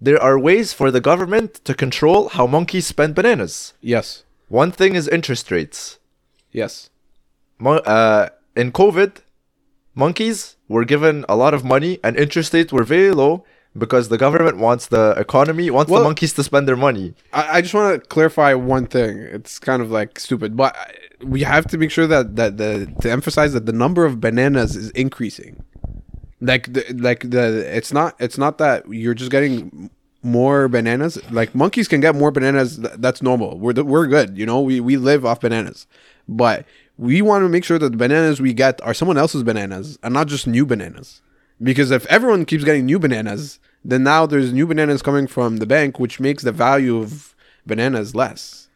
[SPEAKER 1] there are ways for the government to control how monkeys spend bananas.
[SPEAKER 4] Yes.
[SPEAKER 1] One thing is interest rates.
[SPEAKER 4] Yes.
[SPEAKER 1] Mon- uh, in COVID, monkeys were given a lot of money and interest rates were very low because the government wants the economy wants
[SPEAKER 4] Well-
[SPEAKER 1] the monkeys to spend their money.
[SPEAKER 4] I, I just want to clarify one thing. It's kind of like stupid, but I- we have to make sure that that the to emphasize that the number of bananas is increasing. Like the like the it's not it's not that you're just getting more bananas. Like monkeys can get more bananas. th- That's normal. We're the, we're good. You know we we live off bananas, but we want to make sure that the bananas we get are someone else's bananas and not just new bananas. Because if everyone keeps getting new bananas, then now there's new bananas coming from the bank, which makes the value of bananas less.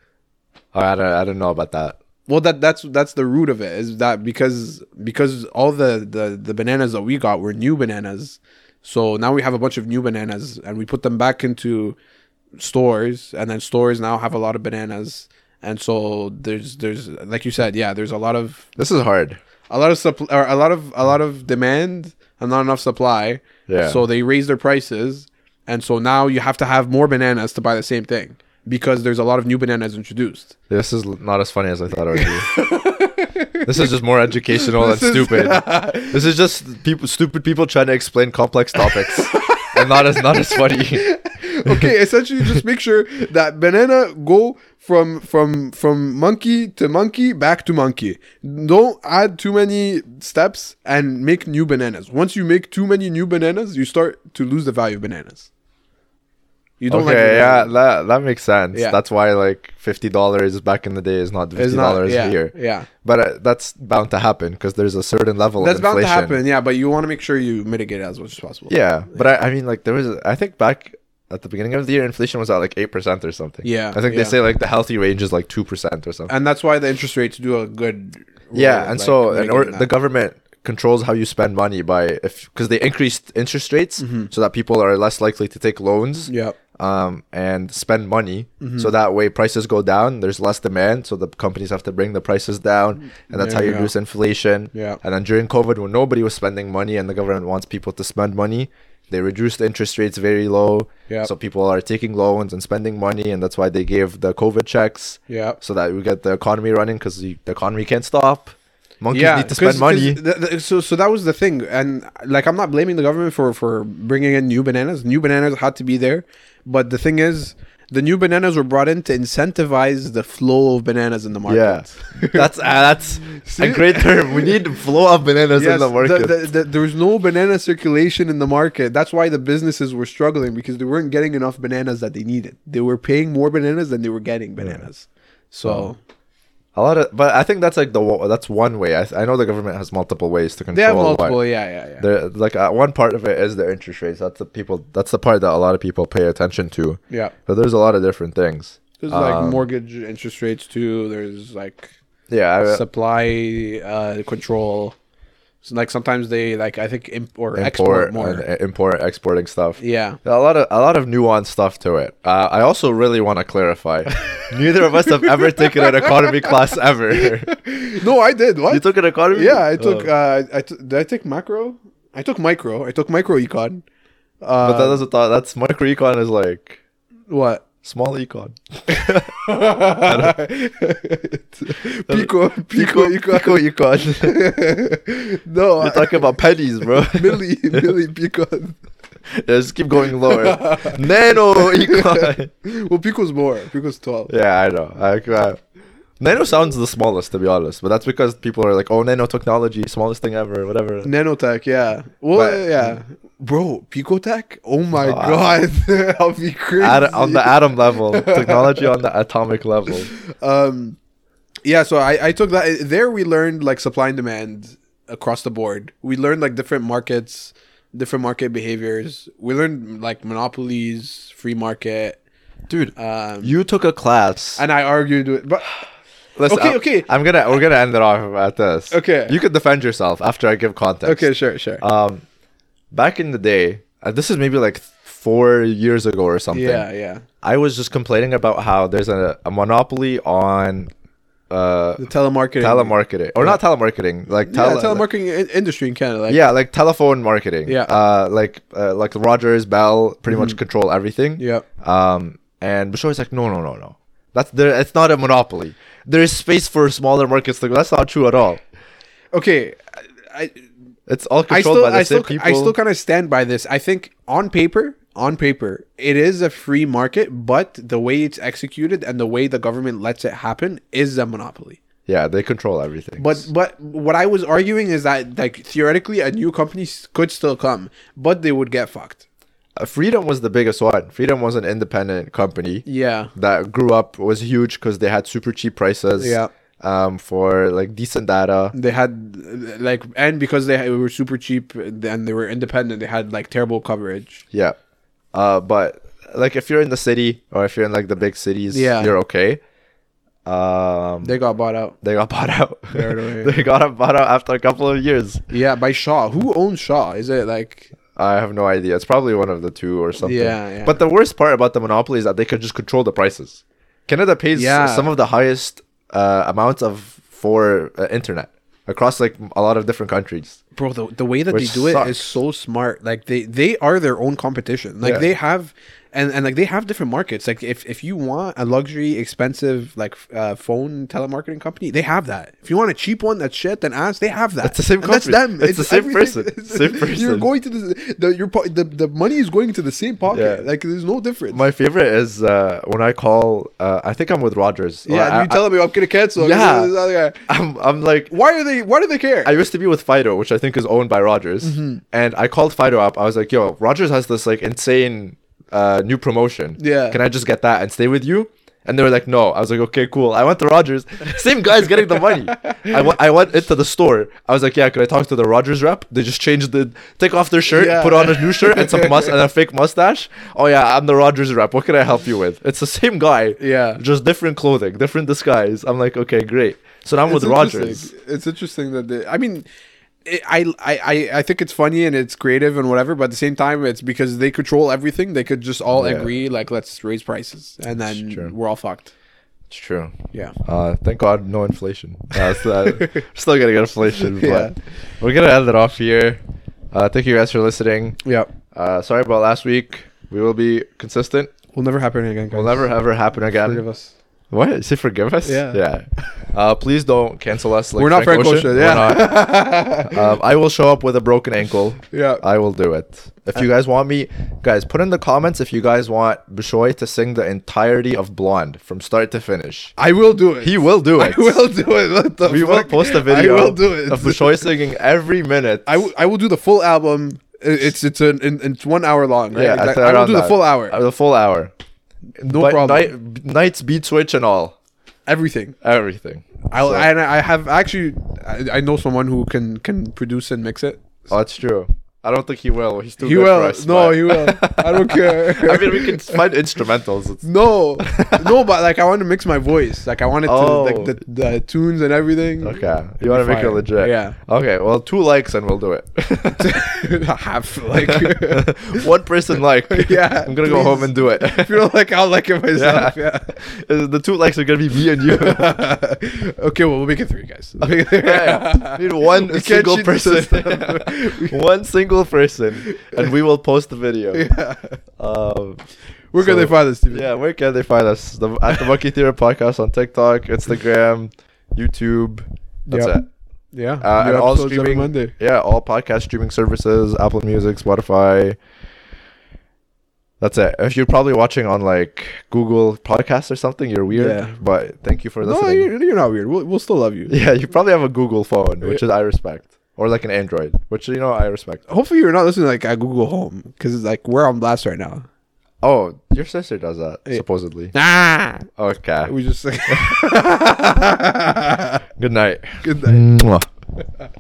[SPEAKER 1] Oh, I don't, I don't know about that.
[SPEAKER 4] Well, that that's that's the root of it is that because because all the the the bananas that we got were new bananas, so now we have a bunch of new bananas and we put them back into stores, and then stores now have a lot of bananas, and so there's there's like you said, yeah, there's a lot of
[SPEAKER 1] This is hard.
[SPEAKER 4] a lot of supply or a lot of a lot of demand and not enough supply.
[SPEAKER 1] Yeah.
[SPEAKER 4] So they raise their prices, and so now you have to have more bananas to buy the same thing because there's a lot of new bananas introduced.
[SPEAKER 1] This is not as funny as I thought it would be. this is just more educational and stupid. this is just people, stupid people trying to explain complex topics, and not as not as funny.
[SPEAKER 2] okay, essentially just make sure that banana go from from from monkey to monkey back to monkey. Don't add too many steps and make new bananas. Once you make too many new bananas, you start to lose the value of bananas. You don't
[SPEAKER 1] okay, yeah,
[SPEAKER 2] like Ronaldo.
[SPEAKER 1] that that makes sense.
[SPEAKER 2] Yeah.
[SPEAKER 1] That's why like fifty dollars back in the day is not
[SPEAKER 2] It's
[SPEAKER 1] fifty
[SPEAKER 2] not-
[SPEAKER 1] dollars
[SPEAKER 2] yeah,
[SPEAKER 1] here.
[SPEAKER 2] Yeah,
[SPEAKER 1] But uh, that's bound to happen because there's a certain level
[SPEAKER 2] that's
[SPEAKER 1] of
[SPEAKER 2] bound to
[SPEAKER 1] inflation.
[SPEAKER 2] happen. Yeah, but you want to make sure you mitigate it as much as possible.
[SPEAKER 1] Yeah, but I, I mean, like there was, I think back at the beginning of the year, inflation was at like eight percent or something.
[SPEAKER 2] Yeah,
[SPEAKER 1] I think
[SPEAKER 2] yeah.
[SPEAKER 1] they say like the healthy range is like two percent or something.
[SPEAKER 2] and that's why the interest rates do a good.
[SPEAKER 1] yeah,
[SPEAKER 2] role,
[SPEAKER 1] and
[SPEAKER 2] like,
[SPEAKER 1] so and or
[SPEAKER 2] mitigating
[SPEAKER 1] the
[SPEAKER 2] that.
[SPEAKER 1] government controls how you spend money by if because they increased interest rates so that people are less likely to take loans.
[SPEAKER 2] Mm-hmm. yeah, Mm-hmm.
[SPEAKER 1] um, and spend money. So that way prices go down, there's less demand, so the companies have to bring the prices down, and that's how
[SPEAKER 2] There you
[SPEAKER 1] you
[SPEAKER 2] go.
[SPEAKER 1] reduce inflation.
[SPEAKER 2] Yeah.
[SPEAKER 1] And then during COVID, when nobody was spending money and the government wants people to spend money, they reduced interest rates very low.
[SPEAKER 2] Yeah.
[SPEAKER 1] So people are taking loans and spending money, and that's why they gave the COVID checks.
[SPEAKER 2] yeah.
[SPEAKER 1] So that we get the economy running because the the economy can't stop. Monkeys
[SPEAKER 2] yeah,
[SPEAKER 1] need to spend
[SPEAKER 2] 'cause- 'cause
[SPEAKER 1] money.
[SPEAKER 2] th- th- so, so that was the thing, and like I'm not blaming the government for for bringing in new bananas. New bananas had to be there, but the thing is, the new bananas were brought in to incentivize the flow of bananas in the market.
[SPEAKER 1] yeah, that's uh, that's a great term. We need flow of bananas
[SPEAKER 2] Yes,
[SPEAKER 1] in the market.
[SPEAKER 2] the- the- there was no banana circulation in the market. That's why the businesses were struggling because they weren't getting enough bananas that they needed. They were paying more bananas than they were getting bananas. So
[SPEAKER 1] A lot of, but I think that's like the wa- that's one way. I, I know the government has multiple ways to control.
[SPEAKER 2] they have
[SPEAKER 1] why-
[SPEAKER 2] multiple. Yeah, yeah, yeah.
[SPEAKER 1] There, like uh, one part of it is the interest rates. That's the people. That's the part that a lot of people pay attention to.
[SPEAKER 2] yeah.
[SPEAKER 1] But there's a lot of different things.
[SPEAKER 2] There's like
[SPEAKER 1] Um,
[SPEAKER 2] mortgage interest rates too. There's like
[SPEAKER 1] Yeah, I,
[SPEAKER 2] supply uh, control. So like sometimes they like I think imp- or
[SPEAKER 1] import
[SPEAKER 2] export more.
[SPEAKER 1] and, uh, import exporting stuff.
[SPEAKER 2] yeah.
[SPEAKER 1] A lot of a lot of nuanced stuff to it. Uh, I also really want to clarify. neither of us have ever taken an economy class ever.
[SPEAKER 2] No, I did. What?
[SPEAKER 1] you took an economy? Oh.
[SPEAKER 2] yeah, I took. Uh, I t- did I take macro? I took micro. I took micro econ. Uh,
[SPEAKER 1] but that doesn't. Thought, that's microecon is like
[SPEAKER 2] what?
[SPEAKER 1] small econ.
[SPEAKER 2] pico, pico,
[SPEAKER 1] Pico, pico
[SPEAKER 2] econ.
[SPEAKER 1] econ.
[SPEAKER 2] no, I-
[SPEAKER 1] You're talking about pennies, bro.
[SPEAKER 2] milli, milli picon.
[SPEAKER 1] Yeah, just keep going lower. Nano econ.
[SPEAKER 2] Well, pico's more. Pico's twelve.
[SPEAKER 1] yeah, I know. I, I, nano sounds the smallest, to be honest, but that's because people are like, "Oh, nanotechnology, smallest thing ever, whatever."
[SPEAKER 2] Nanotech, yeah. Well,
[SPEAKER 1] But-
[SPEAKER 2] yeah, bro, picotech. Oh my
[SPEAKER 1] Oh, I-
[SPEAKER 2] god, I'll be crazy.
[SPEAKER 1] At, on the atom level, technology on the atomic level.
[SPEAKER 2] um yeah so i i took that there we learned like supply and demand across the board we learned like different markets different market behaviors we learned like monopolies free market
[SPEAKER 1] Dude,
[SPEAKER 2] um
[SPEAKER 1] you took a class.
[SPEAKER 2] and i argued with but
[SPEAKER 1] Listen,
[SPEAKER 2] okay,
[SPEAKER 1] I'm-
[SPEAKER 2] okay.
[SPEAKER 1] I'm gonna we're gonna end it off at this.
[SPEAKER 2] Okay.
[SPEAKER 1] You could defend yourself after I give context.
[SPEAKER 2] okay sure sure
[SPEAKER 1] Um, back in the day, uh, this is maybe like four years ago or something.
[SPEAKER 2] yeah yeah
[SPEAKER 1] I was just complaining about how there's a, a monopoly on uh,
[SPEAKER 2] the telemarketing
[SPEAKER 1] telemarketing or not telemarketing, like
[SPEAKER 2] yeah,
[SPEAKER 1] tele-
[SPEAKER 2] telemarketing in- industry in canada like,
[SPEAKER 1] yeah, like telephone marketing.
[SPEAKER 2] Yeah. Mm-hmm.
[SPEAKER 1] uh, like uh, like Rogers Bell pretty much control everything.
[SPEAKER 2] yeah
[SPEAKER 1] Um, and Bashoy is like, no, no, no, no. That's there. It's not a monopoly. There is space for smaller markets. Like that's not true at all.
[SPEAKER 2] okay i, I
[SPEAKER 1] It's all
[SPEAKER 2] I
[SPEAKER 1] controlled
[SPEAKER 2] still,
[SPEAKER 1] by the
[SPEAKER 2] I
[SPEAKER 1] same
[SPEAKER 2] still,
[SPEAKER 1] people.
[SPEAKER 2] I still kind of stand by this. I think on paper, on paper, it is a free market, but the way it's executed and the way the government lets it happen is a monopoly.
[SPEAKER 1] yeah, they control everything.
[SPEAKER 2] But but what I was arguing is that like theoretically, a new company s- could still come, but they would get fucked.
[SPEAKER 1] Uh, Freedom was the biggest one. Freedom was an independent company.
[SPEAKER 2] Yeah,
[SPEAKER 1] that grew up was huge because they had super cheap prices.
[SPEAKER 2] Yeah.
[SPEAKER 1] Um, for like decent data.
[SPEAKER 2] they had uh, like, and because they were super cheap and they were independent, they had like terrible coverage.
[SPEAKER 1] Yeah. Uh, but like if you're in the city or if you're in like the big cities,
[SPEAKER 2] Yeah.
[SPEAKER 1] you're okay. Um,
[SPEAKER 2] They got bought out.
[SPEAKER 1] they got bought out.
[SPEAKER 2] Right away.
[SPEAKER 1] they got bought out after a couple of years.
[SPEAKER 2] Yeah, by Shaw. Who owns Shaw? Is it like
[SPEAKER 1] I have no idea. It's probably one of the two or something.
[SPEAKER 2] Yeah, yeah.
[SPEAKER 1] But the worst part about the monopoly is that they could just control the prices. Canada pays
[SPEAKER 2] Yeah.
[SPEAKER 1] some of the highest uh, amounts of for uh, internet across like a lot of different countries.
[SPEAKER 2] bro the, the way that
[SPEAKER 1] Which
[SPEAKER 2] they do it
[SPEAKER 1] sucks.
[SPEAKER 2] is so smart like they they are their own competition like
[SPEAKER 1] Yeah.
[SPEAKER 2] they have and, and like they have different markets like if, if you want a luxury expensive like f- uh, phone telemarketing company they have that if you want a cheap one that's shit then ass they have that
[SPEAKER 1] It's the same
[SPEAKER 2] And that's
[SPEAKER 1] company.
[SPEAKER 2] them
[SPEAKER 1] It's the same
[SPEAKER 2] everything-
[SPEAKER 1] person. Same
[SPEAKER 2] you're
[SPEAKER 1] person.
[SPEAKER 2] going to the, the your po- the, the money is going to the same pocket
[SPEAKER 1] Yeah.
[SPEAKER 2] like there's no difference
[SPEAKER 1] My favorite is uh, when I call. Uh, I think I'm with Rogers.
[SPEAKER 2] yeah and
[SPEAKER 1] I,
[SPEAKER 2] you tell me i'm gonna cancel I'm
[SPEAKER 1] Yeah.
[SPEAKER 2] gonna do this other guy.
[SPEAKER 1] I, am I'm like.
[SPEAKER 2] why are they why do they care
[SPEAKER 1] I used to be with Fido, which I
[SPEAKER 2] Mm-hmm.
[SPEAKER 1] think is owned by Rogers, and I called Fido up. I was like, "Yo, Rogers has this like insane uh, new promotion.
[SPEAKER 2] Yeah.
[SPEAKER 1] Can I just get that and stay with you? And they were like, no. I was like, okay, cool. I went to Rogers. Same guy's getting the money. I went, I went into the store. I was like, yeah, could I talk to the Rogers rep? They just changed the, take off their shirt,
[SPEAKER 2] Yeah.
[SPEAKER 1] put on a new shirt and some must and a fake mustache. Oh yeah, I'm the Rogers rep. What can I help you with? It's the same guy.
[SPEAKER 2] Yeah.
[SPEAKER 1] Just different clothing, different disguise. I'm like, okay, great. So now I'm with
[SPEAKER 2] It's
[SPEAKER 1] Rogers.
[SPEAKER 2] interesting. It's interesting that they. I mean, it, I, I I I think it's funny and it's creative and whatever, but at the same time, it's because they control everything. They could just all
[SPEAKER 1] Yeah.
[SPEAKER 2] agree like let's raise prices, and then
[SPEAKER 1] true.
[SPEAKER 2] we're all fucked.
[SPEAKER 1] It's true.
[SPEAKER 2] Yeah.
[SPEAKER 1] Uh, thank God, no inflation. Uh, so, uh, still gonna get inflation, but
[SPEAKER 2] Yeah.
[SPEAKER 1] we're gonna end it off here. Uh, thank you guys for listening.
[SPEAKER 2] Yeah.
[SPEAKER 1] Uh, sorry about last week. We will be consistent.
[SPEAKER 2] Will never happen again.
[SPEAKER 1] Will never ever happen again.
[SPEAKER 2] Forgive us.
[SPEAKER 1] What? Say forgive us?
[SPEAKER 2] Yeah.
[SPEAKER 1] Yeah. Uh, please don't cancel us. Like
[SPEAKER 2] We're not Frank Ocean,
[SPEAKER 1] We're
[SPEAKER 2] yeah.
[SPEAKER 1] not. um, I will show up with a broken ankle.
[SPEAKER 2] Yeah.
[SPEAKER 1] I will do it. If you guys want me, guys, put in the comments if you guys want Bishoy to sing the entirety of Blonde from start to finish.
[SPEAKER 2] I will do it.
[SPEAKER 1] He will do it.
[SPEAKER 2] I will do it. What the
[SPEAKER 1] we will
[SPEAKER 2] fuck?
[SPEAKER 1] post a video
[SPEAKER 2] I will do it.
[SPEAKER 1] of Bishoy singing every minute.
[SPEAKER 2] I, w- I will do the full album. I- It's it's an in- it's one hour long. Right?
[SPEAKER 1] yeah,
[SPEAKER 2] Exact-
[SPEAKER 1] I
[SPEAKER 2] I will
[SPEAKER 1] around
[SPEAKER 2] do the
[SPEAKER 1] that.
[SPEAKER 2] full hour.
[SPEAKER 1] Uh, The full hour.
[SPEAKER 2] no
[SPEAKER 1] But
[SPEAKER 2] problem.
[SPEAKER 1] Night, nights beat switch and all.
[SPEAKER 2] Everything.
[SPEAKER 1] Everything.
[SPEAKER 2] I will
[SPEAKER 1] So-
[SPEAKER 2] and I have actually I, I know someone who can can produce and mix it.
[SPEAKER 1] Oh, that's true. I don't think he will. He's too
[SPEAKER 2] He
[SPEAKER 1] good
[SPEAKER 2] will.
[SPEAKER 1] for us.
[SPEAKER 2] No,
[SPEAKER 1] but-
[SPEAKER 2] he will. I don't care.
[SPEAKER 1] I mean, we can find instrumentals. It's,
[SPEAKER 2] No, no, but like I want to mix my voice. Like I wanted to
[SPEAKER 1] Oh.
[SPEAKER 2] like the, the tunes and everything.
[SPEAKER 1] okay, you want to make it
[SPEAKER 2] fire.
[SPEAKER 1] legit?
[SPEAKER 2] Yeah.
[SPEAKER 1] Okay, well, two likes and we'll do it.
[SPEAKER 2] half like
[SPEAKER 1] One person like.
[SPEAKER 2] Yeah,
[SPEAKER 1] I'm gonna go home and
[SPEAKER 2] please.
[SPEAKER 1] do it.
[SPEAKER 2] if you don't like, I'll like it myself.
[SPEAKER 1] Yeah.
[SPEAKER 2] Yeah.
[SPEAKER 1] the two likes are gonna be me and you.
[SPEAKER 2] okay, well we'll make it three guys.
[SPEAKER 1] Hey, need one
[SPEAKER 2] We can't
[SPEAKER 1] single
[SPEAKER 2] cheat the
[SPEAKER 1] person.
[SPEAKER 2] system.
[SPEAKER 1] one single person, and we will post the video.
[SPEAKER 2] yeah.
[SPEAKER 1] Um,
[SPEAKER 2] We're gonna
[SPEAKER 1] So-
[SPEAKER 2] find this TV.
[SPEAKER 1] yeah, where can they find us? The, at the Monkey Theater Podcast on TikTok, Instagram, YouTube. That's
[SPEAKER 2] Yep.
[SPEAKER 1] it. Uh,
[SPEAKER 2] Yeah. New
[SPEAKER 1] and all
[SPEAKER 2] episodes every
[SPEAKER 1] streaming,
[SPEAKER 2] Monday.
[SPEAKER 1] yeah, all podcast streaming services, Apple Music, Spotify. That's it. If you're probably watching on like Google Podcasts or something, you're weird.
[SPEAKER 2] Yeah.
[SPEAKER 1] But thank you for
[SPEAKER 2] No,
[SPEAKER 1] listening.
[SPEAKER 2] you're, you're not weird. We'll, we'll still love you.
[SPEAKER 1] yeah, you probably have a Google phone, which is I respect, or like an Android, which you know I respect.
[SPEAKER 2] Hopefully, you're not listening like at Google Home because like we're on blast right now.
[SPEAKER 1] Oh, your sister does that supposedly.
[SPEAKER 2] Ah,
[SPEAKER 1] Okay.
[SPEAKER 2] we just.
[SPEAKER 1] Good night.
[SPEAKER 2] Good night.
[SPEAKER 1] Mwah.